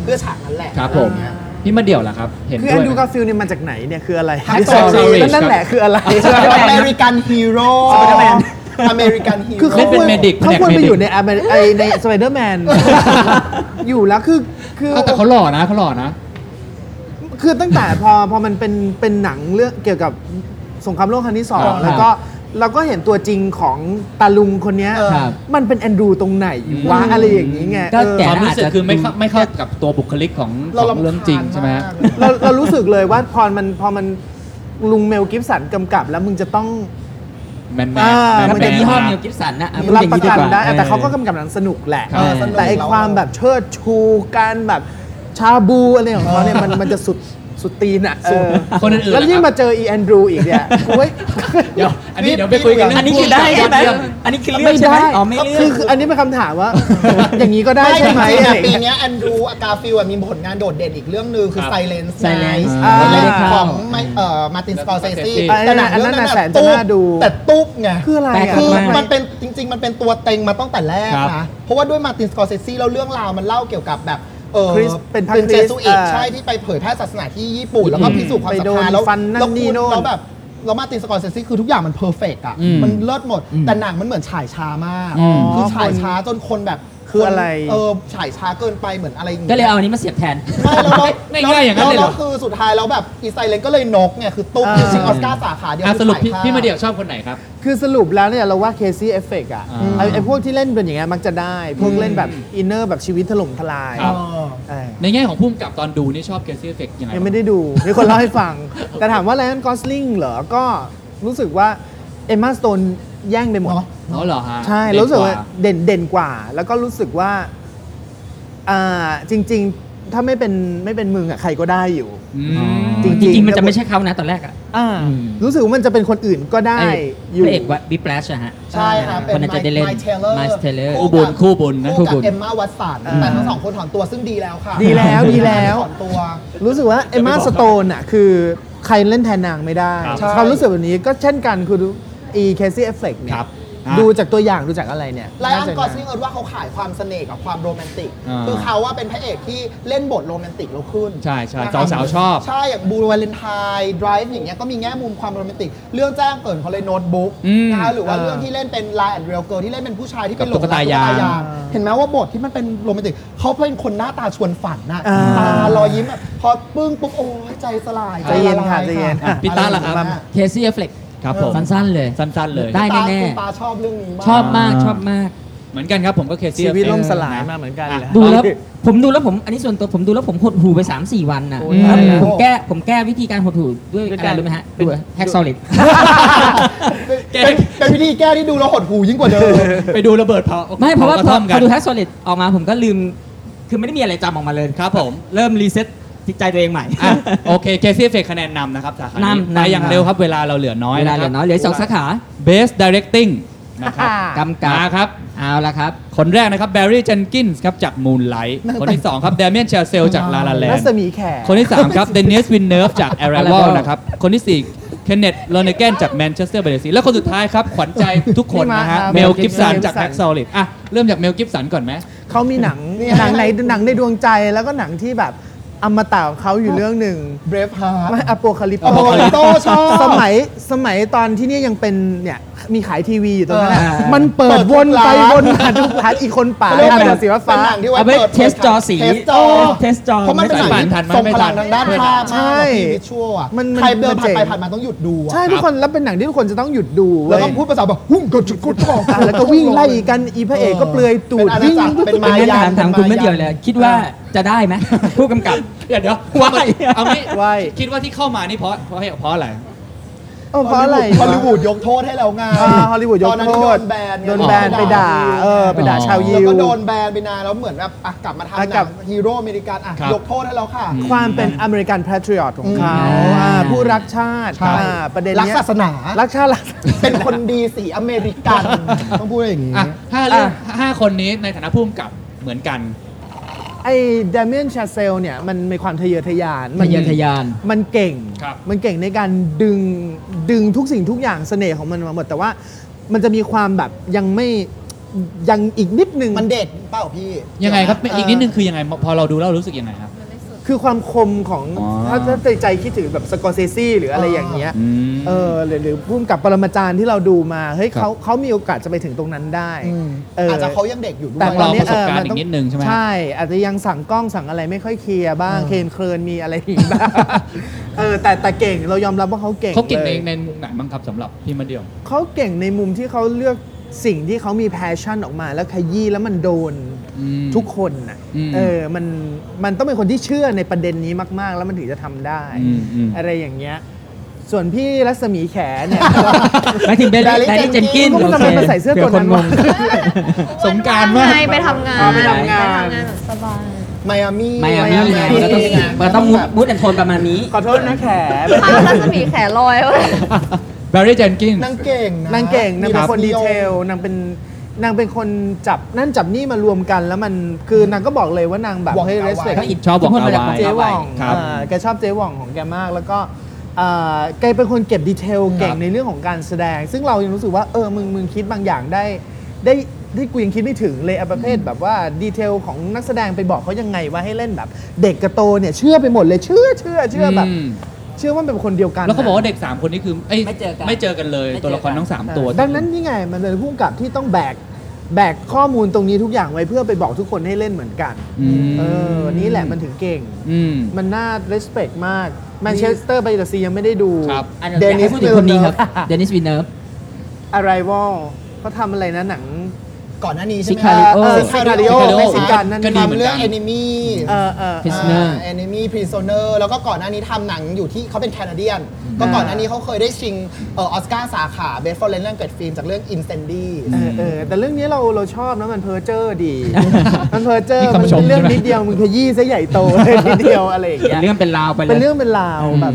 เพื่อฉากนั้นแหละ
ครับผม
อะไอย่างเงี้ย
พี่มาเดี่ยวล่ะครับ เห็น
คื
ด้
อแอ
วน ย
ดู
ไหม
กาฟิลเนี่ยมาจากไหนเนี่ยคืออะไร
Hacksaw Ridge
นั่นแหละคืออะไร
อเมริกันฮีโร่
สไปเดอร์แมน
อเมริกันฮี
คือ
โร่
เขา
เล่นเป็น
ควร
medic
เขาควร
แผนก medic
ไปอยู่ใน Amer- ไอในสไปเดอร์แม
[LAUGHS]
นอยู่แล้วคือคือ
เอ้าแต่เขาหล่อนะเขาหล่อนะ
คือตั้งแต่พอพอมันเป็นเป็นหนังเรื่องเกี่ยวกับสงครามโลกครั้งที่สอง
ครับ
แล้วก็เราก็เห็นตัวจริงของตาลุงคนเนี้ย
ครับ
มันเป็นแอนดรูตรงไหนวะอะไรอย่างนี้ไง
ก็
เออ
แต่
ความรู้สึก
อาจจะ
คือไม่เข้าไม่เข้ากับตัวบุคลิกของ
เรา
ของ
รำคาญ
เรื่องจริงใช่ไหม
มากเลย
เราเรารู้สึกเลยว่าพอมันพอมันลุงเมลกิฟสันกำกับแล้วมึงจะต้อง
แมนแมน
อ่า
แมน
ถ้า
แม
เป็น
น
ยี่ห้อ
มาก
นิวกิฟสันนะอ่ะ
รับประกัน
พูอย่าง
ได้
ว่า
อ่ะแต่เขาก็
ออ
กำกับหนังสนุกแหละ
ครับ
เออแต่ไอความแบบเชิดชูการแบบชาบูอะไรของเขาเนี่ยมันมันจะสุดสุดตีนอ่ะเออ
คนอื่นๆ
แล้วยิ่ง
ล่ะครับ
มาเจออีแอนดรูอีกเนี่ยโอ้ย
เดี๋ยวอันนี้เดี๋ยวไปคุยกันเรื่
อันนี้คือได้ใช่ไหมอันนี้คือเลือก
ไม่
ใช่ไหม
ได้
อ๋อไม่เลื
คือ
อก
คืออันนี้เป็นคำถามว่า อย่างนี้ก็ได้ใช่ไหม
จริงๆ
อะ
อ่ะ
ไรอย่าง
ปี
เงี้ย
เนี้แอนดรูกาฟิลมีผลงานโดดเด่นอีกเรื่องหนึ่งคือ
ครับ
Silence ไง
Silence
อ่า
เรื่องของไมเอ่อมาตินสกอร์เซซี
อ่า
แต่หนัง
อัน
เรื่
นั้น
องนั้
น่ะ
น
แสนจะ
ตุ๊บ
น่าดู
แต่ตุ๊บไง
คืออะไรอ่ะ
คือ
แปลกมาก
มันเป็นจริง ๆ มันเป็นตัวเต็งมาตั้งแต่แรก
ครั
นะ
บ
เพราะว่าด้วยมาตินสกอร์เซซีแล้วเรื่องราวมันเล่าเกี่ยวกับแบบเออ
คริสเป็นพระ
เจสุอิต
คริส
ใช่ที่ไปเผยแพร่ศาสนาที่ญี่ปุ่นแล้วก็พิสูจน์ความศรัท
ไปโด
ธาน แล้ว
ฟันนั่น
แล้ว
นี่โน่น
แล้วแบบแล้วมาตินสกอร์เซซีคือทุกอย่างมันเพอร์เฟกต์อ่ะ
อืม
มันเลิศหมด แต่หนังมันเหมือนฉายช้ามาก
อืม
คือฉายช้าจนคนแบบ
คืออะไร
เออฉายช้าเกินไปเหมือนอะไรอย่างงี้
ก็เลยเอาอันนี้มาเสียบแทน
ไม่แล้วเรา
ง่ายๆอย่างนั้นเลยเหรอ
แวคือสุดท้ายแล้วแบบอีไซเลนก็เลยนกไงคือตุ๊ก
อ่า
คือชิงออสการ์สาขาเดียว
อ่ะสรุปพี่
ถ่ภพ
พี่มาเดี่ยวชอบคนไหนครับ
คือสรุปแล้วเนี่ยเราว่าเคซี่เอฟเฟกอ่ะ
อ่า
ไอ้ไอ้พวกที่เล่นเป็นอย่างเงี้ยมักจะได้ พวกเล่นแบบอินเนอร์แบบชีวิตถล่มทลาย
ครั
เอบ อ
เออ
ในแง่ของพุ่มกับตอนดูนี่ชอบเคซี่เอฟเฟกยังไง
ยังไม่ได้ดูมีคนเล่าให้ฟัง แต่ถามว่า r ล a n กอสลิงเหรอ ก็รู้สึกว่าเอมมาสโตนแย่งไปหมด
เนาะเหรอฮะ
ใช่
เด็
รู้สึกว่า
ว่
เด่นเด่นกว่า แล้วก็รู้สึกว่าอ่าจริง ๆ ถ้าไม่เป็นไม่เป็นมึงอะใครก็ได้อยู่
อืม
จริง
จริงๆ มันจะไม่ใช่เขานะตอนแรกอะ
อ่า
อืม
รู้สึกว่ามันจะเป็นคนอื่นก็ได้
ไอ้
อยู่
พระเอกว่าบิ๊กแฟลชอะฮะ
ใช่ครับเป็น
คนนั้นจะได้เล่น
เทเลอร์
Miles Taylor
คู่บุญคู่บุญนะคู่
คู่
บุ
กับ
ญ
เอมมาวัตสัน
อ่า
แต่ทั้งสองคนถอนตัวซึ่งดีแล้วค่ะ
ดีแล้วดีแล้ว
ถอนตัว
รู้สึกว่าเอมมาสโตนอะคือใครเล่นแทนนางไม่ได้
ครับ
ความรู้สึกแบบนี้ก็เช่นกันคืออีเคซี่เอฟเฟกเนี่
ค
ย
รับอ่ะ
ดูจากตัวอย่างดูจากอะไรเนี่ย
ไลออน
น่าจะ
กอสลิงเอิร์ธว่าเขาขายความเสน่ห์กับความโรแมนติก
อ่า
คือเขาว่าเป็นพระเอกที่เล่นบทโรแมนติกแล้วขึ้น
ใช่ใช่
นะครับ
สาวๆชอบ
ใช่ อย่างบูวาเลนไทน์ดรฟ์อย่างเงี้ยก็มีแง่มุมความโรแมนติก เรื่องแจ้งเกิดเขาเลยโน้ตบุ๊ก
อืม
นะคะหรือว่า
อ่า
เรื่องที่เล่นเป็นไลน์แอนด์เรียลเกิร์ที่เล่นเป็นผู้ชายที่เป็นหลง
กับตุ๊กตายาง
เห็นไหมว่าบทที่มันเป็นโรแมนติกเขาเป็นคนหน้าตาชวนฝันน่ะ
อ่า
ตารอยยิ้มแบบพอปึ้งปุ๊บโอ้ยใจสลาย
ใจเย็นค่ะ
ลา
ใจเย็น
ค่ะ
พี่ตาล่ะครับ
อไอย่งเงี้ย
เคซี่เฟล็ก
ครับผม
สั้นๆเลย
สั้นๆเลย
ได้
ตา
แน่ๆ
คุณตาชอบเรื่องนี้มาก
ชอบมากชอบมาก
เหมือนกันครับผมก็เคซี่
ชีวิตล่มสลายมาเหมือนกันแหละ
ดูแล้วผมดูแล้วผมอันนี้ส่วนตัวผมดูแล้วผมหดหูไป 3 4 วันนะ
โอ้ย
แล้ว
ได้แล้ว
ผมแก้ผมแก้วิธีการหดหูด้วย
ด้วย
อะ
กา
ไร
ร
รู้ไหมฮะ
เป็
ดู
น
แฮกซอลิด
เป็นเป็นวิธีแก้ที่ดูแล้วหดหูยิ่งกว่าเดิม
ไปดูระเบิดเผา
ไม่เพราะว่า
ผก
พอ
ท่อม
พ
กั
อน ดูแฮกซอลิดออกมาผมก็ลืม คือไม่ได้มีอะไรจำออกมาเลย
ครับผม
เริ่มรีเซ็ตจิตใจตัวเองใหม่
อ่ะโอเคเคซี่เฟกคะแนนนำนะครับสาขาน
นำ
นี้ไป
นำ
อย่างเร็วครับเวลาเราเหลือน้อย
เวลาเหลือน้อยเหลืออีกสองสาขา
เบสดิเรกติ้งนะครับ
กำกับ
มาครับ
เอาละครับ
คนแรกนะครับแบร์รี่เจนกินส์ครับจากมูนไลท์คนที่ 2 ครับ d ดเมียนเชลเซลจากลาลาแลน
รัศมีแขก
คนที่ 3 ครับเดน i ิสวินเนิร์ฟจากแอร์ v ว l
Arrival
นะครับ คนที่ 4 เคนเนตโลเนเกนจากแมนเชสเตอร์ y บ s ซีและคนสุดท้ายครับ ขวัญใจทุกคน
พี่มาร์ค
นะฮะ
ครับ
เมล
Mel
กิฟสัน
Gibson
จากแบ็กซอลิดอ่ะ เริ่มจากเมลกิฟสันก่อนไหม
เขามีหนัง
นี่
หนังในหนังในดวงใจแล้วก็หนังที่แบบอมตะของเขาอยู่เรื่องหนึ่ง
Brave Heart
ไม่อโปคาลิป
โอ้โหโตชอบ
สมัยสมัยตอนที่เนี่ยยังเป็นเนี่ยมีขายทีวีอยู่ตรงนั้นน่ะ
เออ
มันเปิด
เปิ
ว
ด
น
ทุก
ไป
ร้าน
วนมาทุกร้านอีกคนป่า
เรียกว่า
อัน
เป็น
ดับสีฟ้า
เป็นหนังที่ไว้
เอาไป
เปิด
เทสจอสี
เทสจอ
เทสจอ
เพราะมันเป็นหนัง
ไม่ทันไม่
ทรงพ
ทั
ลั
น
งทางด้านภาพ
ใช่
มากพีวิชวลอ่ะ
มันมัน
ใครเดินผ่าน
มัน
ไป
เจ๋ง
ผ่านมาต้องหยุดดูอ่ะ
ใช่ทุกคนแล้วเป็นหนังที่ทุกคนจะต้องหยุดดูเว้
แล้ว
ย
ก็พูดภาษาแบบหุ้งกดจุดกดจอก
อ่ะแล้วก็วิ่งไล่กันอีพระเอกก็เปลือยตูด
เป็นอาณา
วิ่ง
จักรเป็นมา
อันนี้
ยา
ถามถามคุณไม่เดียวเลย คิดว่าจะได้ไหม ผู้กำกับ
เดี๋ยวเดี๋ยว
ไหว
[LAUGHS] เอางี้
ไหว
คิดว่าที่เข้ามานี่เพราะเพราะเพราะอะไร
เออเพราะอะไร
ฮอลลีวูดยกโทษให้แล้วไง
อ่าฮอลลีวูดย
ต
ก
อนนั้น
โท
โด
ษ
นแบนไง
โดนแบนไปด่าเออไปด่าชาวยิ
แล้ว วก็โดนแบนไปนานแล้วเหมือนแบบอ่ะกลับมาทำห
อ่ะกลั
นั
บ
งฮีโร่อเมริกันอ่ะ
ครับ
ยกโทษให้แล้วค่ะ
ความเป็นอเมริกันแพทริอตของเขา
อืม
อ่าผู้รักชาติ
ใช่
อ่าประเด็น
รัก
เนี้ย
ศาสนา
รักชาติรัก
เป็นคนดีสีอเมริ
[LAUGHS]
กัน ต้องพูดอย่างนี้
อ่ะห้าเรื่อง
อ่ะ
ห้าคนนี้ในฐานะผู้กำกับเหมือนกัน
ไอ้เดเมียนชาเซลเนี่ยมันมีความทะเยอทะยานมั
ทะเยอทะยาน
มันเก่ง
ครับ
มันเก่งในการดึงดึงทุกสิ่งทุกอย่างเสน่ห์ของมันมาหมด แต่ว่ามันจะมีความแบบยังไม่ยังอีกนิดนึง
มันเด็ดเปล่าพี่
ยังไงครับอีกนิดนึงคือยังไงพอเราดูแล้วรู้สึกยังไงครับ
มันไม่สุด
คือความคมของ
อ๋อ
ถ้าถ้าใจคิดถึงแบบสกอร์เซซี่หรืออะไรอย่างเงี้ย
เอ
เอ
อ
อหรือหรือพุ่มกับปรมาจารย์ที่เราดูมา เฮ้ย
ครับ
เขาเขามีโอกาสจะไปถึงตรงนั้นได้
อืม
เออ
อา
อา
จจะเขายังเด็กอยู่ด้ว
แต่
ย
ตอนเนี้ย
เราประสบการณ์
เมั
อีกนิดนึงใช่ไหม
ใช่ อาจจะยังสั่งกล้องสั่งอะไรไม่ค่อยเคลียร์บ้าง
เออ
เคนเคลินมีอะไรอีกบ้าง [LAUGHS] เออแต่แต่เก่งเรายอมรับว่าเขาเก่ง
เขาเก่งใน
ลย
ในมุมไหนบ้างครับสำหรับพี่มาเดียว
เขาเก่งในมุมที่เขาเลือกสิ่งที่เขามีแพชชั่นออกมา แล้วขยี้แล้วมันโดนทุกคนน่ะ
อืม
เออมันมันต้องเป็นคนที่เชื่อในประเด็นนี้มาก ๆ แล้วมันถึงจะทำได้
อืมอืม
อะไรอย่างเงี้ยส่วนพี่รัศมีแข
[LAUGHS]
เนี่ย
หมายถึงเบลลี่
Barry
แบรี่เจนกิน
Jenkins ก็ทำไมมาใส่เสื้อตัวนั้นวะ
สงกรานต์มาก
ไปทำงาน
อ๋อไปทำงาน
ไปทำงานแบบสบาย
[LAUGHS]
ไมอามี่
ไม่เอาไม่เอาไม่เอาเราต้องเราต้องมูดมูดแอนโทนประมาณนี้
ขอโทษนะแข
ภาพรัศมีแขลอยเว้ย
แบร์รี่เจนกินส์
นางเก่งนะ
นางเก่งนางเป็นคน
มี
ดี
รส
เท
ยม
ลนางเป็นนางเป็นคนจับนั่นจับนี่มารวมกันแล้วมันคือนางก็บอกเลยว่านางแบบ
บอก
ให้
เอา
เร
ไว้
สเพค
ก็อิทชอบบอกเอาไว้
เจ๊หว่อง
ครับ
อ่าแกชอบเจ๊หว่องของแกมาก แล้วก็อ่าแกเป็นคนเก็บดีเทลเก่
ค
ง
รับ
ในเรื่องของการแสดง ซึ่งเรายังรู้สึกว่าเออมึงมึงคิดบางอย่างได้ ได้ที่กูยังคิดไม่ถึงเลยอะประเภทแบบว่าดีเทลของนักแสดงไปบอกเขายังไงว่าให้เล่นแบบ เด็กกับโตเนี่ยเชื่อไปหมดเลยเชื่อเชื่อเชื่อแบบ
ม
เชื่อว่าเป็นคนเดียวกัน
แล้วเขา
น่ะ
บอกว่าเด็ก 3 คนนี้คือเย
ไม่เจอกัน
ไม่เจอกันเลย
ไม่เจอกัน
ตัวละครทั้ง 3 ตัว
ดังนั้นนี่ไง มันเลยพุ่งกับที่ต้องแบกแบกข้อมูลตรงนี้ทุกอย่างไว้เพื่อไปบอกทุกคนให้เล่นเหมือนกัน
อืม
เออ นี่แหละมันถึงเก่ง
อืม
มันน่า respect มากแมนเชสเตอร์ไปเดซียังไม่ได้ดู
ครับ
อัน
เดนิส
พูดถึงคนนี้ครับ เดนิสวินเนอร์
อะไรวอลเขาทำอะไรนะหนัง
ก่อนหน้านี้ใช่ไหม
Sicario
เออ
ซิคาริโอ
Sicario
เม็กซิกันนั่น
ก็ ดีเหมือนกัน
ทำเรื่อง Enemy
เออเออ
Prisoner
เอนมี่พรีโซเนอร์แล้วก็ก่อนหน้านี้ทำหนังอยู่ที่เขาเป็นแคนาเดียน ก็ก่อนหน้านี้เขาเคยได้ชิงเอออสการ์สาขาเบสฟอร์เรนเรื่องเกิดฟิล์มจากเรื่อง Incendy
เออเออแต่เรื่องนี้เราเราชอบนะมันเพอร์เจอร์
[LAUGHS]
ดี มันเพอร์เจอร์
นี่
มัน
คำชม
เป็นเรื่อง
ใช่ไหม
นิดเดียวมึงขยี้ซะใหญ่โต [LAUGHS] เลยทีเดียวอะไรอย่างเงี้ย
เป็นเรื่องเป็นราวไปเล
เป็น
ย
เรื่องเป็นราวแบบ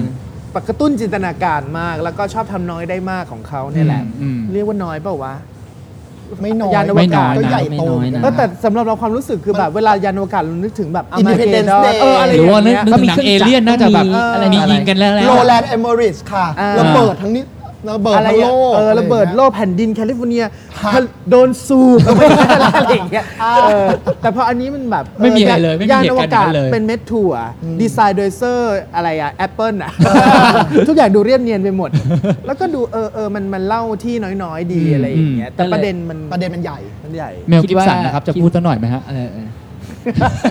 ปกระตุ้นจินตนาการมาก แล้วก็ชอบทำน้อยได้มากของเขาเนี่ยแหละ
อืม
เรียกว่าน้อยเปล่าวะ
ไม่น้อย
ยานอวกาศ
ก็ใหญ่โต
ไม่น้อยนะ
เออแต่สำหรับเราความรู้สึกคือแบบเวลายานอวกาศเรานึกถึงแบบ
Independence
Armageddon
Day
เอออะไรอ
หรื
ย่า
อว่างนึก
เงี้ย
นึกถึงหนังเอเลี่ยนน่าจะแบบ
ก็มีอะไร
มียิงกันแล้วแหละ
โรแลนด์เอมอริสค่ะระเบิดทั้งนี้ระเบิด
อะไรอะ
ทั้งโลก
เออระเบิดโลกแผ่นดินแคลิฟอร์เนีย
ฮะ
โดนสูบเข้าไปอะไรอย่างเงี้ยเออแต่พออันนี้มันแบบ
ไม่มีอะไรเลยไม่มี
ยาน
เหตุ
อว
การณ์
กา
อ
ศ
ย่างนั้นเลย
เป็นเม็ดถั่วดีไซน์โดยเซอร์อะไรอะแอปเปิลอะทุกอย่างดูเรียบเนียนไปหมด แล้วก็ดูเออเออมันมันเล่าที่น้อยๆดีอะไรอย่างเงี้ยแต่ประเด็นมัน
ประเด็นมันใหญ่
มัน
[LAUGHS]
ใหญ่
เมลกิฟสันนะครับจะพูดสักหน่อยไหมฮะ
เออเออ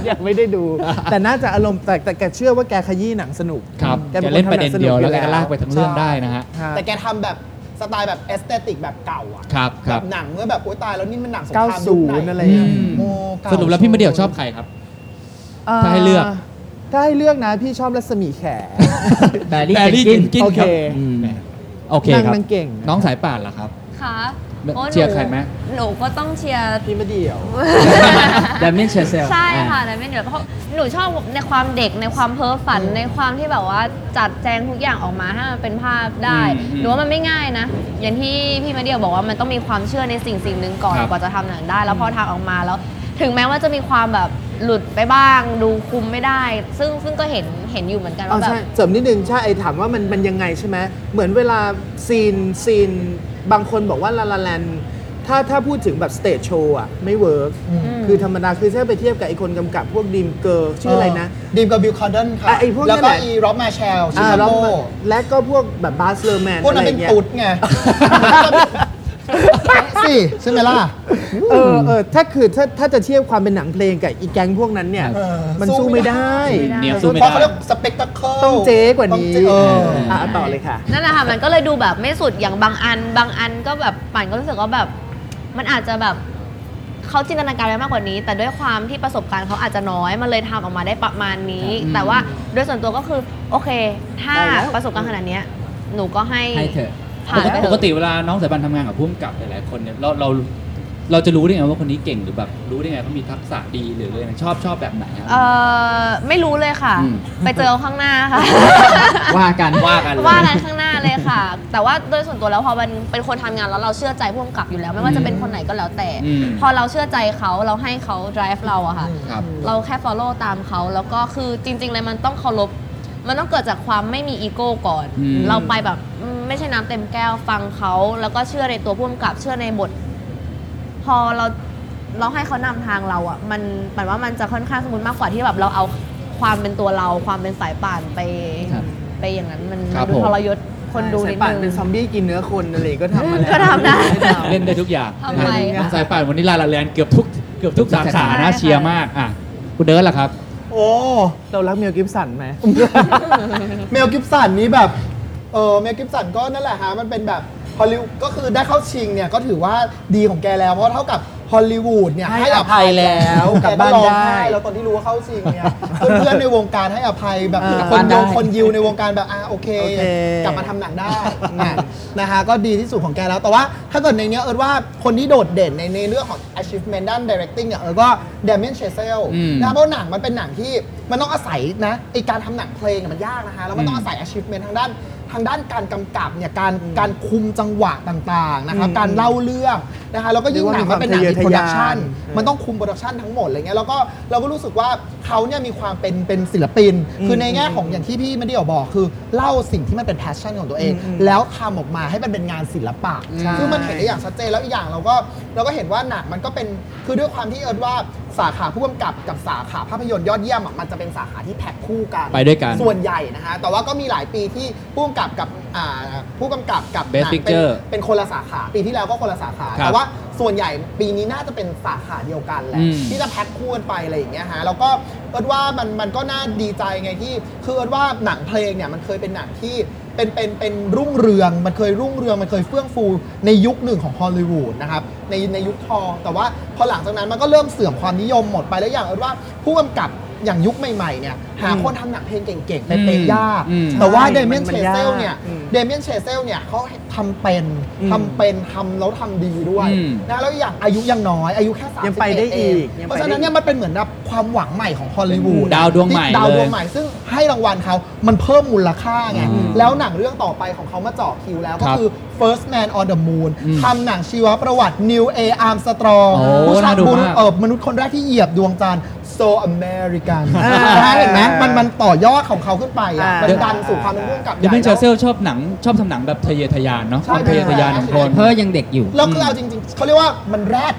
ยังไม่ได้ดู แต่น่าจะอารมณ์แต่แต่แกเชื่อว่าแกขยี้หนังสนุก
ครับ
แก
จะ
ป็ค
เล่นประเด็น
ทำหงส
เดียว
อ
แล้วก็ลากไปทั้งเรื่องได้นะฮะ
ใช่
แต่แกทำแบบสไตล์แบบเอสเตติกแบบเก่าอะ
ครับค
แบ
รับบ
หนังเมื่อแบบโอ้ยตายแล้วนี่มันหนังสงครามยุค
90
ไหน
อะไร ไรอย่างเงี้ย
โอ้เก่า
สรุปแล้วพี่มาเดี่ยวชอบใครครับ ถ้าให้เลือก
ถ้าให้เลือกนะ พี่ชอบรัศมีแข
แบรี่
แบรี่
เจน
เจน
กิน
กิน
โอ
ค
เค
รับโอเคครับ
นางนางเก่ง
น้องสายป่านล่ะครับ
ค่ะ
แบบ
โอ้
เชียร์ใครไหม
หนูก็ต้องเชียร์
พี่มาเดี่ยว
แดมิเนเชเซล
ใช่ค่ะแต่ไม่เดี๋ยวเพราะหนูชอบในความเด็กในความเพ้อฝันในความที่แบบว่าจัดแจงทุกอย่างออกมาให้มันเป็นภาพได้
อืมอืม
หนูว่ามันไม่ง่ายนะ อย่างที่พี่มาเดียวบอกว่ามันต้องมีความเชื่อในสิ่งสิ่งหนึ่งก่อน
ครับ
กว่าจะทำหนังได้ แล้วพอทางออกมาแล้ว ถึงแม้ว่าจะมีความแบบหลุดไปบ้าง ดูคุมไม่ได้ ซึ่งซึ่งก็เห็นเห็นอยู่เหมือนกัน
อ๋อ
ว่าแบบ
ใช่เสริมนิดนึงใช่ไอถามว่ามันมันยังไงใช่ไหมเหมือนเวลาซีนซีนบางคนบอกว่าลาลาแลนถ้าถ้าพูดถึงแบบสเตจโชว์อะไม่เวิร์ก
ม
คือธรรมดาคือถ้าไปเทียบกับไอคนกำกับพวกดีมเกอร์ชื่ออะไรนะ
ดีมกับบิลคอนเดนค่ะ
อ่ะไอ้พวกนั้
แล้ว
น
ก็
แหละ
อีร็อบมาแชลชิ
อ่า
คา
แล้ว
โก
มันและก็พวกแบบบาสเลอร์แมน
พวกนั้น
อะไร
เป็น
งี้ย
ตุ๊ด
[LAUGHS]
ไงสิใช่ไหมล่ะ
เออเออถ้าคือถ้าถ้าจะเทียบความเป็นหนังเพลงกับอีแก๊งพวกนั้นเนี่ย
เออ
มัน
สู้
สู้
ไม่
ไม่
ได้
ได้
เหนียวสู้ไม่
เพ
ได้
ราะเขาเรียกสเปกตาเคิล
ต้องเจ๊กว่านี้
เออ
อ่ะต่อเลยค่ะ
นั่นแหละค่ะมันก็เลยดูแบบไม่สุดอย่างบางอัน บางอันก็แบบป่านก็รู้สึกว่าแบบ มันอาจจะแบบเขาจินตนาการไว้มากกว่านี้ แต่ด้วยความที่ประสบการณ์เขาอาจจะน้อยมันเลยทำออกมาได้ประมาณนี้ แต่ว่าโดยส่วนตัวก็คือโอเค ถ้า
ได้แล้ว
ประสบการณ์ขนาดเนี้ยหนูก็ให้
ให้เถอะ
ผ่านไปเถ
ปก
อะ
ติเวลาน้องสายป่านทำงานกับผู้กำกับหลายๆคนเนี่ยเราเรา
เราจะรู้ได้ไงว่าคนนี้เก่งหรือแบบรู้ได้ไงเขามีทักษะดีหรืออะไรชอบชอบแบบไหนครับ
เอ่อไม่รู้เลยค่ะ
อืม
ไปเจอเอาข้างหน้าค่ะ
ว่ากันว่ากันเลย
ว่ากันข้างหน้าเลยค่ะ แต่ว่าโดยส่วนตัวแล้วพอมันเป็นคนทำงานแล้วเราเชื่อใจพ่วงกับอยู่แล้ว ไม่ว่าจะเป็นคนไหนก็แล้วแต่
อืม
พอเราเชื่อใจเขาเราให้เขา drive เราอะค่ะ
ครับ
เราแค่ follow ตามเขาแล้วก็คือจริง ๆ เลยมันต้องเคารพมันต้องเกิดจากความไม่มีอีโก้ก่อน
อืม
เราไปแบบอืมไม่ใช่น้ำเต็มแก้วฟังเขาแล้วก็เชื่อในตัวพ่วงกับเชื่อในบท พอเราเราให้เขานำทางเราอะมันแปลว่ามันจะค่อนข้างสมบูรณ์มากกว่าที่แบบเราเอาความเป็นตัวเรา ความเป็นสายป่านไป
ครับ
ไปอย่างนั้นมัน
ครับ
มันดู
ผม
ทรยศคนดู
สา
นิ
ย
ด
ป่าน
นึ
เป็น
ง
ซอมบี้กินเนื้อคนอะไรก็ทำมาแล้ว
ก็ทำได้
เล่นได้ทุกอย่าง
ทำไมอะ
สายป่านวันนี้ลาลาแลนด์เกือบทุกเกือบทุกสาขา
ใช่
นะ
ค่ะ
เชียร์มากอ่ะคุณเดิร์ดล่ะครับ
โอ้ เรารักเมลกิฟสันไหม
เมลกิฟสันนี่แบบเออเมลกิฟสันก็นั่นแหละฮะมันเป็นแบบฮอลลีวูดก็คือได้เข้าชิงเนี่ยก็ถือว่าดีของแกแล้ว เพราะเท่ากับฮอลลีวูดเนี่ย
ให้อภัยแล้ว
แก
กลับ
ก็
บ้าน
ร้อง
ได้
ไห้แล้วตอนที่รู้ว่าเข้าชิงเนี่ยเพื่อนๆในวงการให้อภัยแบบ
เออ
คนยง
ได้
คนยิวในวงการแบบอ่ะโอเค
โอเค
กลับมาทำหนังได้นะนะฮะก็ดีที่สุดของแกแล้วแต่ว่าถ้าเกิดในเนี้ยเอิร์ดว่าคนที่โดดเด่นในในเรื่องของ achievement ด้าน directing เนี่ยเอิร์ดว่า Damien Chazelle
อืม
นะ เพราะหนังมันเป็นหนังที่มันต้องอาศัยนะไอการทำหนังเพลงเนี่ยมันยากนะฮะ แล้วมันต้องอาศัย achievement ทางด้านทางด้านการกำกับเนี่ยการการคุมจังหวะต่างๆนะครับการเล่าเรื่องนะคะแล้วก็ยิ่งหนังมันเป็นหนังที่โปรดักชันมันต้องคุมโปรดักชันทั้งหมดอะไรเงี้ยแล้วก็เราก็รู้สึกว่าเขาเนี่ยมีความเป็นเป็นศิลปิน คือในแง่ของอย่างที่พี่ไม่ได้บอก คือเล่าสิ่งที่มันเป็น passion ของตัวเอง แล้วทำออกมาให้มันเป็นงานศิลปะ
ใช่
ซึ่งมันเห็นได้อย่างชัดเจนแล้วอีกอย่างเราก็เราก็เห็นว่าหนังมันก็เป็นคือด้วยความที่เอิร์ดว่าสาขาผู้กำกับกับสาขาภาพยนตร์ยอดเยี่ยมอะมันจะเป็นสาขาที่แพ็คคู่กัน
ไปด้วยกัน
ส่วนใหญ่นะฮะแต่ว่าก็มีหลายปีที่ผู้กำกับกับอ่าผู้กำกับกับ
Best
หนังป็น
Picture
เป็นคนละสาขา ปีที่แล้วก็คนละสาขา
ครับ
แต่ว่าส่วนใหญ่ปีนี้น่าจะเป็นสาขาเดียวกันแหละ
อืม
ที่จะแพ็คคู่กันไปอะไรอย่างเงี้ยฮะแล้วก็เอิร์ดว่ามันมันก็น่าดีใจไงที่คือเอิร์ดว่าหนังเพลงเนี่ยมันเคยเป็นหนังที่เป็นเป็นเป็นรุ่งเรือง มันเคยรุ่งเรืองมันเคยเฟื่องฟูในยุคหนึ่งของฮอลลีวูดนะครับในในยุคทองแต่ว่าพอหลังจากนั้นมันก็เริ่มเสื่อมความนิยมหมดไปแล้วอย่างเอิร์ดว่าผู้กำกับอย่างยุคใหม่ๆเนี่ยหาคนทำหนังเพลงเก่งๆไปเป็นยาก
อืม
แต่ว่า
ใช่
เดเมน
มั
เช
น
เซ
ยา
ล
ก
เนี่ย
อืม
เดเมียนเชเซลเนี่ยเขาทำเป็นทำเป็นทำแล้วทำดีด้วย
อืม
นะแล้วอย่างอายุยังน้อยอายุแค่
ยัง
3
ไปได้
1
อี
เอง
กยังไปได้อีก
เพราะฉะนั้นเนี่ยมันเป็นเหมือนแบบความหวังใหม่ของฮอลลีวูด
ดาวดวงใหม่
ที่ดาว
เลย
ดวงใหม่ซึ่งให้รางวัลเขามันเพิ่มมูลค่าไง
อืม
แล้วหนังเรื่องต่อไปของเขามาเจาะคิวแล้ว
ค
ก็
รับ
คือ First Man on the Moon
อืม
ทำหนังชีวประวัติ Neil A. Armstrong
โอ้
ผู้ชา
น่าย ดู
บุญ
มาก
เอิบมนุษย์คนแรกที่เหยียบดวงจันทร์ So American
อ่า
นะฮะเห็นไหมมันมันต่อยอดของเขาขึ้นไปอ่ะมันดันสู่ความเป็นร่วมกับ
เดมิน
ให
เช
ญ่
เซลชอบหนังชอบทำหนังแบบทะเยอทะยานเนาะ
ใช่
ความทะเยอทะยานของคน
เพราะยังเด็กอยู่
แล้วคือเอาจริงๆ เขาเรียกว่ามันแรด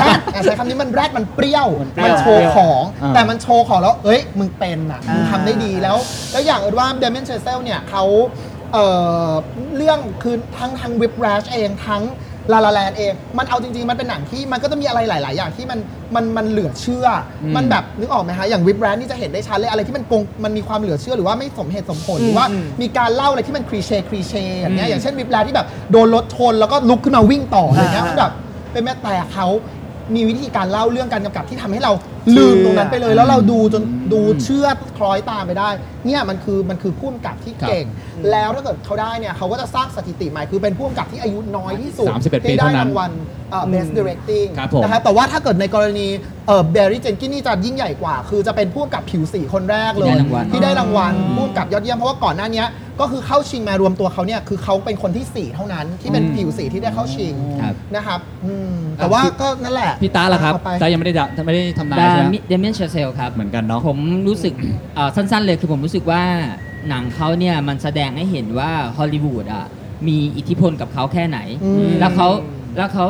แรดอ่ะใช้คำนี้มันแรดมันเปรี้ยว
มันเปรี้ยว
มันโชว์ของ
อ่า
แต่มันโชว์ของแล้ว เอ้ย มึงเป็นอ่ะ มึง
อ่า
ทำได้ดีแล้ว แล้วอย่างเอิร์ดว่าเดเมนเชเซลเนี่ยเขาเอ่อเรื่องคือทั้งทั้งวิบแรชเองทั้งลาลาแลนเอง มันเอาจริงๆ มันเป็นหนังที่มันก็จะมีอะไรหลาย ๆ อย่างที่มันมันมันเหลือเชื่ออ
ม
มันแบบนึกออกไหมฮะอย่างวิบแรชนี่จะเห็นได้ชัดเลยอะไรที่มันโกงมันมีความเหลือเชื่อหรือว่าไม่สมเหตุสมผลหรือว่ามีการเล่าอะไรที่มันคลีเช่คลีเช่อย่างเงี้ยอย่างเช่นวิบแรชที่แบบโดนรถชนแล้วก็ลุกขึ้นมาวิ่งต่อ อะไรเงี้ยมันแบบเป็นแม่แต่เขามีวิธีการเล่าเรื่องการกำกับที่ทำให้เราลืมตรงนั้นไปเลย แล้วเราดูจนดูเชื่อคล้อยตามไปได้ เนี่ยมันคือมันคือผู้กำกับที่เก่ง แล้วถ้าเกิดเขาได้เนี่ยเขาก็จะสร้างสถิติใหม่คือเป็นผู้กำกับที่อายุน้อยที่สุด
31ปี
ที่ได้
เท่านั้น
รางวัลเอ่อ best directing
ครับผม
นะคะแต่ว่าถ้าเกิดในกรณีเอ่อ Barry Jenkins นี่จะยิ่งใหญ่กว่า คือจะเป็นผู้กำกับผิวสีคนแรกเลย
ที่ได้รางวัล
ที่ได้รางวัลผู้กำกับยอดเยี่ยมเพราะว่าก่อนหน้าเนี้ยก็คือเข้าชิงมารวมตัวเขาเนี่ยคือเขาเป็นคนที่สี่เท่านั้นที่เป็น
อืม
ผิวสีที่ได้เข้าชิง
ครับ
นะครับอืมแต่ว่าก็นั่นแหละ
พี่ตาล่ะครับ
เอไป
ตายังไม่ได้ดะไม่ได้ทำนายใช่ไหม
เดมิเอนเชเซลครับ
เหมือนกันเนาะ
ผมรู้สึกเอ่อสั้น ๆ เลยคือผมรู้สึกว่าหนังเขาเนี่ย มันแสดงให้เห็นว่าฮอลลีวูดอ่ะมีอิทธิพลกับเขาแค่ไหน
อืม
แล้วเขาแล้วเขา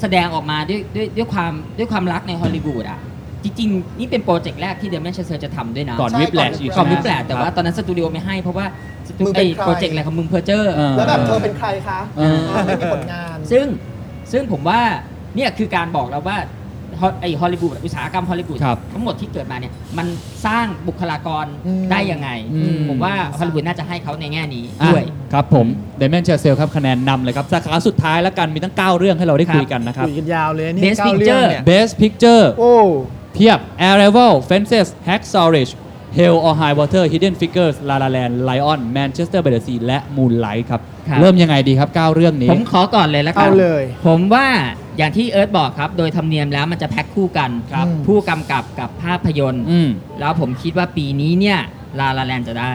แสดงออกมาด้วยด้วยด้วยความด้วยความรักในฮอลลีวูดอ่ะ จริง ๆ นี่เป็นโปรเจกต์แรกที่เดมิเอนเชเซลจะทำด้วยนะ
ก่อน
ใช่
วิบแลช
ก่อน
อีก
คอมพิว
ใช่
แปล
ไห
กแต่ว่าตอนนั้นสตูดิโอไม่ให้เพราะว่าสตู
มึงเป็
ไอ้
นใคร
โปรเจกต์อะไรของมึงเพอร์เจอร์
แล้วแบบเธอเป็นใครคะ
เออ
เออไม่มีผลงาน
ซึ่งซึ่งผมว่าเนี่ยคือการบอกแล้วว่าฮอไอฮอลลีวูดอุตสาหกรรมฮอลลีวูด
ครับ
ทั้งหมดที่เกิดมาเนี่ยมันสร้างบุคลากร
อืม
ได้ยังไง
อืม
ผมว่าฮอลลีวูดน่าจะให้เขาในแง่นี้
อ่ะ
ด้วย
ครับผมเดมิเอนเชเซลครับคะแนนนำเลยครับ สาขาสุดท้ายแล้วกันมีตั้ง 9 เรื่องให้เราได้คุยกันนะครับ
คุยกันยาวเลยนี่
Best
เก้าเรื่องเนี่ย
Best Picture
โอ้
เพียบ Arrival Fences Hacksaw Ridge Hell or High Water Hidden Figures La La Land Lion Manchester by the Sea และ Moonlight ครับ
ครับ
เริ่มยังไงดีครับ 9 เรื่องนี้
ผมขอก่อนเลยแล้วกั
เอาเลย
ผมว่า อย่างที่เอิร์ธบอกครับ โดยธรรมเนียมแล้วมันจะแพ็คคู่กัน
ครับ
ผู้กำกับกับภาพยนตร์
อืม
แล้วผมคิดว่าปีนี้เนี่ยลาลาแลนจะได้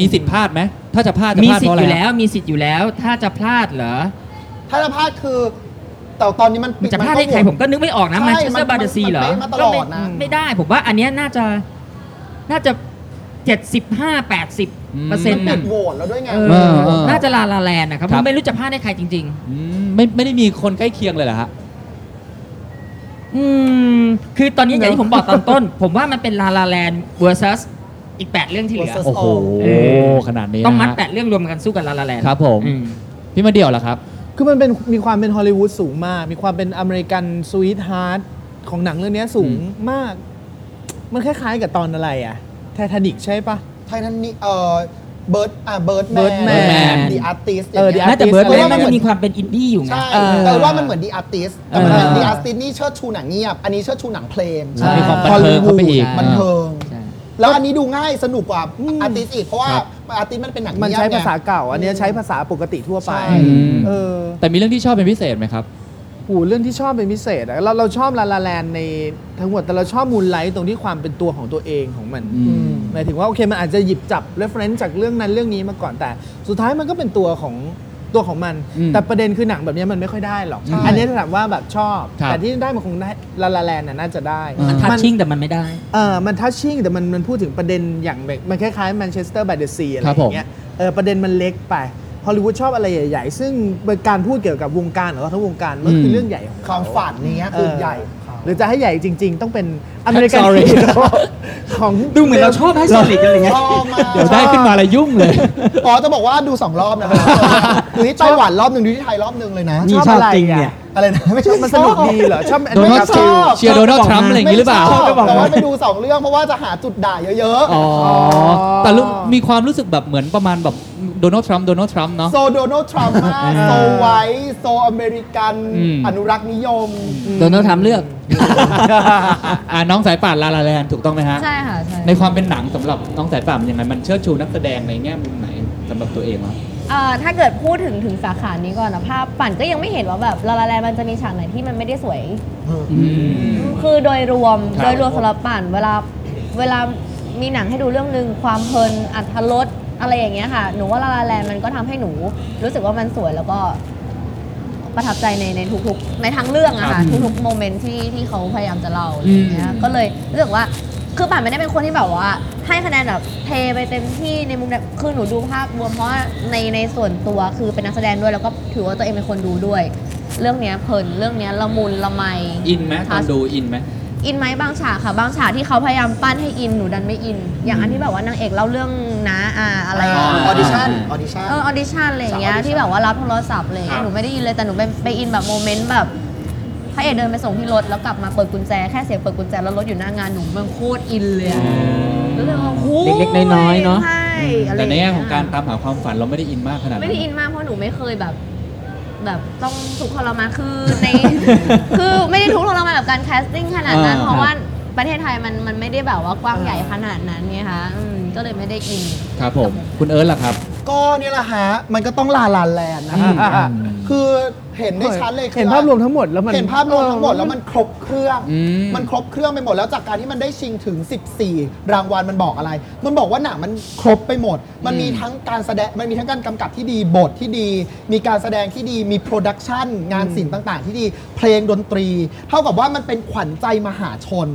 มีสิทธิ์พลาดไหมถ้าจะพลาดจะ
มี
พลาด
สิท
เพราะอะ
ธิ์อ
ไรค
ยู่แล้ว
รับ
มีสิทธิ์อยู่แล้ว ถ้าจะพลาดเหรอ
ถ้าจะพลาดคือ แต่ตอนนี้มัน
มันจะพลาดได้ใครผมก็นึกไม่ออกนะ
ใช่
แมนเชสเตอ
มั
ร์บาเดซีเหรอ
มันป๊ะมาตลอดนะ
ไม่ได้ผมว่าอันเนี้ยน่าจะน่าจะ 75 80เปอร์เซ็นต์
ติ
นะ
ดโหวตแล้วด้วยไง
เออ
เออเออ
น่าจะลาลาแลนนะครับ
ค
ผ
รับ
มไม่รู้จะพลาดได้ใครจริง ๆ
อืมไม่ไม่ได้มีคนใกล้เคียงเลยเหรอฮะ
อืม คือตอนนี้อย่างที่ผมบอกตอนต้น [LAUGHS] ผมว่ามันเป็นลาลาแลน versus อีก 8 เรื่องที่เหลือ
versus
โอ้โห
เออ
ขนาดนี้นะฮะ
ต้องมัด 8 เรื่องรวมกันสู้กับลาลาแลน
ครับผม
อืม
พี่มาเดี่ยวเหรอครับ
คือมันเป็นมีความเป็นฮอลลีวูดสูงมาก มีความเป็นอเมริกันสวีทฮาร์ดของหนังเรื่องเนี้ยสูงมาก มันคล้ายๆกับตอนอะไรอะไททานิกใช่ปะ
ไททันนี่เอ่อเบิร์ดอ่าเบิร์ดแมน
Birdman
Birdman
ดีอาร์ติส
เออ The
แม้แต่เบิร์ด
อะไร
แม่
นะ
มันมีความเป็นอินดี้อยู่ไง
ใช่เออว่ามันเหมือนดีอาร์ติสแต่มัน
เออ
ดีอาร์ติสนี่เชิดชูหนังเงียบ อันนี้เชิดชูหนังเพลง
มีความบันเทิงเข้าไปอีก
บันเทิง
ใช่
แล้วอันนี้ดูง่ายสนุกกว่าอาร์ติสอีก เพราะว่าอาร์ติสมันเป็นหนัง
มัน
เงียบ
ใช้
ไง
ภาษาเก่า อันเนี้ยใช้ภาษาปกติทั่วไป
ใช่
อืม
เออ
แต่มีเรื่องที่ชอบเป็นพิเศษไหมครับ
หูเรื่องที่ชอบเป็นพิเศษอะเราเราชอบลาลาแลนในทั้งหมดแต่เราชอบมูลไลท์ตรงที่ความเป็นตัวของตัวเองของมัน
อืม
หมายถึงว่าโอเคมันอาจจะหยิบจับ reference จากเรื่องนั้นเรื่องนี้มาก่อนแต่ สุดท้ายมันก็เป็นตัวของตัวของมัน
อืม
แต่ประเด็นคือหนังแบบเนี้ยมันไม่ค่อยได้หรอก
ใช่
อันนี้ถามว่าแบบชอบ
ครับ
แต่ที่ได้มันคงได้ลาลาแลนน่ะน่าจะได้
อ่ามั
ทัชชิ่งแต่มันไม่ได้
เออมันทัชชิ่งแต่มันมันพูดถึงประเด็นอย่างแบบมันคล้ายๆแมนเชสเตอร์บ y เด e ซีอะไรอย่างเงี้ยเออประเด็นมันเล็กไปฮอลลีวูดชอบอะไรใหญ่ๆซึ่งเป็นการพูดเกี่ยวกับวงการของเขาทั้งวงการมันคือเรื่องใหญ่ของ
ค
เขา
วามฝันเนี้ยคือใหญ่
หรือจะให้ใหญ่จริง ๆ ต้องเป็นอเมริกัน
Sorry
ของ
ดูเหมือนเราชอบให้สลิดอะไรเงี้ย
ชอบมาก
เดี๋ยวได้ขึ้นมาอะไรยุ่งเลย
อ๋อจะบอกว่าดูสองรอบนะครับดูที่ไต้หวันรอบหนึ่งดูที่ไทยรอบหนึ่งเลยนะ
ชอบอะไรเนี่ย
อะไรนะ ไม่ใช่
มันสนุกดีเหรอ ชอบ
โดนัลด์
American
ชอบ
เชียร์โดนัลด์ทรัมป์อะไรอย่างนี้หรือเปล่า
ไม่ชอบแต่ว่าไปดูสองเรื่องเพราะว่าจะหาจุดด่าเยอะ
อ๋อ
อ
แต่รู้มีความรู้สึกแบบเหมือนประมาณแบบโดนัลด์ทรัมป์โดนัลด์ทรัมป์เนาะ
ๆ โซโดนัลด์ทรัมป์มาก โซไวท์โซอเมริกัน
อืม
อนุรักษ์นิยม
โดนัลด์ทรัมป์เลือก
อ่า [LAUGHS] น้องสายป่านลาลาแลนถูกต้องไหมฮะ
ใช่ค่ะใช่
ในความเป็นหนังสำหรับน้องสายป่านมันยังไง มันเชิดชูนักแสดงในแง่มุมไหนสำหรับตัวเองวะ
เอ่อถ้าเกิดพูดถึงถึงสาขานี้ก่อนนะภาพปั่นก็ยังไม่เห็นว่าแบบลาลาแลนมันจะมีฉากไหนที่มันไม่ได้สวย คือโดยรวม
ครับ
โดยรวมสำหรับปั่นเวลาเวลามีหนังให้ดูเรื่องหนึ่งความเพลินอัธรสอะไรอย่างเงี้ยค่ะ หนูว่าลาลาแลนมันก็ทำให้หนู รู้สึกว่ามันสวยแล้วก็ประทับใจในในทุกๆ ในทั้งเรื่องอะค่ะทุกๆโมเมนต์ที่ที่เขาพยายามจะเล่าอะไรอย่างเงี้ยก็เลยรู้สึกว่าคือป่านไม่ได้เป็นคนที่แบบว่า ให้คะแนนแบบเทไปเต็มที่ในมุมใดคือหนูดูภาพรวมเพราะว่าในในส่วนตัวคือเป็นนักแสดงด้วยแล้วก็ถือว่าตัวเองเป็นคนดูด้วย เรื่องเนี้ยเพลินเรื่องเนี้ยละมุนละไม
อินไหมตอนดูอินไหม
อินไหมบางฉากค่ะบางฉากที่เขาพยายามปั้นให้อินหนูดันไม่อิน อย่างอันที่แบบว่านางเอกเล่าเรื่องนะอ่าอะไร
อ
อะ
อดิชั่น ออดิชั่น
เออออดิชั่นอะไรอย่างเงี้ย
สาว audition
ที่แบบว่ารับโทรศัพท์อะไรอย่างเงี้
ครั
ย
บ
หนูไม่ได้อินเลยแต่หนูไปไปอินแบบโมเมนต์แบบพระเอกเดินไปส่งที่รถแล้วกลับมาเปิดกุญแจแค่เสียงเปิดกุญแจแล้วรถอยู่หน้างานหนูมันโคตรอินเลยอะรู้สึกว่าโอ้โห
เล็กๆน้อยๆเนอะ
ใช่อะไร
แต่
ย่
ใน
เย
แง่ของการตามหาความฝันเราไม่ได้อินมากขนาดนั้
ไม่
น
ได้อินมากเพราะหนูไม่เคยแบบ แบบต้องทุกข์ทรมานคือใน
[LAUGHS]
คือไม่ได้ทุกข์ทรมานกับการแคสติ้งขนาดนั้น
อ่า
เพราะว่าประเทศไทยมันมันไม่ได้แบบว่ากว้างใหญ่ขนาดนั้นไงคะอืมก็เลยไม่ได้อิน
ครับผม คุณเอิร์ธล่ะครับ
ก็เนี่ยแหละฮะ มันก็ต้องลาลาแลนด์นะฮะ
อืม
อ่ะคือเห็นได้ชัดเลยคือ
เห็นภาพรวมทั้งหมดแล้วมัน
เห็นภาพรวมทั้งหมดแล้วมันครบเครื่อง
อืม
มันครบเครื่องไปหมดแล้วจากการที่มันได้ชิงถึง 14 รางวัลมันบอกอะไร มันบอกว่าหนังมันครบไปหมด มันมี
อืม
ทั้งการแสดง มันมีทั้งการกำกับที่ดี บทที่ดี มีการแสดงที่ดี มีโปรดักชันงานศิลป์ต่าง ๆ ที่ดี เพลงดนตรี เท่ากับว่ามันเป็นขวัญใจมหาชน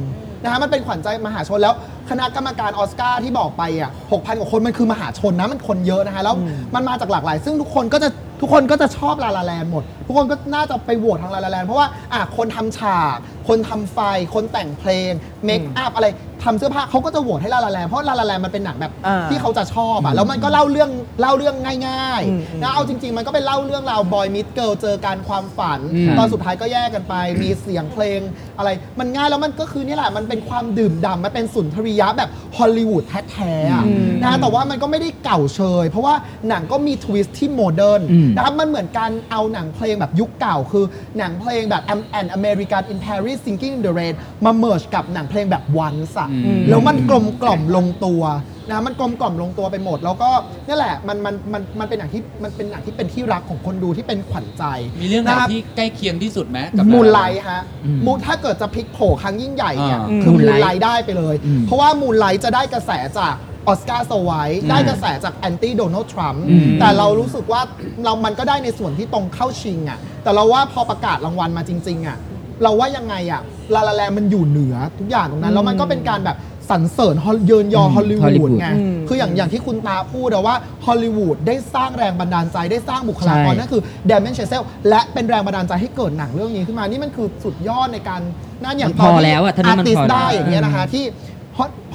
นะฮะ มันเป็นขวัญใจมหาชนแล้วคณะกรรมการออสการ์ที่บอกไปอ่ะ6,000กว่าคนมันคือมหาชนนะมันคนเยอะนะฮะแล้วมันมาจากหลากหลาย ซึ่งทุกคนก็จะทุกคนก็จะชอบลาลาแลนหมด ทุกคนก็น่าจะไปโหวตทางลาลาแลนเพราะว่าอ่ะคนทำฉาก คนทำไฟ คนแต่งเพลงเมคอัพอะไรทำเสื้อผ้าเขาก็จะโหวตให้ลาลาแลนเพราะลาลาแลนมันเป็นหนังแบบ
อ่า
ที่เขาจะชอบอ่ะแล้วมันก็เล่าเรื่องเล่าเรื่องง่าย
อืม
ๆนะเอาจริง ๆ มันก็เป็นเล่าเรื่องราวบอยมิดเกิลเจอการความฝัน
อืม
ตอนสุดท้ายก็แยกกันไป มีเสียงเพลงอะไร มันง่ายแล้วมันก็คือนี่แหละ มันเป็นความดื่มด่ำมันเป็นสุนทรียะแบบฮอลลีวูดแท้ๆอะนะแต่ว่ามันก็ไม่ได้เก่าเชย เพราะว่าหนังก็มีทวิสต์ที่โมเดิร์นนะครับ มันเหมือนการเอาหนังเพลงแบบยุคเก่า คือหนังเพลงแบบ An American in Paris Singing in the Rain มาเมิร์ชกับหนังเพลงแบบวันสะ
อืม
แล้วมันกลมกล่อมลงตัว นะมันกลมกล่อมลงตัวไปหมด แล้วก็นี่แหละมันมันมันมันเป็นหนังที่มันเป็นหนังที่เป็นที่รักของคนดูที่เป็นขวัญใจ
มีเรื่องไหน
นะคบ
ที่ใกล้เคียงที่สุดไหมกับ
มูลไลท์ฮะ
อืม
มูลถ้าเกิดจะพลิกโผครั้งยิ่งใหญ่เนี่ย
อ่า
คือ
มู
มู
ล
ล
ไลท์
ไลท์ได้ไปเลย
อืม
เพราะว่ามูลไลท์จะได้กระแสจากออสการ์สวาย
อืม
ได้กระแสจากแอนตี้โดนัลด์ทรัมป์
อืม
แต่เรารู้สึกว่าเรามันก็ได้ในส่วนที่ตรงเข้าชิงอ่ะแต่เราว่าพอประกาศรางวัลมาจริง ๆอ่ะเราว่ายังไงอ่ะลาลาแลนด์มันอยู่เหนือทุกอย่างตรงนั้นแล้วมันก็เป็นการแบบสรรเสริญฮอลเยินยอฮอลลี
ฮอลลีวู
วู
ด
ดไงคืออย่างอย่างที่คุณตาพูดอะว่าฮอลลีวูดได้สร้างแรงบันดาลใจได้สร้างบุคลากรนั่น คือเดม n นเชเซลและเป็นแรงบันดาลใจให้เกิดหนังเรื่องนี้ขึ้นมา นี่มันคือสุดยอดในการนั่นอย่าง
มันพอแล้วอะถ้านั่นมัน
ติส
พอแล้ว
ได้อย่างเงี้ยนะคะ ที่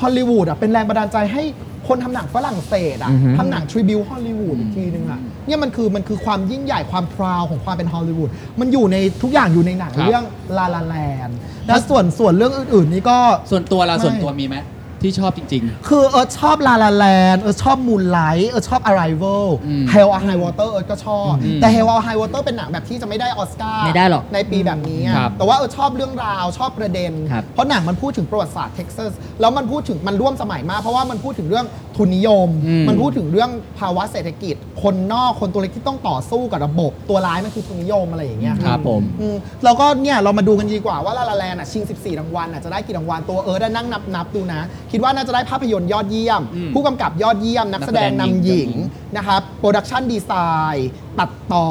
ฮอลลีวูดอะเป็นแรงบันดาลใจให้คนทำหนังฝรั่งเศสอะ
อือฮึ
ทำหนังทริบิวฮอลลีวูดอีกทีนึงอะเนี่ยมันคือมันคือความยิ่งใหญ่ความพราวของความเป็นฮอลลีวูดมันอยู่ในทุกอย่างอยู่ในหนัง
ครับ
เรื่องลาลาแลนด์และส่วนส่วนเรื่องอื่นๆนี่ก็
ส่วนตัวเรา
ไม่
ส่วนตัวมีไหมที่ชอบจริง
คือเออชอบลาลาแลนเออชอบมูนไลท์เออชอบ Arrival
อืม
Hell or High Water เออก็ชอบ
อืม
แต่ Hell or High Water เป็นหนังแบบที่จะไม่ได้ออสการ์
ไม่ได้หรอก
ในปีแบบนี้อะ
ครับ
แต่ว่าเออชอบเรื่องราวชอบประเด็น
ครับ
เพราะหนังมันพูดถึงประวัติศาสตร์เท็กซัสแล้วมันพูดถึงมันร่วมสมัยมาก เพราะว่ามันพูดถึงเรื่องทุนนิยม
อืม
มันพูดถึงเรื่องภาวะเศรษฐกิจ คนนอกคนตัวเล็กที่ต้องต่อสู้กับระบบ ตัวร้ายมันคือทุนนิยมอะไรอย่างเงี้ย
ๆ ครับผม
อืมเราก็เนี่ยเรามาดูกันดีกว่าว่าลาลาแลนอ่ะชิง 14 รางวัลอ่ะจะได้กี่รางวัลตัวเอิร์ธนั่งนับนับดูนะ คิดว่าน่าจะได้ภาพยนตร์ยอดเยี่ยม
อืม
ผู้กำกับยอดเยี่ยม นักแสดง
นักแสดง
นำ
ห
ห
ญิ
ญิ
ง
งนะครับโปรดักชันดีไซน์ตัดต่อ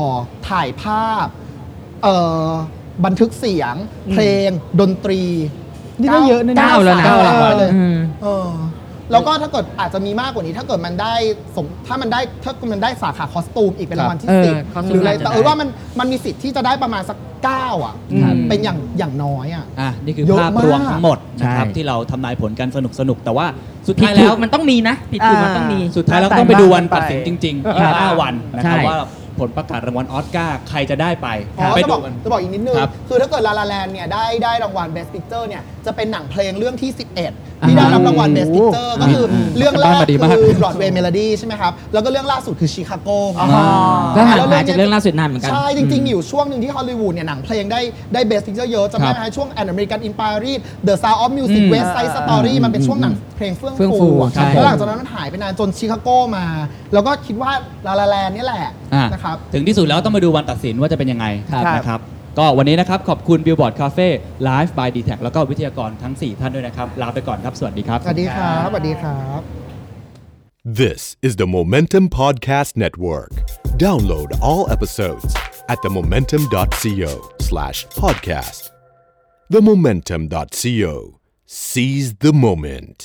ถ่ายภาพเอ่อบันทึกเสียง เพลง ดนตรี
นี่ได้เยอะนะเนี่ย
ก้า
เก้าแล้วนะ
เก้ารางวัล
เอ
เล
อย อืม
เออแล้วก็ถ้าเกิดอาจจะมีมากกว่านี้ถ้าเกิดมันได้สมถ้ามันได้ถ้ามันได้สาขาคอสตูมอีกเป็นรางวัลที่
ครับเออ costume
สิบหรืออะไร
อาจจะ
แต่เอ
ได้
อว่ามันมันมีสิทธิ์ที่จะได้ประมาณสักเก้าอ่ะ
ครับ
เป็นอย่างอย่างน้อยอ่ะ
อ่ะนี่คือ
เยอะ
ภาพรวม
มาก
ทั้งหมดนะครับ
ใช่
ที่เราทำนายผลกันสนุกสนุกๆแต่ว่าสุด
ผิด
ท้าย
ถู
แล้
ก
ว
มันต้องมีนะผิดถูกมันต้องมี
สุดท้ายเรา
แต่
ต้องไปดูวัน
บ้าน
ตัดสิน
ไป
จริงๆอีก
ครับ
ห้าวันนะครับ
ใช่
ว่าผลประกาศรางวัลออสการ์ใครจะได้ไป
อ๋อ
ไป
จะ
ดู
บอก
กัน
จะบอกอีกนิดนึง
ครับ
คือถ้าเกิดลาลาแลนเนี่ยได้ได้รางวัล Best Picture เนี่ยจะเป็นหนังเพลงเรื่องที่ 11 ที่ได้รับรางวัล Best Picture ก็คือเรื่องแร
ก
ก
ลับบ้านมาดีมาก
คือ Broadway Melody ใช่ไหมครับ แล้วก็เรื่องล่าสุดคือ Chicago ครับ
ก็ห่างหายจากเรื่องล่าสุดนานเหมือนกัน
ใช่ จริง ๆ อยู่ช่วงหนึ่งที่ฮอลลีวูดเนี่ย หนังเพลงได้ได้เบสพิกเจอร์เยอะจำได้ไห
ค
ม
รับ
ฮะช่วง An American in Paris The Sound of Music
อืม
West Side Story มันเป็นช่วงหนังเพลงเฟื่อง
เฟื่องฟู
ฟูอะ
ใช่
แล้วหลังจากนั้นมันหายไปนานจนชิคาโกมา แล้วก็คิดว่าลาลาแลนนี่ยแหละ
อ่ะ
นะครับ
ถึงที่สุดแล้วต้องมาดูวันตัดสินว่าจะเป็นยังไง
ครับ
นะครับ ก็วันนี้นะครับ ขอบคุณ Billboard Cafe Live by d t a c แล้วก็วิทยากรทั้ง 4 ท่านด้วยนะครับ ลาไปก่อนครับ สวัสดีครับ
สวัสดีครับ สวัสดีครับ
This is the Momentum Podcast Network. Download all episodes at themomentum.co slash podcast. Themomentum.co. Seize the moment.